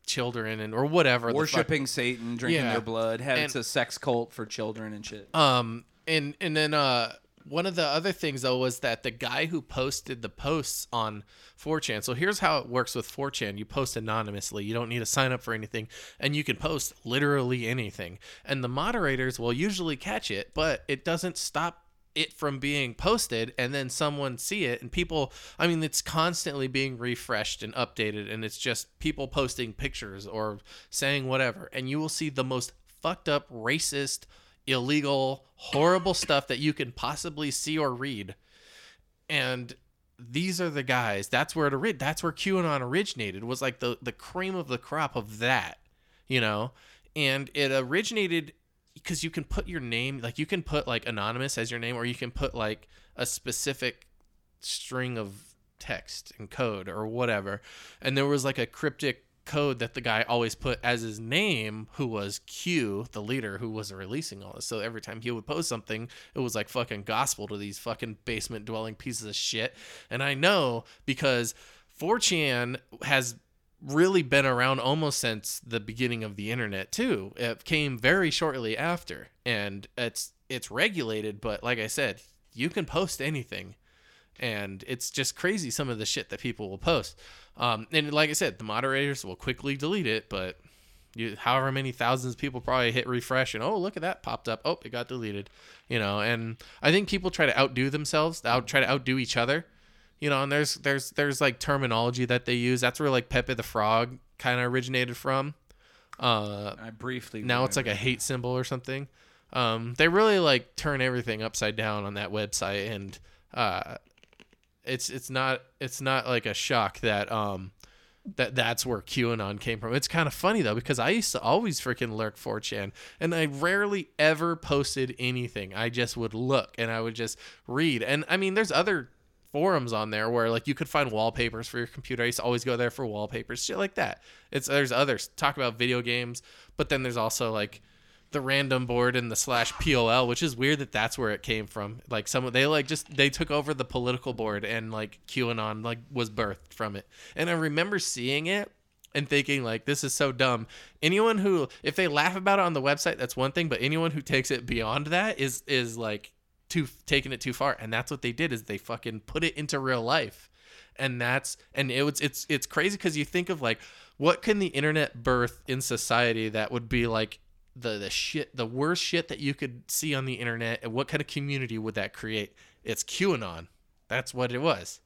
Speaker 1: children and or whatever. the fuck-
Speaker 2: Worshipping Satan, drinking
Speaker 1: Yeah.
Speaker 2: their blood. Had,
Speaker 1: And-
Speaker 2: it's a sex cult for children and shit.
Speaker 1: Um, and and then uh, one of the other things though was that the guy who posted the posts on 4chan. So here's how it works with 4chan: you post anonymously, you don't need to sign up for anything, and you can post literally anything. And the moderators will usually catch it, but it doesn't stop it from being posted and then someone see it and people i mean it's constantly being refreshed and updated and it's just people posting pictures or saying whatever and you will see the most fucked up racist illegal horrible stuff that you can possibly see or read and these are the guys that's where it orig- that's where qanon originated was like the the cream of the crop of that you know and it originated because you can put your name like you can put like anonymous as your name or you can put like a specific string of text and code or whatever and there was like a cryptic code that the guy always put as his name who was q the leader who was releasing all this so every time he would post something it was like fucking gospel to these fucking basement dwelling pieces of shit and i know because 4chan has really been around almost since the beginning of the internet too. It came very shortly after, and it's it's regulated, but like I said, you can post anything, and it's just crazy some of the shit that people will post. Um, and like I said, the moderators will quickly delete it, but you, however many thousands of people probably hit refresh and oh look at that popped up oh it got deleted you know and i think people try to outdo themselves out try to outdo each other you know and there's there's there's like terminology that they use that's where like pepe the frog kind of originated from uh
Speaker 2: I briefly
Speaker 1: now it's like
Speaker 2: remember.
Speaker 1: a hate symbol or something um they really like turn everything upside down on that website and uh it's it's not it's not like a shock that um that that's where QAnon came from. It's kind of funny though because I used to always freaking lurk 4chan and I rarely ever posted anything. I just would look and I would just read. And I mean, there's other forums on there where like you could find wallpapers for your computer. I used to always go there for wallpapers, shit like that. It's there's others talk about video games, but then there's also like the random board and the slash pol which is weird that that's where it came from like some they like just they took over the political board and like qanon like was birthed from it and i remember seeing it and thinking like this is so dumb anyone who if they laugh about it on the website that's one thing but anyone who takes it beyond that is is like too taking it too far and that's what they did is they fucking put it into real life and that's and it was it's it's crazy because you think of like what can the internet birth in society that would be like the the shit the worst shit that you could see on the internet and what kind of community would that create? It's QAnon. That's what it was.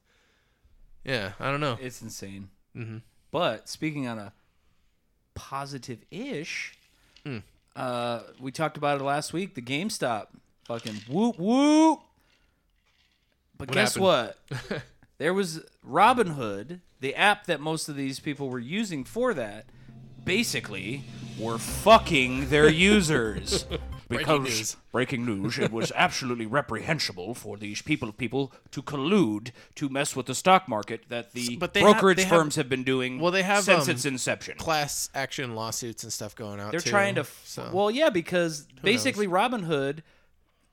Speaker 1: Yeah, Mm-hmm. I don't know.
Speaker 2: It's insane. But speaking on a positive ish,
Speaker 1: Hmm.
Speaker 2: uh, we talked about it last week. The GameStop, fucking whoop whoop. But
Speaker 1: What
Speaker 2: guess
Speaker 1: happened?
Speaker 2: what? there was Robinhood, the app that most of these people were using for that. Basically, were fucking their users.
Speaker 1: Breaking news.
Speaker 2: breaking news, it was absolutely reprehensible for these people people to collude to mess with the stock market that the
Speaker 1: but they ha-
Speaker 2: brokerage
Speaker 1: they have-
Speaker 2: firms have been doing
Speaker 1: Well, they have,
Speaker 2: since
Speaker 1: um,
Speaker 2: its inception.
Speaker 1: Class action lawsuits and stuff going out.
Speaker 2: They're
Speaker 1: too,
Speaker 2: trying to f-
Speaker 1: so.
Speaker 2: well, yeah, because basically Robinhood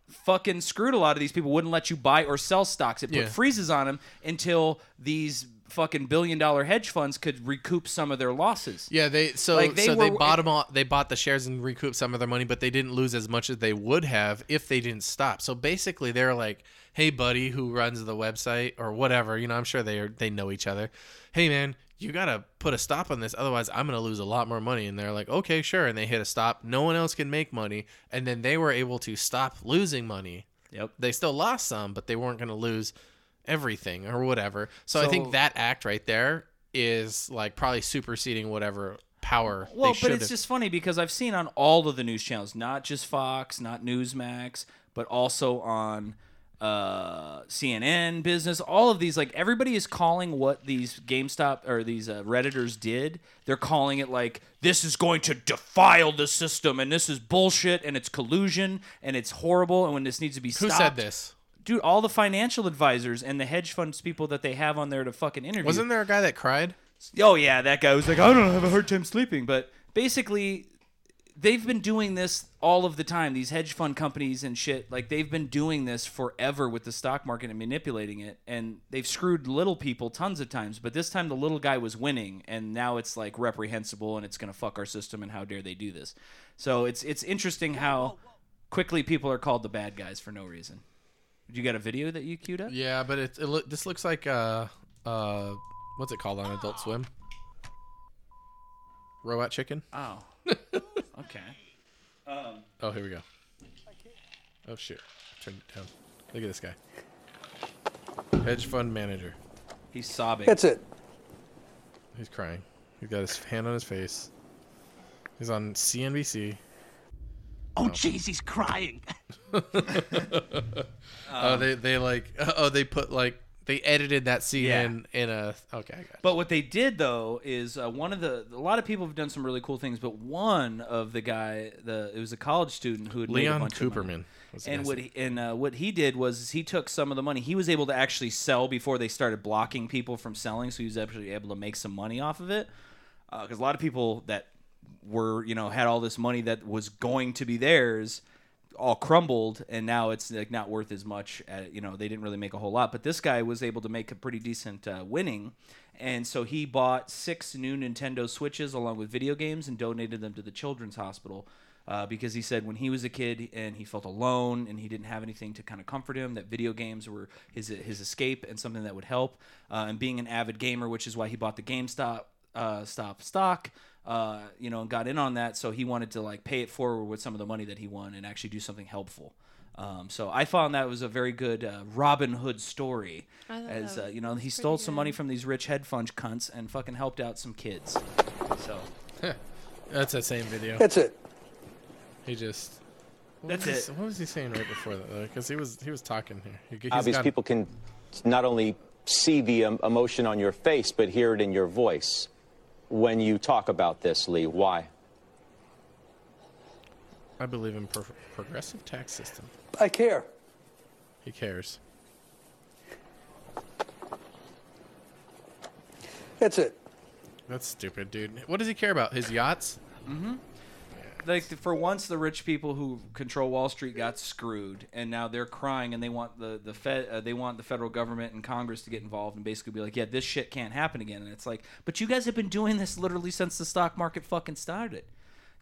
Speaker 2: fucking screwed a lot of these people. Wouldn't let you buy or sell stocks. It put
Speaker 1: Yeah.
Speaker 2: freezes on them until these fucking billion dollar hedge funds could recoup some of their losses.
Speaker 1: Yeah, they so
Speaker 2: Like, they
Speaker 1: so they
Speaker 2: were-
Speaker 1: bought 'em all. They bought the shares and recouped some of their money, but they didn't lose as much as they would have if they didn't stop. So basically, they're like, "Hey, buddy, who runs the website or whatever? You know, I'm sure they are, they know each other. Hey, man, you gotta put a stop on this, otherwise, I'm gonna lose a lot more money." And they're like, "Okay, sure." And they hit a stop. No one else can make money, and then they were able to stop losing money.
Speaker 2: Yep.
Speaker 1: They still lost some, but they weren't gonna lose everything or whatever. So, I think
Speaker 2: So-
Speaker 1: that act right there is like probably superseding whatever power. they
Speaker 2: Well, but
Speaker 1: should've-
Speaker 2: it's just funny because I've seen on all of the news channels, not just Fox, not Newsmax, but also on uh, CNN Business. All of these, like everybody is calling what these GameStop or these uh, Redditors did. They're calling it like this is going to defile the system, and this is bullshit, and it's collusion, and it's horrible, and when this needs to be
Speaker 1: who
Speaker 2: stopped.
Speaker 1: said this?
Speaker 2: dude? All the financial advisors and the hedge funds people that they have on there to fucking interview.
Speaker 1: Wasn't there a guy that cried?
Speaker 2: Oh yeah, that guy was like, I don't have a hard time sleeping. But basically, they've been doing this all of the time. These hedge fund companies and shit, like they've been doing this forever with the stock market and manipulating it. And they've screwed little people tons of times. But this time, the little guy was winning, and now it's like reprehensible, and it's gonna fuck our system. And how dare they do this? So it's it's interesting how quickly people are called the bad guys for no reason. You got a video that you queued up?
Speaker 1: Yeah, but it, it look, this looks like uh uh what's it called on Adult Swim? Robot Chicken.
Speaker 2: Oh, okay.
Speaker 1: Oh, here we go. Oh shoot! Turn it down. Look at this guy. Hedge fund manager.
Speaker 2: He's sobbing.
Speaker 9: it.
Speaker 1: He's crying. He's got his hand on his face. He's on CNBC.
Speaker 5: Oh, jeez, he's crying.
Speaker 2: Um,
Speaker 1: oh, they they like oh they put like they edited that scene
Speaker 2: Yeah.
Speaker 1: in in a okay. I got it.
Speaker 2: But what they did though is uh, one of the a lot of people have done some really cool things, but one of the guy, the it was a college student who had made a
Speaker 1: Leon
Speaker 2: bunch of money.
Speaker 1: Cooperman. was the
Speaker 2: And
Speaker 1: guy's
Speaker 2: what
Speaker 1: name.
Speaker 2: he, and uh, what he did was he took some of the money. He was able to actually sell before they started blocking people from selling, so he was actually able to make some money off of it. Because a lot of people that were you know had all this money that was going to be theirs all crumbled, and now it's like not worth as much. At, you know they didn't really make a whole lot, but this guy was able to make a pretty decent uh, winning, and so he bought six new Nintendo Switches along with video games and donated them to the children's hospital uh, because he said when he was a kid and he felt alone and he didn't have anything to kind of comfort him, that video games were his his escape and something that would help. Uh, and being an avid gamer, which is why he bought the GameStop uh, stop stock, uh, you know, and got in on that. So he wanted to like pay it forward with some of the money that he won and actually do something helpful. Um, so I found that was a very good uh, Robin Hood story, as uh, you know, he stole some money from these rich head fund cunts and fucking helped out some kids. So
Speaker 1: That's that same video.
Speaker 9: That's it.
Speaker 1: He just. What
Speaker 2: That's
Speaker 1: was he-
Speaker 2: it.
Speaker 1: What was he saying right before that? Because he was he was talking here. He- he's
Speaker 10: obvious
Speaker 1: got-
Speaker 10: people can not only see the um, emotion on your face but hear it in your voice when you talk about this lee why
Speaker 1: I believe in pro- progressive tax system.
Speaker 9: I care.
Speaker 1: He cares.
Speaker 9: That's it.
Speaker 1: That's stupid, dude. What does he care about? His yachts?
Speaker 2: like for once the rich people who control Wall Street got screwed and now they're crying and they want the the fed uh, they want the federal government and Congress to get involved and basically be like yeah this shit can't happen again and it's like but you guys have been doing this literally since the stock market fucking started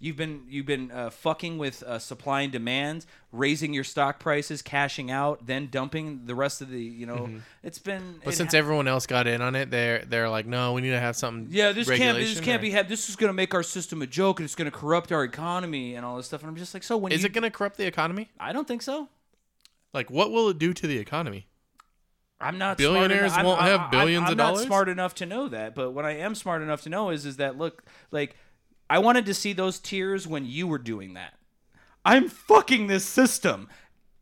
Speaker 2: You've been you've been uh, fucking with uh, supply and demand, raising your stock prices, cashing out, then dumping the rest of the you know. It's been
Speaker 1: Mm-hmm. But
Speaker 2: it
Speaker 1: since
Speaker 2: ha-
Speaker 1: everyone else got in on it, they're they're like, no, we need to have something.
Speaker 2: yeah, this can't be, this
Speaker 1: regulation
Speaker 2: can't
Speaker 1: or-
Speaker 2: be hap- This is gonna make our system a joke, and it's gonna corrupt our economy and all this stuff. And I'm just like, so when
Speaker 1: Is
Speaker 2: you-
Speaker 1: it going to corrupt the economy?
Speaker 2: I don't think so.
Speaker 1: Like, what will it do to the economy?
Speaker 2: I'm not
Speaker 1: Billionaires
Speaker 2: smart enough.
Speaker 1: won't
Speaker 2: I'm,
Speaker 1: have
Speaker 2: I'm-
Speaker 1: billions
Speaker 2: I'm,
Speaker 1: of
Speaker 2: not
Speaker 1: dollars?
Speaker 2: Smart enough to know that, but what I am smart enough to know is is that look, like I wanted to see those tears when you were doing that. I'm fucking this system.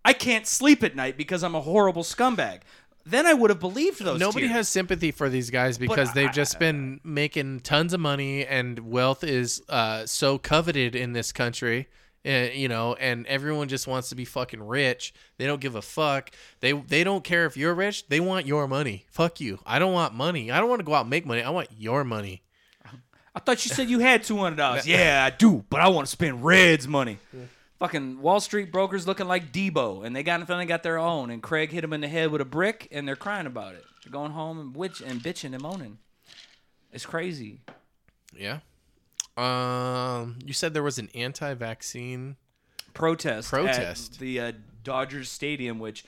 Speaker 2: I can't sleep at night because I'm a horrible scumbag. Then I would have believed those.
Speaker 1: Nobody
Speaker 2: tears.
Speaker 1: has sympathy for these guys because they've just been making tons of money, and wealth is uh, so coveted in this country. Uh, you know, and everyone just wants to be fucking rich. They don't give a fuck. They they don't care if you're rich. They want your money. Fuck you. I don't want money. I don't want to go out and make money. I want your money.
Speaker 2: I thought you said you had two hundred dollars. yeah, I do, but I want to spend Red's money. Fucking Wall Street brokers looking like Debo, and they got finally got their own. And Craig hit him in the head with a brick, and they're crying about it. They're going home and witch and bitching and moaning. It's crazy.
Speaker 1: Yeah. Um, you said there was an anti-vaccine.
Speaker 2: Protest. at
Speaker 1: Protest.
Speaker 2: the uh, Dodgers Stadium, which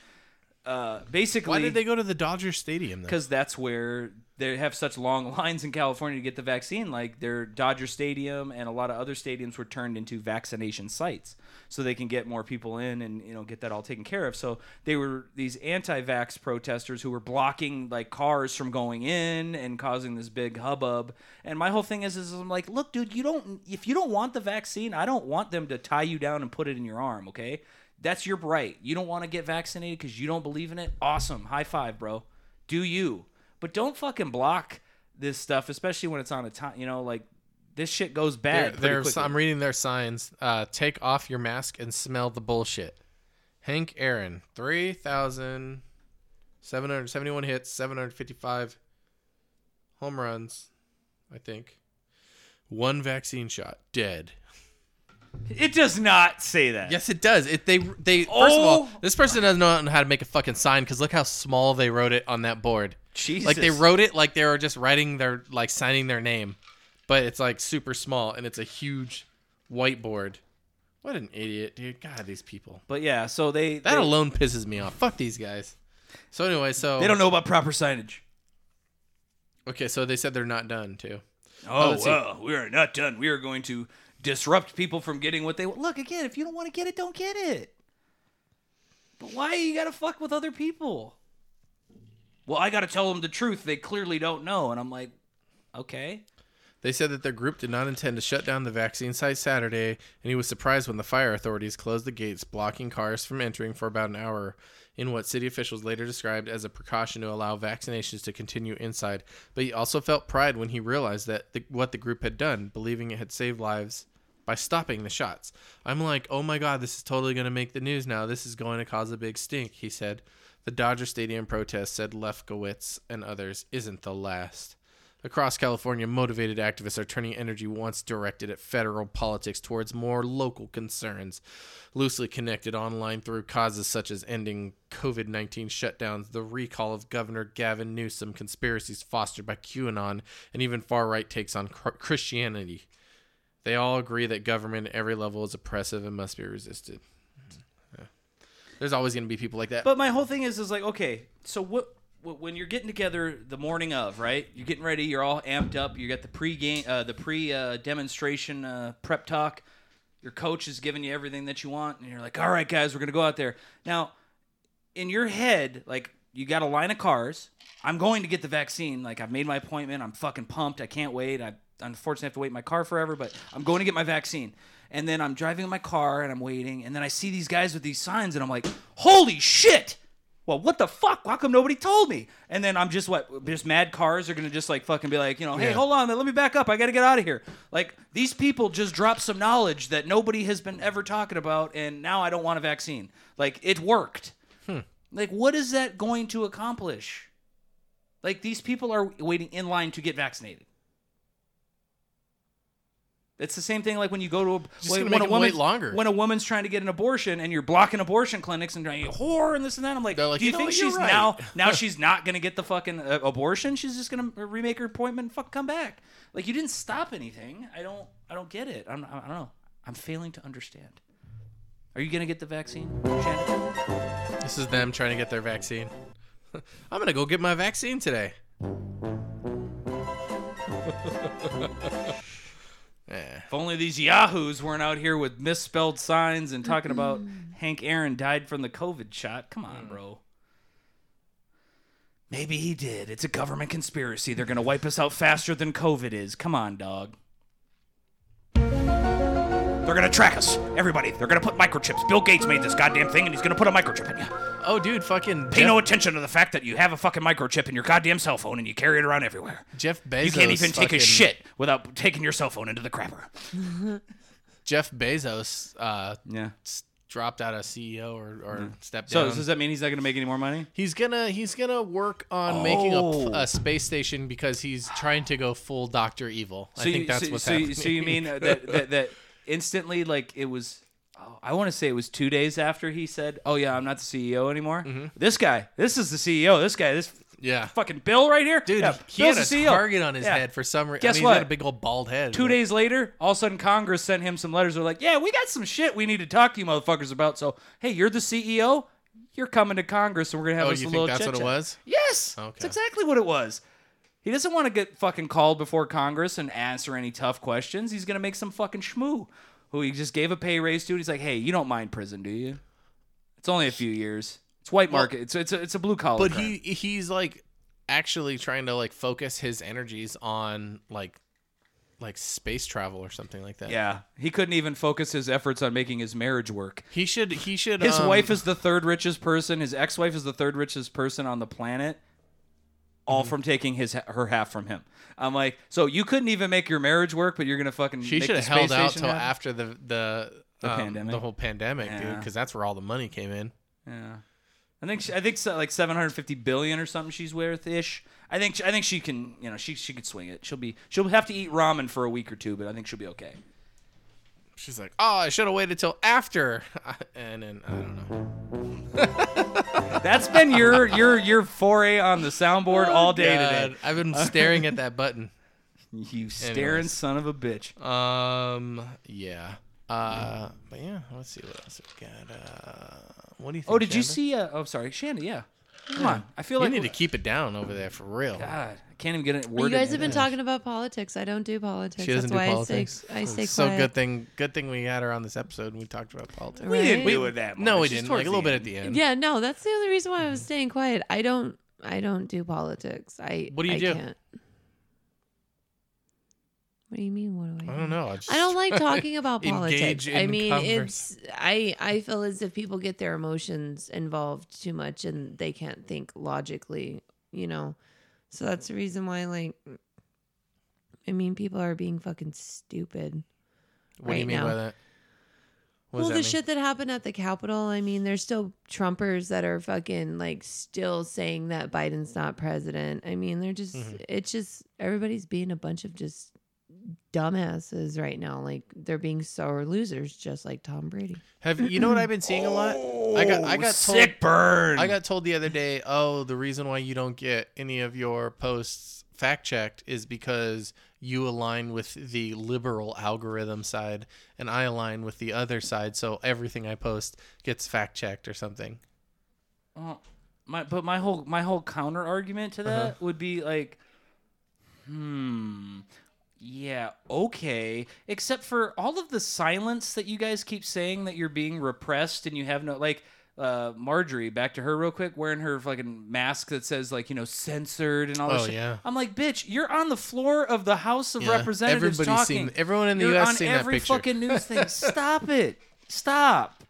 Speaker 2: uh, basically
Speaker 1: Why did they go to the Dodger Stadium? Then?
Speaker 2: because that's where they have such long lines in California to get the vaccine. Like their Dodger Stadium and a lot of other stadiums were turned into vaccination sites, so they can get more people in and you know get that all taken care of. So they were these anti-vax protesters who were blocking like cars from going in and causing this big hubbub. And my whole thing is, is I'm like, look, dude, you don't if you don't want the vaccine, I don't want them to tie you down and put it in your arm. Okay. That's your right. You don't want to get vaccinated because you don't believe in it. Awesome. High five, bro do you but don't fucking block this stuff especially when it's on a time you know like this shit goes
Speaker 1: There-
Speaker 2: bad pretty
Speaker 1: Eh, there's-
Speaker 2: quickly.
Speaker 1: I'm reading their signs. Uh, take off your mask and smell the bullshit. Hank Aaron, 3,771 hits, 755 home runs, I think. One vaccine shot, dead.
Speaker 2: it does not say that
Speaker 1: Yes, it does. It they they first of all,
Speaker 2: Oh.
Speaker 1: this person doesn't know how to make a fucking sign because look how small they wrote it on that board.
Speaker 2: Jesus.
Speaker 1: Like they wrote it like they were just writing their like signing their name, but it's like super small and it's a huge whiteboard. What an idiot, dude! God, these people.
Speaker 2: but yeah so they
Speaker 1: That
Speaker 2: they,
Speaker 1: alone pisses me off. Fuck these guys. So anyway, so
Speaker 2: they don't know about proper signage
Speaker 1: Okay, so they said they're not done too.
Speaker 2: oh,
Speaker 1: let's see.
Speaker 2: well we are not done we are going to disrupt people from getting what they want look again if you don't want to get it don't get it but why you gotta fuck with other people well i gotta tell them the truth they clearly don't know and i'm like okay
Speaker 1: They said that their group did not intend to shut down the vaccine site Saturday, and he was surprised when the fire authorities closed the gates, blocking cars from entering for about an hour, in what city officials later described as a precaution to allow vaccinations to continue inside. But he also felt pride when he realized that the, what the group had done, believing it had saved lives by stopping the shots. I'm like, oh my God, this is totally going to make the news now. This is going to cause a big stink, he said. The Dodger Stadium protest, said Lefkowitz and others, isn't the last. Across California, motivated activists are turning energy once directed at federal politics towards more local concerns, loosely connected online through causes such as ending COVID 19 shutdowns, the recall of Governor Gavin Newsom, conspiracies fostered by QAnon, and even far right takes on cr- Christianity. They all agree that government at every level is oppressive and must be resisted. Yeah. There's always going to be people like that.
Speaker 2: But my whole thing is is like, okay, so what, what when you're getting together the morning of, right? You're getting ready, you're all amped up, you got the pre-game uh, the pre uh, demonstration uh, prep talk. Your coach is giving you everything that you want and you're like, "All right, guys, we're going to go out there." Now, in your head, like you got a line of cars. I'm going to get the vaccine. Like I've made my appointment. I'm fucking pumped. I can't wait. I unfortunately have to wait in my car forever, but I'm going to get my vaccine. And then I'm driving in my car and I'm waiting. And then I see these guys with these signs and I'm like, holy shit. Well, what the fuck? How come nobody told me? And then I'm just what? Just mad cars are gonna just like fucking be like, you know, hey, hold on, let me back up. I gotta get out of here. Like these people just dropped some knowledge that nobody has been ever talking about, and now I don't want a vaccine. Like it worked. Like, what is that going to accomplish? Like, these people are waiting in line to get vaccinated. It's the same thing like when you go to a,
Speaker 1: gonna
Speaker 2: when,
Speaker 1: make
Speaker 2: when a
Speaker 1: them wait
Speaker 2: woman
Speaker 1: longer.
Speaker 2: when a woman's trying to get an abortion and you're blocking abortion clinics and trying whore and this and that. I'm like,
Speaker 1: They're like,
Speaker 2: do
Speaker 1: you
Speaker 2: you,
Speaker 1: know
Speaker 2: think
Speaker 1: what, you're
Speaker 2: she's
Speaker 1: right.
Speaker 2: now now she's not gonna get the fucking uh, abortion? She's just gonna remake her appointment and fuck come back. Like you didn't stop anything. I don't I don't get it. I'm, I don't know. I'm failing to understand. Are you going to get the vaccine, Shannon?
Speaker 1: This is them trying to get their vaccine. I'm gonna go get my vaccine today. yeah.
Speaker 2: If only these yahoos weren't out here with misspelled signs and talking about Hank Aaron died from the COVID shot. Come on, bro. Maybe he did. It's a government conspiracy. They're going to wipe us out faster than COVID is. Come on, dog. They're going to track us. Everybody. They're going to put microchips. Bill Gates made this goddamn thing and he's going to put a microchip in you.
Speaker 1: Oh, dude, fucking
Speaker 2: Pay
Speaker 1: Jeff,
Speaker 2: no attention to the fact that you have a fucking microchip in your goddamn cell phone and you carry it around everywhere.
Speaker 1: Jeff Bezos.
Speaker 2: You can't even take
Speaker 1: fucking-
Speaker 2: a shit without taking your cell phone into the crapper.
Speaker 1: Jeff Bezos uh,
Speaker 2: Yeah.
Speaker 1: s- dropped out as CEO or, or stepped
Speaker 2: So
Speaker 1: down.
Speaker 2: does that mean he's not going to make any more money?
Speaker 1: he's gonna he's gonna work on making
Speaker 2: Oh.
Speaker 1: a, a space station because he's trying to go full Doctor Evil. I think that's
Speaker 2: so,
Speaker 1: what's
Speaker 2: so,
Speaker 1: happening.
Speaker 2: So you mean that that, that instantly, like it was? Oh, I want to say it was two days after he said, "Oh yeah, I'm not the CEO anymore."
Speaker 1: Mm-hmm.
Speaker 2: This guy, this is the CEO. This guy, this
Speaker 1: yeah,
Speaker 2: fucking Bill right here,
Speaker 1: dude,
Speaker 2: Yeah,
Speaker 1: he
Speaker 2: Bill's
Speaker 1: had a
Speaker 2: the CEO.
Speaker 1: target on his
Speaker 2: Yeah.
Speaker 1: head for some reason. I
Speaker 2: Guess
Speaker 1: mean, He
Speaker 2: what?
Speaker 1: had a big old bald head.
Speaker 2: Two
Speaker 1: Like,
Speaker 2: days later, all of a sudden Congress sent him some letters. They're like, "Yeah, we got some shit we need to talk to you motherfuckers about." So, hey, you're the CEO. You're coming to Congress, and we're gonna have
Speaker 1: Oh,
Speaker 2: us
Speaker 1: you
Speaker 2: a
Speaker 1: think
Speaker 2: little
Speaker 1: that's what it
Speaker 2: chit-chat."
Speaker 1: was?
Speaker 2: Yes,
Speaker 1: Okay.
Speaker 2: that's exactly what it was. He doesn't want to get fucking called before Congress and answer any tough questions. He's gonna make some fucking schmoo who he just gave a pay raise to. And he's like, "Hey, you don't mind prison, do you? It's only a few years. It's white market. It's it's a, it's a blue collar."
Speaker 1: but
Speaker 2: crime.
Speaker 1: he he's like actually trying to like focus his energies on like like space travel or something like that.
Speaker 2: yeah, he couldn't even focus his efforts on making his marriage work.
Speaker 1: He should he should
Speaker 2: His
Speaker 1: um,
Speaker 2: wife is the third richest person. His ex-wife is the third richest person on the planet. All
Speaker 1: Mm-hmm.
Speaker 2: from taking his her half from him. I'm like, so you couldn't even make your marriage work, but you're gonna fucking.
Speaker 1: she
Speaker 2: make
Speaker 1: should
Speaker 2: the
Speaker 1: have held
Speaker 2: space
Speaker 1: out
Speaker 2: station
Speaker 1: till
Speaker 2: happen?
Speaker 1: after the the
Speaker 2: The
Speaker 1: um,
Speaker 2: pandemic?
Speaker 1: the whole pandemic, dude,
Speaker 2: Yeah.
Speaker 1: because that's where all the money came in.
Speaker 2: Yeah, I think she, I think so, like 750 billion or something she's worth ish. I think I think she can you know she she could swing it. She'll be she'll have to eat ramen for a week or two, but I think she'll be okay.
Speaker 1: She's like, oh, I should have waited till after, and then I don't know.
Speaker 2: That's been your your your foray on the soundboard all day
Speaker 1: Oh, God, I've been staring at that button.
Speaker 2: today. You staring
Speaker 1: Anyways. Uh,
Speaker 2: son of a bitch.
Speaker 1: Um, yeah. Uh, but yeah, let's see what else we got. Uh, what do you think?
Speaker 2: Oh, did you
Speaker 1: Shanda?
Speaker 2: see? Uh, oh, sorry, Shanda. Yeah, come on. I feel
Speaker 1: You
Speaker 2: like
Speaker 1: need to keep it down over there for real.
Speaker 2: God, I can't even get it.
Speaker 3: You
Speaker 2: Worded
Speaker 3: guys have been
Speaker 2: in.
Speaker 3: talking about politics. I don't do politics.
Speaker 1: She doesn't
Speaker 3: That's
Speaker 1: do
Speaker 3: why
Speaker 1: politics.
Speaker 3: I stay, I stay
Speaker 1: so
Speaker 3: quiet.
Speaker 1: good thing, good thing we had her on this episode and we talked about politics.
Speaker 3: We didn't
Speaker 2: do it that
Speaker 1: No,
Speaker 2: much.
Speaker 1: we
Speaker 2: It's
Speaker 1: didn't.
Speaker 2: towards
Speaker 1: Like a little
Speaker 2: the
Speaker 1: bit at
Speaker 2: end.
Speaker 1: the end.
Speaker 3: Yeah, no, that's the only reason why I was staying quiet. I don't I don't do politics. I
Speaker 1: What do you
Speaker 3: I
Speaker 1: do?
Speaker 3: Can't. What do you mean? What do I?
Speaker 1: I
Speaker 3: do?
Speaker 1: don't know. I, just,
Speaker 3: I don't like talking about
Speaker 1: Engage
Speaker 3: politics. I
Speaker 1: in
Speaker 3: mean,
Speaker 1: converse.
Speaker 3: it's I I feel as if people get their emotions involved too much and they can't think logically, you know. So that's the reason why like I mean, people are being fucking stupid.
Speaker 1: What do you
Speaker 3: right
Speaker 1: mean
Speaker 3: now.
Speaker 1: by that? What
Speaker 3: Well,
Speaker 1: does
Speaker 3: the
Speaker 1: that mean?
Speaker 3: shit that happened at the Capitol, I mean, there's still Trumpers that are fucking like still saying that Biden's not president. I mean, they're just,
Speaker 1: Mm-hmm.
Speaker 3: it's just, everybody's being a bunch of just dumbasses right now. Like they're being sore losers, just like Tom Brady.
Speaker 1: Have you know what I've been seeing a lot? I got I got told
Speaker 2: sick burn.
Speaker 1: I got told the other day, oh, the reason why you don't get any of your posts fact checked is because you align with the liberal algorithm side and I align with the other side, so everything I post gets fact checked or something.
Speaker 2: Well, Uh, my but my whole my whole counter argument to
Speaker 1: Uh-huh.
Speaker 2: that would be like, hmm, yeah, okay. Except for all of the silence that you guys keep saying that you're being repressed and you have no like. Uh, Marjorie, back to her real quick, wearing her fucking mask that says like you know censored and all that
Speaker 1: Oh,
Speaker 2: shit.
Speaker 1: yeah.
Speaker 2: I'm like, bitch, you're on the floor of the House of
Speaker 1: Yeah,
Speaker 2: Representatives
Speaker 1: everybody's
Speaker 2: talking.
Speaker 1: seen- everyone in the
Speaker 2: you're
Speaker 1: US
Speaker 2: on
Speaker 1: seen that
Speaker 2: every
Speaker 1: picture.
Speaker 2: fucking news thing. Stop it. Stop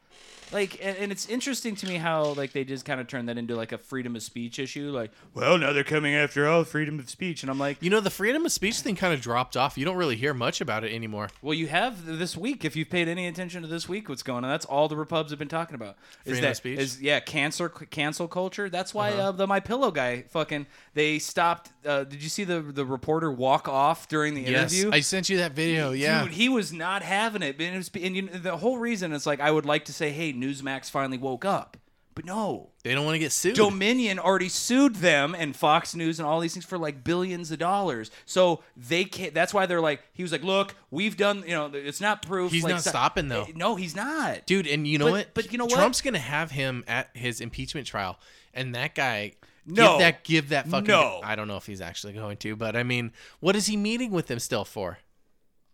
Speaker 2: like and, and it's interesting to me how like they just kind of turn that into like a freedom of speech issue like well now they're coming after all freedom of speech and i'm like
Speaker 1: You know, the freedom of speech thing kind of dropped off. You don't really hear much about it anymore.
Speaker 2: well you have this week if you've paid any attention to this week what's going on that's all the repubs have been talking about is
Speaker 1: Freedom
Speaker 2: that
Speaker 1: of speech? Uh-huh.
Speaker 2: is yeah cancer cancel culture that's why uh the my pillow guy fucking they stopped uh, did you see the the reporter walk off during the interview
Speaker 1: Yes, I sent you that video. Yeah,
Speaker 2: Dude, he was not having it. And, it was, and you know, the whole reason is like, I would like to say, hey, Newsmax finally woke up. But no,
Speaker 1: They don't want to get sued.
Speaker 2: Dominion already sued them and Fox News and all these things for like billions of dollars. So they can't. That's why they're like, he was like, look, we've done, you know, it's not proof.
Speaker 1: He's
Speaker 2: like,
Speaker 1: not
Speaker 2: so-
Speaker 1: stopping, though.
Speaker 2: Eh, No, he's not.
Speaker 1: Dude, and you know
Speaker 2: But-
Speaker 1: what?
Speaker 2: but you know what?
Speaker 1: Trump's gonna have him at his impeachment trial, and that guy.
Speaker 2: No.
Speaker 1: Give that give that fucking
Speaker 2: No.
Speaker 1: I don't know if he's actually going to, but I mean, what is he meeting with them still for?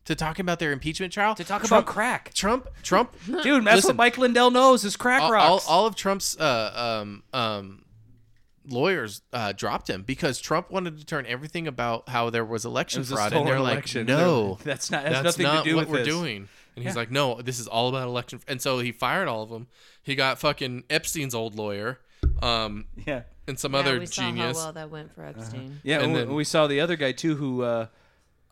Speaker 1: To talk about their impeachment trial?
Speaker 2: to talk
Speaker 1: Trump-
Speaker 2: about crack.
Speaker 1: Trump Trump
Speaker 2: Dude, that's
Speaker 1: Listen.
Speaker 2: what Mike Lindell knows is crack
Speaker 1: all, all,
Speaker 2: rocks.
Speaker 1: all of Trump's uh, um, um, lawyers uh, dropped him because Trump wanted to turn everything about how there was
Speaker 2: It
Speaker 1: election
Speaker 2: was a
Speaker 1: fraud, and they're
Speaker 2: stolen
Speaker 1: like,
Speaker 2: election.
Speaker 1: "No,
Speaker 2: that's not that's,
Speaker 1: that's,
Speaker 2: nothing
Speaker 1: not
Speaker 2: to do
Speaker 1: what
Speaker 2: with
Speaker 1: we're
Speaker 2: this.
Speaker 1: doing." And he's like, "No, this is all about election." f-" And so he fired all of them. He got fucking Epstein's old lawyer, um,
Speaker 2: Yeah,
Speaker 1: and some
Speaker 3: Yeah,
Speaker 1: other
Speaker 3: we saw
Speaker 1: genius.
Speaker 3: How well that went for Epstein.
Speaker 2: yeah.
Speaker 1: And
Speaker 2: And
Speaker 1: then-
Speaker 2: we, we saw the other guy too, who, uh,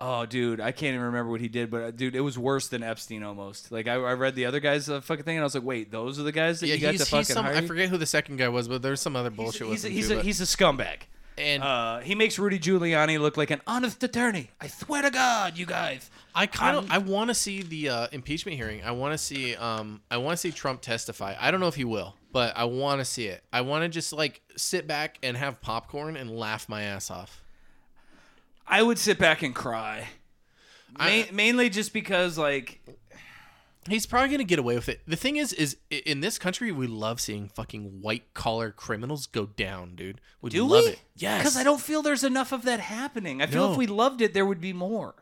Speaker 2: oh, dude, I can't even remember what he did, but uh, dude, it was worse than Epstein almost. Like I, I read the other guy's uh, fucking thing, and I was like, wait, those are the guys that
Speaker 1: yeah,
Speaker 2: you got
Speaker 1: he's,
Speaker 2: to
Speaker 1: he's
Speaker 2: fucking
Speaker 1: some.
Speaker 2: hire.
Speaker 1: I forget who the second guy was, but there's some other
Speaker 2: He's,
Speaker 1: bullshit
Speaker 2: he's,
Speaker 1: with
Speaker 2: a,
Speaker 1: him
Speaker 2: he's,
Speaker 1: too,
Speaker 2: a,
Speaker 1: but-
Speaker 2: he's a scumbag.
Speaker 1: and
Speaker 2: Uh, he makes Rudy Giuliani look like an honest attorney. I swear to God, you guys.
Speaker 1: I kind of I want to see the uh, impeachment hearing. I want to see um I want to see Trump testify. I don't know if he will, but I want to see it. I want to just like sit back and have popcorn and laugh my ass off.
Speaker 2: I would sit back and cry,
Speaker 1: I-
Speaker 2: Ma- mainly just because like
Speaker 1: He's probably gonna get away with it. The thing is, is i- in this country we love seeing fucking white collar criminals go down, dude. We
Speaker 2: Do
Speaker 1: love
Speaker 2: we?
Speaker 1: it. Yes,
Speaker 2: Because I don't feel there's enough of that happening. I feel
Speaker 1: No.
Speaker 2: if we loved it, there would be more.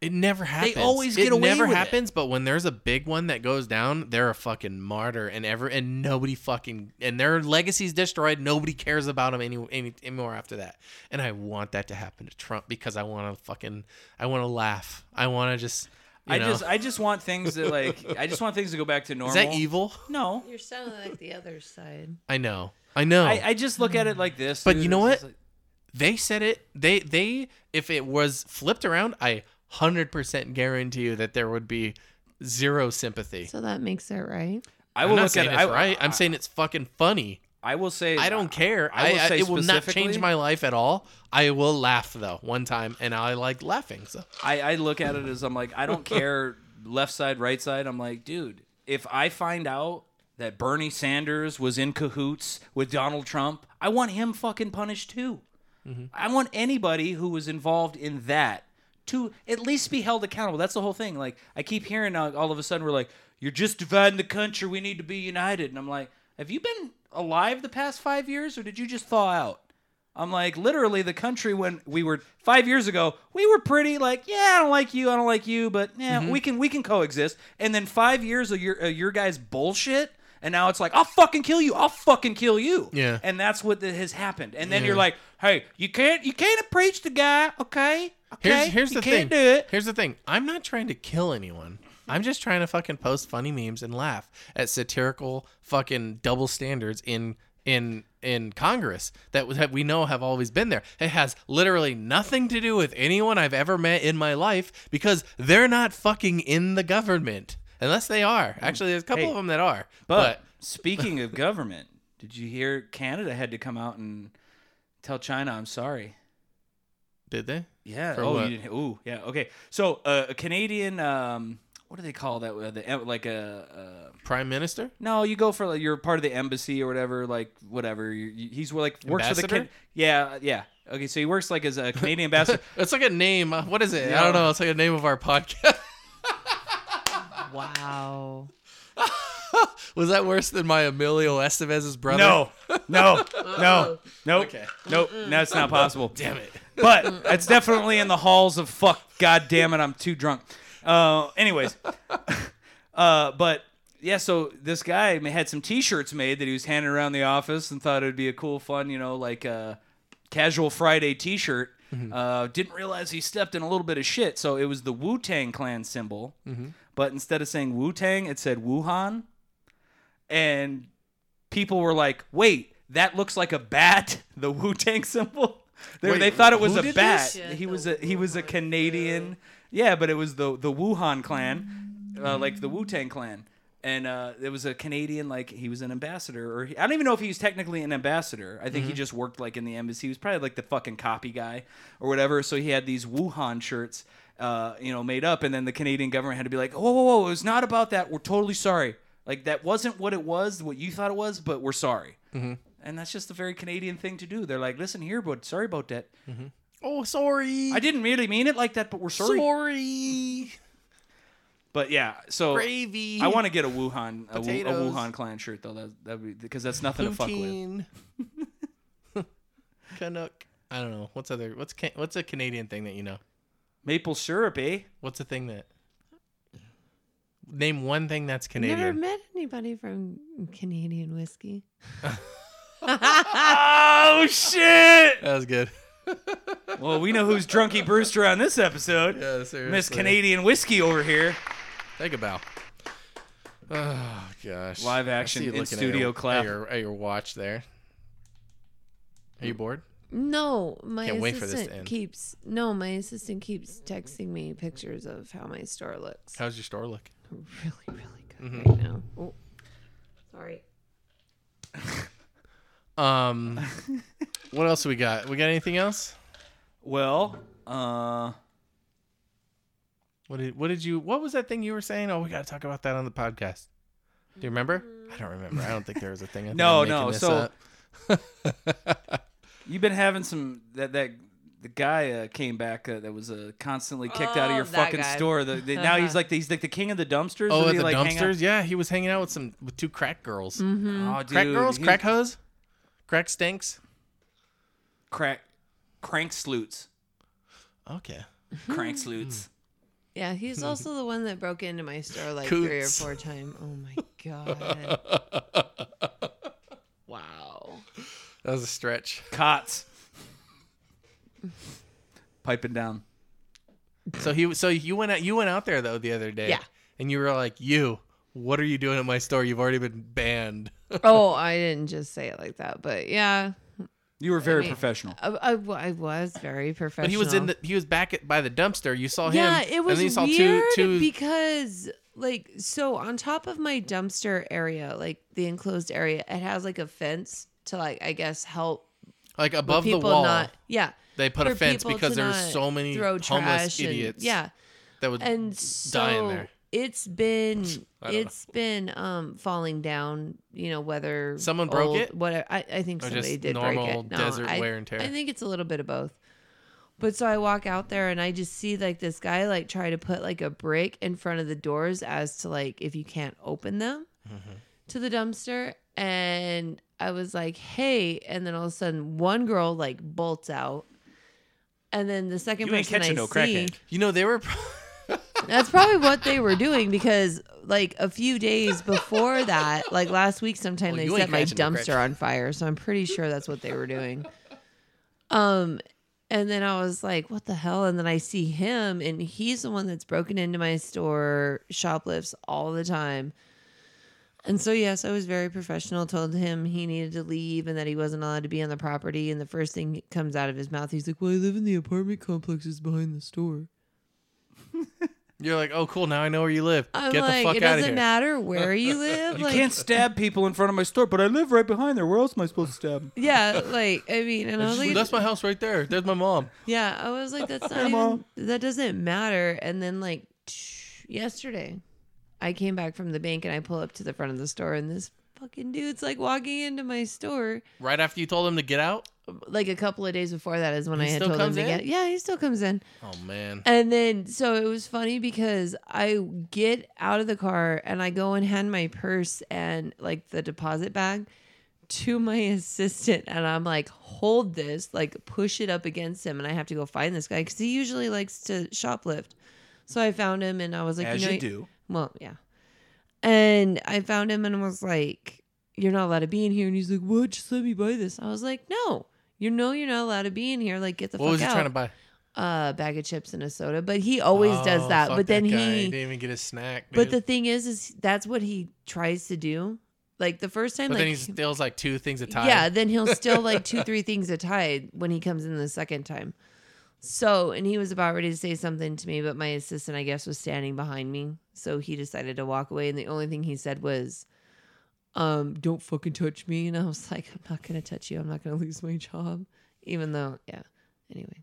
Speaker 1: It never happens.
Speaker 2: always
Speaker 1: it
Speaker 2: get away
Speaker 1: never
Speaker 2: with it.
Speaker 1: happens. But when there's a big one that goes down, they're a fucking martyr, and ever and nobody fucking and their legacy's destroyed. Nobody cares about them any, any anymore after that. And I want that to happen to Trump because I want to fucking I want to laugh. I want to just you
Speaker 2: I
Speaker 1: know.
Speaker 2: just I just want things that like I just want things to go back to normal.
Speaker 1: is that evil?
Speaker 2: No.
Speaker 3: You're sounding like the other side.
Speaker 1: I know. I know.
Speaker 2: I, I just look at it like this.
Speaker 1: But
Speaker 2: dude.
Speaker 1: you know
Speaker 2: It's
Speaker 1: what?
Speaker 2: just like-
Speaker 1: they said it. They they if it was flipped around, I hundred percent guarantee you that there would be zero sympathy.
Speaker 3: So that makes it right.
Speaker 2: I
Speaker 1: I'm
Speaker 2: will
Speaker 1: not
Speaker 2: look at
Speaker 1: saying
Speaker 2: it.
Speaker 1: it's
Speaker 2: I,
Speaker 1: right. I'm
Speaker 2: I-
Speaker 1: saying it's fucking funny.
Speaker 2: I will say
Speaker 1: I don't care.
Speaker 2: I
Speaker 1: I,
Speaker 2: will
Speaker 1: I-
Speaker 2: say
Speaker 1: it will not change
Speaker 2: specifically-
Speaker 1: my life at all. I will laugh though one time, and I like laughing. So
Speaker 2: I, I look at it as I'm like, I don't care left side, right side. I'm like, dude, if I find out that Bernie Sanders was in cahoots with Donald Trump, I want him fucking punished too. I want anybody who was involved in that to at least be held accountable. That's the whole thing. Like, I keep hearing uh, all of a sudden we're like, you're just dividing the country. We need to be united. And I'm like, have you been alive the past five years or did you just thaw out? I'm like, literally, the country when we were five years ago, we were pretty like, yeah, I don't like you, I don't like you, but yeah,
Speaker 1: Mm-hmm.
Speaker 2: we can we can coexist. And then five years of your of your guys' bullshit, and now it's like, I'll fucking kill you, I'll fucking kill you.
Speaker 1: Yeah.
Speaker 2: And that's what that has happened. And then you're like, hey, you can't you can't preach the guy, okay?
Speaker 1: here's
Speaker 2: Okay,
Speaker 1: here's
Speaker 2: you
Speaker 1: the
Speaker 2: can't
Speaker 1: thing.
Speaker 2: do it.
Speaker 1: Here's the thing. I'm not trying to kill anyone. I'm just trying to fucking post funny memes and laugh at satirical fucking double standards in in in Congress that was- that we know have always been there. It has literally nothing to do with anyone I've ever met in my life because they're not fucking in the government. Unless they are. Actually, there's a couple
Speaker 2: Hey,
Speaker 1: of them that are.
Speaker 2: But speaking of government, did you hear Canada had to come out and tell China, I'm sorry?
Speaker 1: did they?
Speaker 2: Yeah.
Speaker 1: For
Speaker 2: oh,
Speaker 1: what?
Speaker 2: you didn't. Ooh, yeah. Okay. So uh, a Canadian, um, what do they call that? Uh, The em- like a. Uh,
Speaker 1: Prime Minister?
Speaker 2: no, you go for like, you're part of the embassy or whatever, like whatever. You, you- he's like works for the
Speaker 1: Ambassador?
Speaker 2: Can- yeah, yeah. Okay, so he works like as a Canadian ambassador.
Speaker 1: It's like a name. Uh, What is it?
Speaker 2: Yeah.
Speaker 1: I don't know. It's like a name of our podcast.
Speaker 3: Wow.
Speaker 1: Was that worse than my Emilio Estevez's brother?
Speaker 2: No, no, no, no, no. That's not possible. Damn it. But it's definitely in the halls of fuck. God damn it, I'm too drunk. Uh, anyways, uh, but yeah, so this guy ma- had some T-shirts made that he was handing around the office and thought it would be a cool, fun, you know, like uh, casual Friday T-shirt. Uh, didn't realize he stepped in a little bit of shit. So it was the Wu Tang Clan symbol, but instead of saying Wu Tang, it said Wuhan. And people were like, "Wait, that looks like a bat." The Wu Tang symbol. They,
Speaker 1: Wait,
Speaker 2: they thought it was
Speaker 1: who
Speaker 2: a
Speaker 1: did
Speaker 2: bat.
Speaker 1: this?
Speaker 2: He was a he was a Canadian. Yeah, but it was the the Wuhan clan, uh, like the Wu Tang clan, and uh, it was a Canadian. Like he was an ambassador, or he, I don't even know if he was technically an ambassador. I
Speaker 1: Mm-hmm.
Speaker 2: think he just worked like in the embassy. He was probably like the fucking copy guy or whatever. So he had these Wuhan shirts. Uh, you know, made up, and then the Canadian government had to be like, "Whoa, whoa, whoa! It was not about that. We're totally sorry. Like that wasn't what it was, what you thought it was, but we're sorry.
Speaker 1: Mm-hmm.
Speaker 2: And that's just a very Canadian thing to do. They're like, listen here, but sorry about that.
Speaker 1: Oh, sorry.
Speaker 2: I didn't really mean it like that, but we're sorry.
Speaker 1: Sorry.
Speaker 2: But yeah, so
Speaker 1: Gravy.
Speaker 2: I want to get a Wuhan a, Wu- a
Speaker 1: Potatoes.
Speaker 2: Wuhan clan shirt though. That that be because that's nothing to fuck with.
Speaker 1: Poutine. Canuck. I don't know. What's other? What's can, what's a Canadian thing that you know?
Speaker 2: Maple syrup, eh?
Speaker 1: What's a thing that? Name one thing that's
Speaker 3: Never
Speaker 1: Canadian.
Speaker 3: met anybody from Canadian whiskey.
Speaker 2: Oh shit!
Speaker 1: that was good.
Speaker 2: Well, we know who's Drunky Brewster on this episode.
Speaker 1: Yeah, seriously.
Speaker 2: Miss Canadian whiskey over here.
Speaker 1: Take a bow. Oh gosh.
Speaker 2: Live
Speaker 1: I
Speaker 2: action
Speaker 1: see you
Speaker 2: in
Speaker 1: looking at
Speaker 2: studio
Speaker 1: your,
Speaker 2: clap.
Speaker 1: At your, at your watch there. Are you bored?
Speaker 3: No, my
Speaker 1: Can't wait for this to
Speaker 3: assistant
Speaker 1: end.
Speaker 3: keeps no, my assistant keeps texting me pictures of how my store looks.
Speaker 1: How's your store look?
Speaker 3: really, really good
Speaker 1: Mm-hmm.
Speaker 3: right now. Oh, sorry.
Speaker 1: Um, what else we got? We got anything else?
Speaker 2: Well, uh,
Speaker 1: What did What did you? What was that thing you were saying? Oh, we got to talk about that on the podcast. Do you remember? I don't remember. I don't think there was a thing. I think
Speaker 2: No,
Speaker 1: I'm making
Speaker 2: no,
Speaker 1: this
Speaker 2: so-
Speaker 1: up.
Speaker 2: you've been having some that that the guy uh, came back uh, that was uh, constantly kicked out of
Speaker 3: Oh,
Speaker 2: your
Speaker 3: that
Speaker 2: fucking
Speaker 3: guy.
Speaker 2: store. The, the- now he's like the, he's like the king of the dumpsters.
Speaker 1: oh,
Speaker 2: Did
Speaker 1: at
Speaker 2: he,
Speaker 1: the
Speaker 2: like, hang out-
Speaker 1: dumpsters. Yeah, he was hanging out with some with two crack girls.
Speaker 2: Oh, dude,
Speaker 1: Crack girls,
Speaker 2: he-
Speaker 1: crack hoes, crack stinks.
Speaker 2: crack, crank sleuts,
Speaker 1: Okay.
Speaker 3: Mm.
Speaker 2: crank sleuts.
Speaker 3: Yeah, he's also the one that broke into my store like three or
Speaker 1: Coots.
Speaker 3: four times. Oh my god. wow.
Speaker 1: That was a stretch.
Speaker 2: Cots, piping down.
Speaker 1: So he so you went out you went out there though the other day.
Speaker 3: Yeah.
Speaker 1: And you were like, "You, what are you doing at my store? You've already been banned."
Speaker 3: Oh, I didn't just say it like that, but yeah,
Speaker 2: You were very
Speaker 3: mean,
Speaker 2: professional.
Speaker 3: I, I w- I was very professional.
Speaker 1: But he was in the he was back at, by the dumpster. You saw him.
Speaker 3: yeah, it was
Speaker 1: and then you saw
Speaker 3: weird
Speaker 1: two two
Speaker 3: because like so on top of my dumpster area, like the enclosed area, it has like a fence to like I guess help
Speaker 1: like
Speaker 3: for
Speaker 1: above the
Speaker 3: people
Speaker 1: wall.
Speaker 3: not yeah
Speaker 1: they put a
Speaker 3: for
Speaker 1: fence
Speaker 3: people
Speaker 1: because
Speaker 3: to
Speaker 1: there's
Speaker 3: not
Speaker 1: so many
Speaker 3: throw
Speaker 1: homeless
Speaker 3: trash and-
Speaker 1: idiots.
Speaker 3: yeah,
Speaker 1: that would
Speaker 3: and
Speaker 1: die in
Speaker 3: so
Speaker 1: there.
Speaker 3: it's been
Speaker 1: I don't know.
Speaker 3: it's been um falling down. You know whether
Speaker 1: Someone broke
Speaker 3: old-
Speaker 1: it?
Speaker 3: What I, I think
Speaker 1: Or
Speaker 3: somebody
Speaker 1: just
Speaker 3: did break
Speaker 1: normal
Speaker 3: it. No,
Speaker 1: desert
Speaker 3: I,
Speaker 1: wear and tear?
Speaker 3: I think it's a little bit of both. But so I walk out there and I just see like this guy like try to put like a brick in front of the doors as to like if you can't open them
Speaker 1: Mm-hmm.
Speaker 3: to the dumpster and I was like, "Hey!" And then all of a sudden, one girl like bolts out, and then the second
Speaker 2: You ain't
Speaker 3: person I
Speaker 2: catching no
Speaker 3: see,
Speaker 2: crackhead.
Speaker 1: You know they were pro-
Speaker 3: that's probably what they were doing because, like, a few days before that, like last week, sometime
Speaker 1: Well,
Speaker 3: they
Speaker 1: you
Speaker 3: set
Speaker 1: ain't
Speaker 3: my
Speaker 1: catching no
Speaker 3: dumpster
Speaker 1: crack.
Speaker 3: on fire. So I'm pretty sure that's what they were doing. Um, and then I was like, what the hell? And then I see him, and he's the one that's broken into my store, shoplifts all the time. And so, yes, I was very professional, told him he needed to leave and that he wasn't allowed to be on the property. And the first thing that comes out of his mouth, he's like, Well, I live in the apartment complexes behind the store.
Speaker 1: You're like, "Oh, cool. Now I know where you live.
Speaker 3: I'm
Speaker 1: Get
Speaker 3: like,
Speaker 1: the fuck
Speaker 3: it
Speaker 1: out of
Speaker 3: doesn't
Speaker 1: here."
Speaker 3: matter where you live.
Speaker 2: You
Speaker 3: like,
Speaker 2: can't stab people in front of my store, but I live right behind there. Where else am I supposed to stab? 'em?
Speaker 3: yeah, like I mean, and I was like,
Speaker 1: That's my house right there. There's my mom.
Speaker 3: yeah, I was like, that's not even,
Speaker 2: Mom.
Speaker 3: that doesn't matter. And then like tsh- yesterday, I came back from the bank and I pull up to the front of the store and this fucking dude's like walking into my store.
Speaker 1: Right after you told him to get out.
Speaker 3: Like a couple of days before that is when
Speaker 1: He
Speaker 3: I had
Speaker 1: still
Speaker 3: told him
Speaker 1: comes
Speaker 3: to
Speaker 1: in?
Speaker 3: get. Yeah, he still comes in.
Speaker 1: Oh man.
Speaker 3: And then so it was funny because I get out of the car and I go and hand my purse and like the deposit bag to my assistant and I'm like hold this like push it up against him and I have to go find this guy cuz he usually likes to shoplift. So I found him and I was like
Speaker 2: As
Speaker 3: you, know,
Speaker 2: you do.
Speaker 3: Well, yeah. And I found him and was like you're not allowed to be in here and he's like what just let me buy this. I was like no. You know you're not allowed to be in here like get the
Speaker 1: What
Speaker 3: fuck
Speaker 1: was he
Speaker 3: out
Speaker 1: trying to buy?
Speaker 3: a bag of chips and a soda, but he always does
Speaker 1: Oh,
Speaker 3: that.
Speaker 1: fuck
Speaker 3: But then
Speaker 1: guy.
Speaker 3: he,
Speaker 1: didn't even get a snack.
Speaker 3: but the
Speaker 1: dude.
Speaker 3: thing is, is that's what he tries to do. Like the first time,
Speaker 1: but
Speaker 3: like
Speaker 1: then he steals like two things a time.
Speaker 3: yeah, then he'll steal like two, three things a tide when he comes in the second time. So, and he was about ready to say something to me, but my assistant, I guess, was standing behind me, so he decided to walk away. And the only thing he said was, "Um, don't fucking touch me." And I was like, "I'm not gonna touch you. I'm not gonna lose my job." Even though, yeah. Anyway,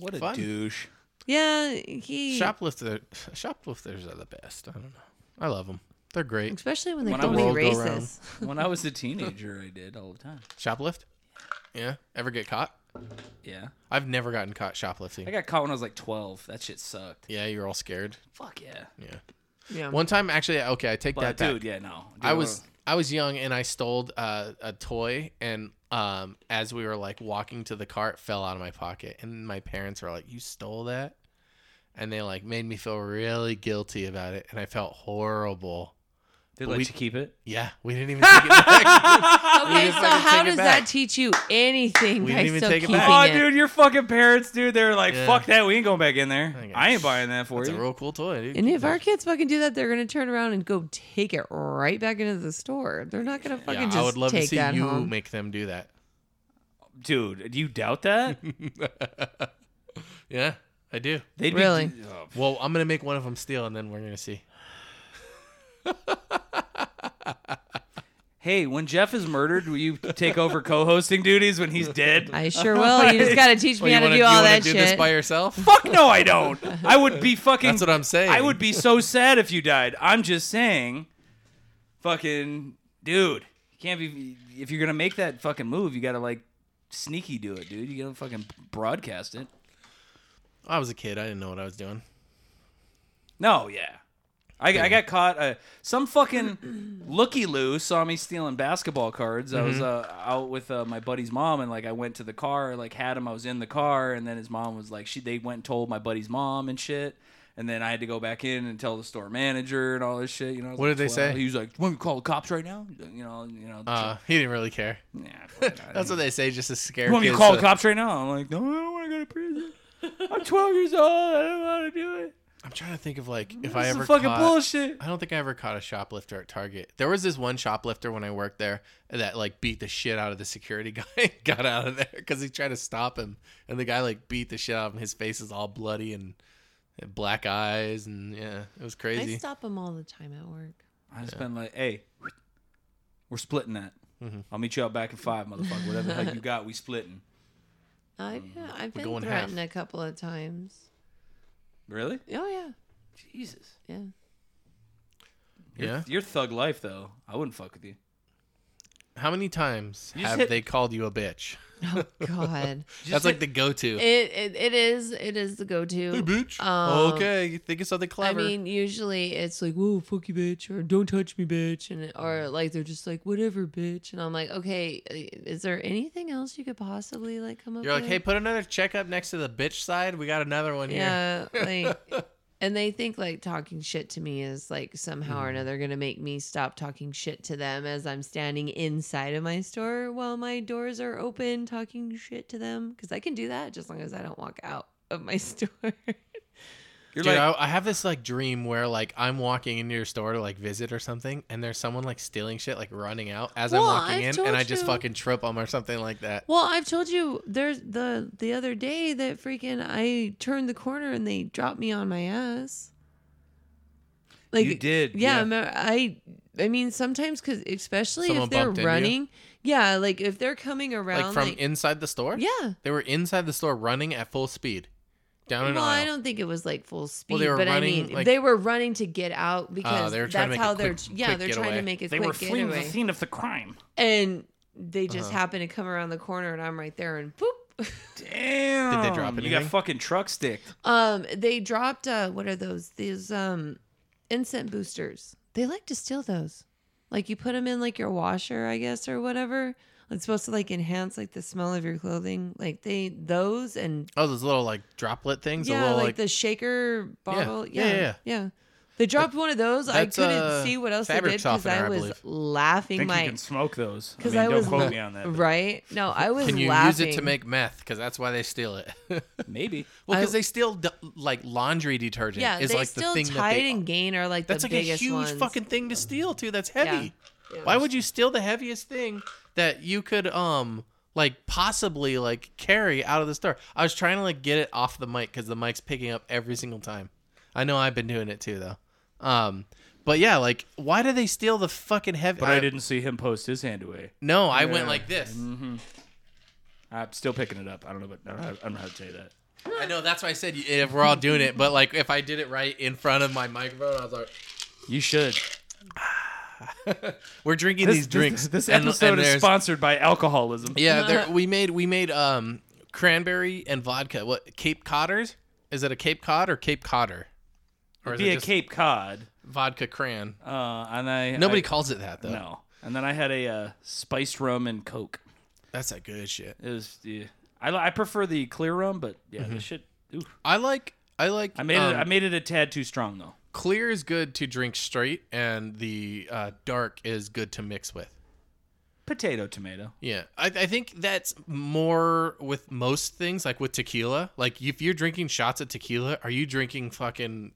Speaker 2: What a
Speaker 1: Fun.
Speaker 2: douche.
Speaker 3: yeah, he
Speaker 1: Shoplifter, shoplifters are the best. I don't know. I love them. They're great.
Speaker 3: especially when they
Speaker 2: When I
Speaker 3: call me
Speaker 2: was-
Speaker 1: World go round.
Speaker 3: racist.
Speaker 2: when I was a teenager, I did all the time.
Speaker 1: Shoplift? Yeah. Ever get caught?
Speaker 2: Yeah,
Speaker 1: I've never gotten caught
Speaker 2: I
Speaker 1: shoplifting.
Speaker 2: got caught when I was like twelve. That shit sucked.
Speaker 1: Yeah, you're all scared.
Speaker 2: Fuck yeah.
Speaker 1: Yeah.
Speaker 3: Yeah.
Speaker 1: One time, actually, okay, I take
Speaker 2: But
Speaker 1: that back.
Speaker 2: dude, yeah, no. Dude,
Speaker 1: I was I was young and I stole uh, a toy and um as we were like walking to the car it fell out of my pocket and my parents were like you stole that and they like made me feel really guilty about it and I felt horrible.
Speaker 2: They
Speaker 1: let we- you
Speaker 2: keep it.
Speaker 1: Yeah, we didn't even take it back.
Speaker 3: Okay,
Speaker 1: didn't
Speaker 3: so
Speaker 1: fucking
Speaker 3: how
Speaker 1: take it
Speaker 3: does
Speaker 1: back.
Speaker 3: that teach you anything
Speaker 1: We
Speaker 3: by
Speaker 1: didn't even
Speaker 3: still
Speaker 1: take it
Speaker 3: keeping
Speaker 1: back.
Speaker 2: Oh,
Speaker 3: it?
Speaker 2: dude, your fucking parents, dude. They were like,
Speaker 1: Yeah.
Speaker 2: "Fuck that, we ain't going back in there.
Speaker 1: guess.
Speaker 2: I ain't buying that for
Speaker 1: It's a
Speaker 2: you."
Speaker 1: real cool toy, dude.
Speaker 3: And if our kids fucking do that, they're gonna turn around and go take it right back into the store. They're not gonna fucking
Speaker 1: yeah,
Speaker 3: just
Speaker 1: I would love
Speaker 3: take
Speaker 1: to see
Speaker 3: that
Speaker 1: you
Speaker 3: home.
Speaker 1: make them do that.
Speaker 2: Dude, do you doubt that?
Speaker 1: Yeah, I do.
Speaker 2: They'd
Speaker 3: Really?
Speaker 2: Be, oh,
Speaker 1: Well, I'm gonna make one of them steal, and then we're gonna see.
Speaker 2: hey, when Jeff is murdered, will you take over co-hosting duties when he's dead?
Speaker 3: I sure will. You just gotta teach me
Speaker 1: you
Speaker 3: how to
Speaker 1: wanna-
Speaker 3: do
Speaker 1: you
Speaker 3: all
Speaker 1: wanna
Speaker 3: that
Speaker 1: do this
Speaker 3: shit.
Speaker 1: by yourself?
Speaker 2: Fuck no, I don't. I would be fucking.
Speaker 1: That's what I'm saying.
Speaker 2: I would be so sad if you died. I'm just saying, fucking dude, you can't be. If you're gonna make that fucking move, you gotta like sneaky do it, dude. You gotta fucking broadcast it.
Speaker 1: I was a kid. I didn't know what I was doing.
Speaker 2: No, yeah. I, I got caught. Uh, some fucking looky loo saw me stealing basketball cards. I
Speaker 1: Mm-hmm.
Speaker 2: was uh, out with uh, my buddy's mom, and like I went to the car, like had him. I was in the car, and then his mom was like, she they went and told my buddy's mom and shit. And then I had to go back in and tell the store manager and all this shit. You know I was
Speaker 1: What
Speaker 2: like,
Speaker 1: did they say?
Speaker 2: 12. He was like, "Want me to call the cops right now?" You know, you know.
Speaker 1: Uh, he didn't really care.
Speaker 2: nah, fuck it.
Speaker 1: That's what they say, just to scare
Speaker 2: You want me to
Speaker 1: kids uh,
Speaker 2: call
Speaker 1: so-
Speaker 2: the cops right now? I'm like, no, I don't want to go to prison. I'm 12 years old. I don't want to do it.
Speaker 1: I'm trying to think of like if
Speaker 2: This
Speaker 1: I
Speaker 2: is
Speaker 1: ever
Speaker 2: fucking
Speaker 1: caught-
Speaker 2: bullshit.
Speaker 1: I don't think I ever caught a shoplifter at Target. There was this one shoplifter when I worked there that like beat the shit out of the security guy. and got out of there because he tried to stop him, and the guy like beat the shit out of him. His face is all bloody and, and black eyes, and yeah, it was
Speaker 3: I
Speaker 1: crazy.
Speaker 3: stop them all the time at work.
Speaker 2: I just been like, hey, we're splitting that. I'll meet you out back in five, motherfucker. Whatever the hell you got, we splitting.
Speaker 3: I, yeah, I've been
Speaker 1: Um, going half.
Speaker 3: threatened a couple of times.
Speaker 2: Really?
Speaker 3: Oh yeah,
Speaker 2: Jesus.
Speaker 3: yeah.
Speaker 1: Yeah.
Speaker 2: Your thug life, though. I wouldn't fuck with you.
Speaker 1: How many times
Speaker 2: just
Speaker 1: have
Speaker 2: hit-
Speaker 1: they called you a bitch?
Speaker 3: Oh God,
Speaker 1: That's like the go-to.
Speaker 3: it, it it is it is the go-to.
Speaker 1: Hey, bitch.
Speaker 3: Um,
Speaker 1: okay, you think of something
Speaker 3: I
Speaker 1: clever.
Speaker 3: mean, usually it's like, "Whoa, fuck you, bitch," or "Don't touch me, bitch," and or like they're just like, "Whatever, bitch," and I'm like, "Okay, is there anything else you could possibly like come up?"
Speaker 1: You're like,
Speaker 3: with?
Speaker 1: hey, put another check up next to the bitch side. We got another one here.
Speaker 3: yeah, like, and they think like talking shit to me is like somehow
Speaker 1: Hmm.
Speaker 3: or another gonna make me stop talking shit to them as I'm standing inside of my store while my doors are open talking shit to them because I can do that just as long as I don't walk out of my store.
Speaker 2: You're
Speaker 1: Dude,
Speaker 2: like,
Speaker 1: I, I have this like dream where like I'm walking into your store to like visit or something, and there's someone like stealing shit, like running out as I'm
Speaker 3: Well,
Speaker 1: walking
Speaker 3: I've
Speaker 1: in, and I
Speaker 3: told
Speaker 1: just
Speaker 3: you.
Speaker 1: fucking trip them or something like that.
Speaker 3: Well, I've told you there's the the other day that freaking I turned the corner and they dropped me on my ass. Like
Speaker 2: You did,
Speaker 3: yeah.
Speaker 2: yeah.
Speaker 3: I'm a- I I mean sometimes because especially
Speaker 1: Someone
Speaker 3: if they're
Speaker 1: bumped into you?
Speaker 3: running, yeah, like if they're coming around,
Speaker 1: like from
Speaker 3: like-
Speaker 1: inside the store.
Speaker 3: yeah.
Speaker 1: they were inside the store running at full speed, down an
Speaker 3: Well,
Speaker 1: aisle.
Speaker 3: I don't think it was like full speed,
Speaker 1: they were
Speaker 3: but I
Speaker 1: running,
Speaker 3: mean
Speaker 1: like- Uh,
Speaker 3: they were running to get out because
Speaker 1: they were trying to make
Speaker 3: that's
Speaker 1: a
Speaker 3: how they're
Speaker 1: quick-
Speaker 3: yeah
Speaker 1: quick
Speaker 3: they're trying
Speaker 1: getaway.
Speaker 3: to make a
Speaker 2: they were
Speaker 3: quick
Speaker 2: fleeing the
Speaker 3: getaway.
Speaker 2: scene of the crime.
Speaker 3: and they just
Speaker 1: Uh-huh.
Speaker 3: happen to come around the corner and I'm right there and boop.
Speaker 2: Damn.
Speaker 1: Did they drop
Speaker 2: You got
Speaker 1: anything?
Speaker 2: fucking truck stick.
Speaker 3: Um, they dropped uh, what are those? These um, incense boosters. They like to steal those. Like you put them in like your washer, I guess, or whatever. It's supposed to like enhance like the smell of your clothing. Like they those and
Speaker 1: oh, those little like droplet things. the
Speaker 3: yeah,
Speaker 1: little,
Speaker 3: like,
Speaker 1: like
Speaker 3: the shaker bottle.
Speaker 1: yeah,
Speaker 3: Yeah,
Speaker 1: yeah,
Speaker 3: yeah,
Speaker 1: yeah.
Speaker 3: They dropped one of those. I
Speaker 1: that's,
Speaker 3: couldn't
Speaker 1: uh,
Speaker 3: see what else they
Speaker 1: fabric
Speaker 3: did because
Speaker 1: softener,
Speaker 3: I
Speaker 1: I
Speaker 3: was
Speaker 1: believe.
Speaker 3: laughing
Speaker 2: think
Speaker 3: my
Speaker 2: you can smoke those. I
Speaker 3: because
Speaker 2: mean,
Speaker 3: I,
Speaker 2: don't
Speaker 3: was
Speaker 2: quote
Speaker 3: la-
Speaker 2: me on that. but
Speaker 3: right. No, I was
Speaker 1: Can you
Speaker 3: laughing.
Speaker 1: use it to make meth? Because that's why they steal it. well,
Speaker 2: Maybe.
Speaker 1: because
Speaker 3: I-
Speaker 1: they steal d- like laundry detergent.
Speaker 3: yeah?
Speaker 1: is
Speaker 3: they
Speaker 1: like
Speaker 3: still
Speaker 1: the thing that
Speaker 3: Tide
Speaker 1: they,
Speaker 3: and Gain are like
Speaker 1: That's
Speaker 3: the
Speaker 1: like a
Speaker 3: biggest
Speaker 1: huge
Speaker 3: ones.
Speaker 1: fucking thing to steal too. That's heavy.
Speaker 3: Yeah.
Speaker 1: Why would you steal the heaviest thing that you could um like possibly like carry out of the store? I was trying to like get it off the mic because the mic's picking up every single time. I know I've been doing it too though. Um, but yeah, like why do they steal the fucking heavy?
Speaker 2: But I didn't see him post his hand away.
Speaker 1: No, I went
Speaker 2: Yeah. Mm-hmm.
Speaker 1: like this.
Speaker 2: I'm still picking it up. I don't know, but I don't know, I don't know how to tell you that.
Speaker 1: I know that's why I said if we're all doing it, but like if I did it right in front of my microphone, I was like,
Speaker 2: You should.
Speaker 1: We're drinking
Speaker 2: This-
Speaker 1: these
Speaker 2: this-
Speaker 1: drinks.
Speaker 2: This,
Speaker 1: and-
Speaker 2: episode
Speaker 1: and
Speaker 2: is
Speaker 1: there's-
Speaker 2: sponsored by alcoholism.
Speaker 1: Yeah, there, we made we made um cranberry and vodka. What Cape Codders? Is it a Cape Cod or Cape Codder? Or is
Speaker 2: be
Speaker 1: it
Speaker 2: a
Speaker 1: just
Speaker 2: Cape Cod.
Speaker 1: vodka cran?
Speaker 2: Uh, and I
Speaker 1: Nobody
Speaker 2: I-
Speaker 1: calls it that though.
Speaker 2: no. And then I had a uh, spiced rum and Coke.
Speaker 1: That's a good shit.
Speaker 2: It was yeah. I li- I prefer the clear rum, but yeah, the shit. Ooh.
Speaker 1: I like I like
Speaker 2: I made
Speaker 1: um,
Speaker 2: it. I made it a tad too strong though.
Speaker 1: clear is good to drink straight and the uh, dark is good to mix with.
Speaker 2: Potato, tomato.
Speaker 1: Yeah, I, I think that's more with most things, like with tequila. Like if you're drinking shots of tequila, are you drinking fucking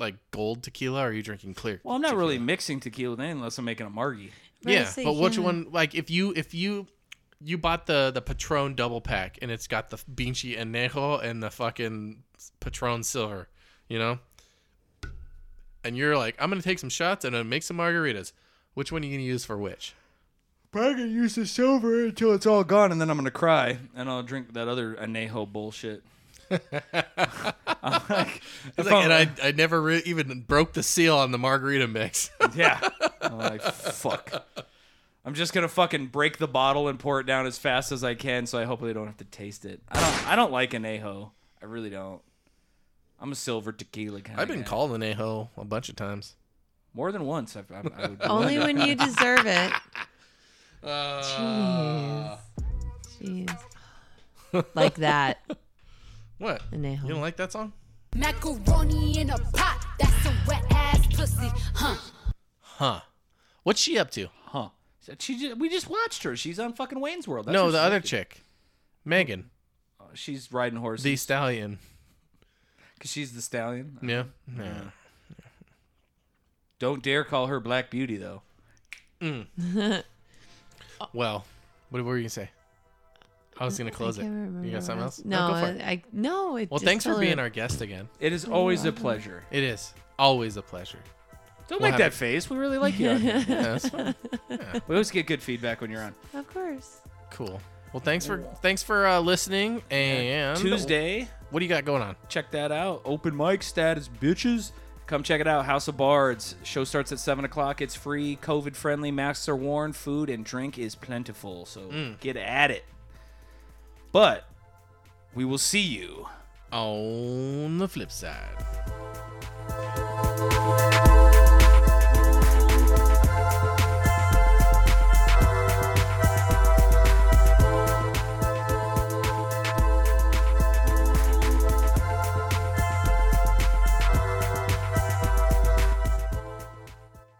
Speaker 1: like gold tequila? Or are you drinking clear?
Speaker 2: Well, I'm not really mixing tequila with anything unless I'm making a margie.
Speaker 1: yeah,
Speaker 3: Honestly,
Speaker 1: but which
Speaker 3: yeah.
Speaker 1: one? Like if you if you you bought the the Patron double pack and it's got the Vinci Anejo and the fucking Patron Silver, you know, and you're like, I'm gonna take some shots and then make some margaritas. Which one are you gonna use for which?
Speaker 2: But I can use the silver until it's all gone, and then I'm gonna cry, and I'll drink that other anejo bullshit. I'm like,
Speaker 1: It's
Speaker 2: if
Speaker 1: like,
Speaker 2: I'm-
Speaker 1: and I, I never re- even broke the seal on the margarita mix.
Speaker 2: yeah, I'm like fuck. I'm just gonna fucking break the bottle and pour it down as fast as I can, so I hope they don't have to taste it. I don't. I don't like anejo. I really don't. I'm a silver tequila kind.
Speaker 1: I've been called an a-hole a bunch of times.
Speaker 2: more than once. I've, I, I would
Speaker 3: Only when you deserve it.
Speaker 1: Uh,
Speaker 3: Jeez. Like that.
Speaker 1: what?
Speaker 3: Anejo.
Speaker 1: You don't like that song?
Speaker 6: Macaroni in a pot, that's a wet ass pussy, huh?
Speaker 1: Huh. What's she up to?
Speaker 2: Huh? She just, we just watched her. She's on fucking Wayne's World. That's
Speaker 1: no,
Speaker 2: what
Speaker 1: the
Speaker 2: she's
Speaker 1: other
Speaker 2: up to.
Speaker 1: chick. Megan.
Speaker 2: She's riding horses.
Speaker 1: The stallion.
Speaker 2: Cause she's the stallion.
Speaker 1: Yeah. yeah.
Speaker 2: Don't dare call her Black Beauty though.
Speaker 1: Well, what were you gonna say? I was gonna close
Speaker 3: I
Speaker 1: it.
Speaker 3: can't remember
Speaker 1: You got something
Speaker 3: what
Speaker 1: else?
Speaker 3: No,
Speaker 1: go for
Speaker 3: I,
Speaker 1: it.
Speaker 3: I no. It
Speaker 1: Well,
Speaker 3: just
Speaker 1: thanks for
Speaker 3: totally-
Speaker 1: being our guest again.
Speaker 2: It is always a pleasure.
Speaker 1: It is always a pleasure.
Speaker 2: Don't
Speaker 1: We'll
Speaker 2: make
Speaker 1: have
Speaker 2: that face. We really like you. on here.
Speaker 1: Yeah, that's fine.
Speaker 2: we always get good feedback when you're on.
Speaker 3: Of course.
Speaker 1: cool. Well, thanks for thanks for uh, listening. And
Speaker 2: Tuesday,
Speaker 1: what do you got going on?
Speaker 2: check that out. Open mic status, bitches. Come check it out. House of Bards. Show starts at seven o'clock. It's free, COVID friendly. Masks are worn. Food and drink is plentiful. So get at it. But we will see you.
Speaker 1: On the flip side.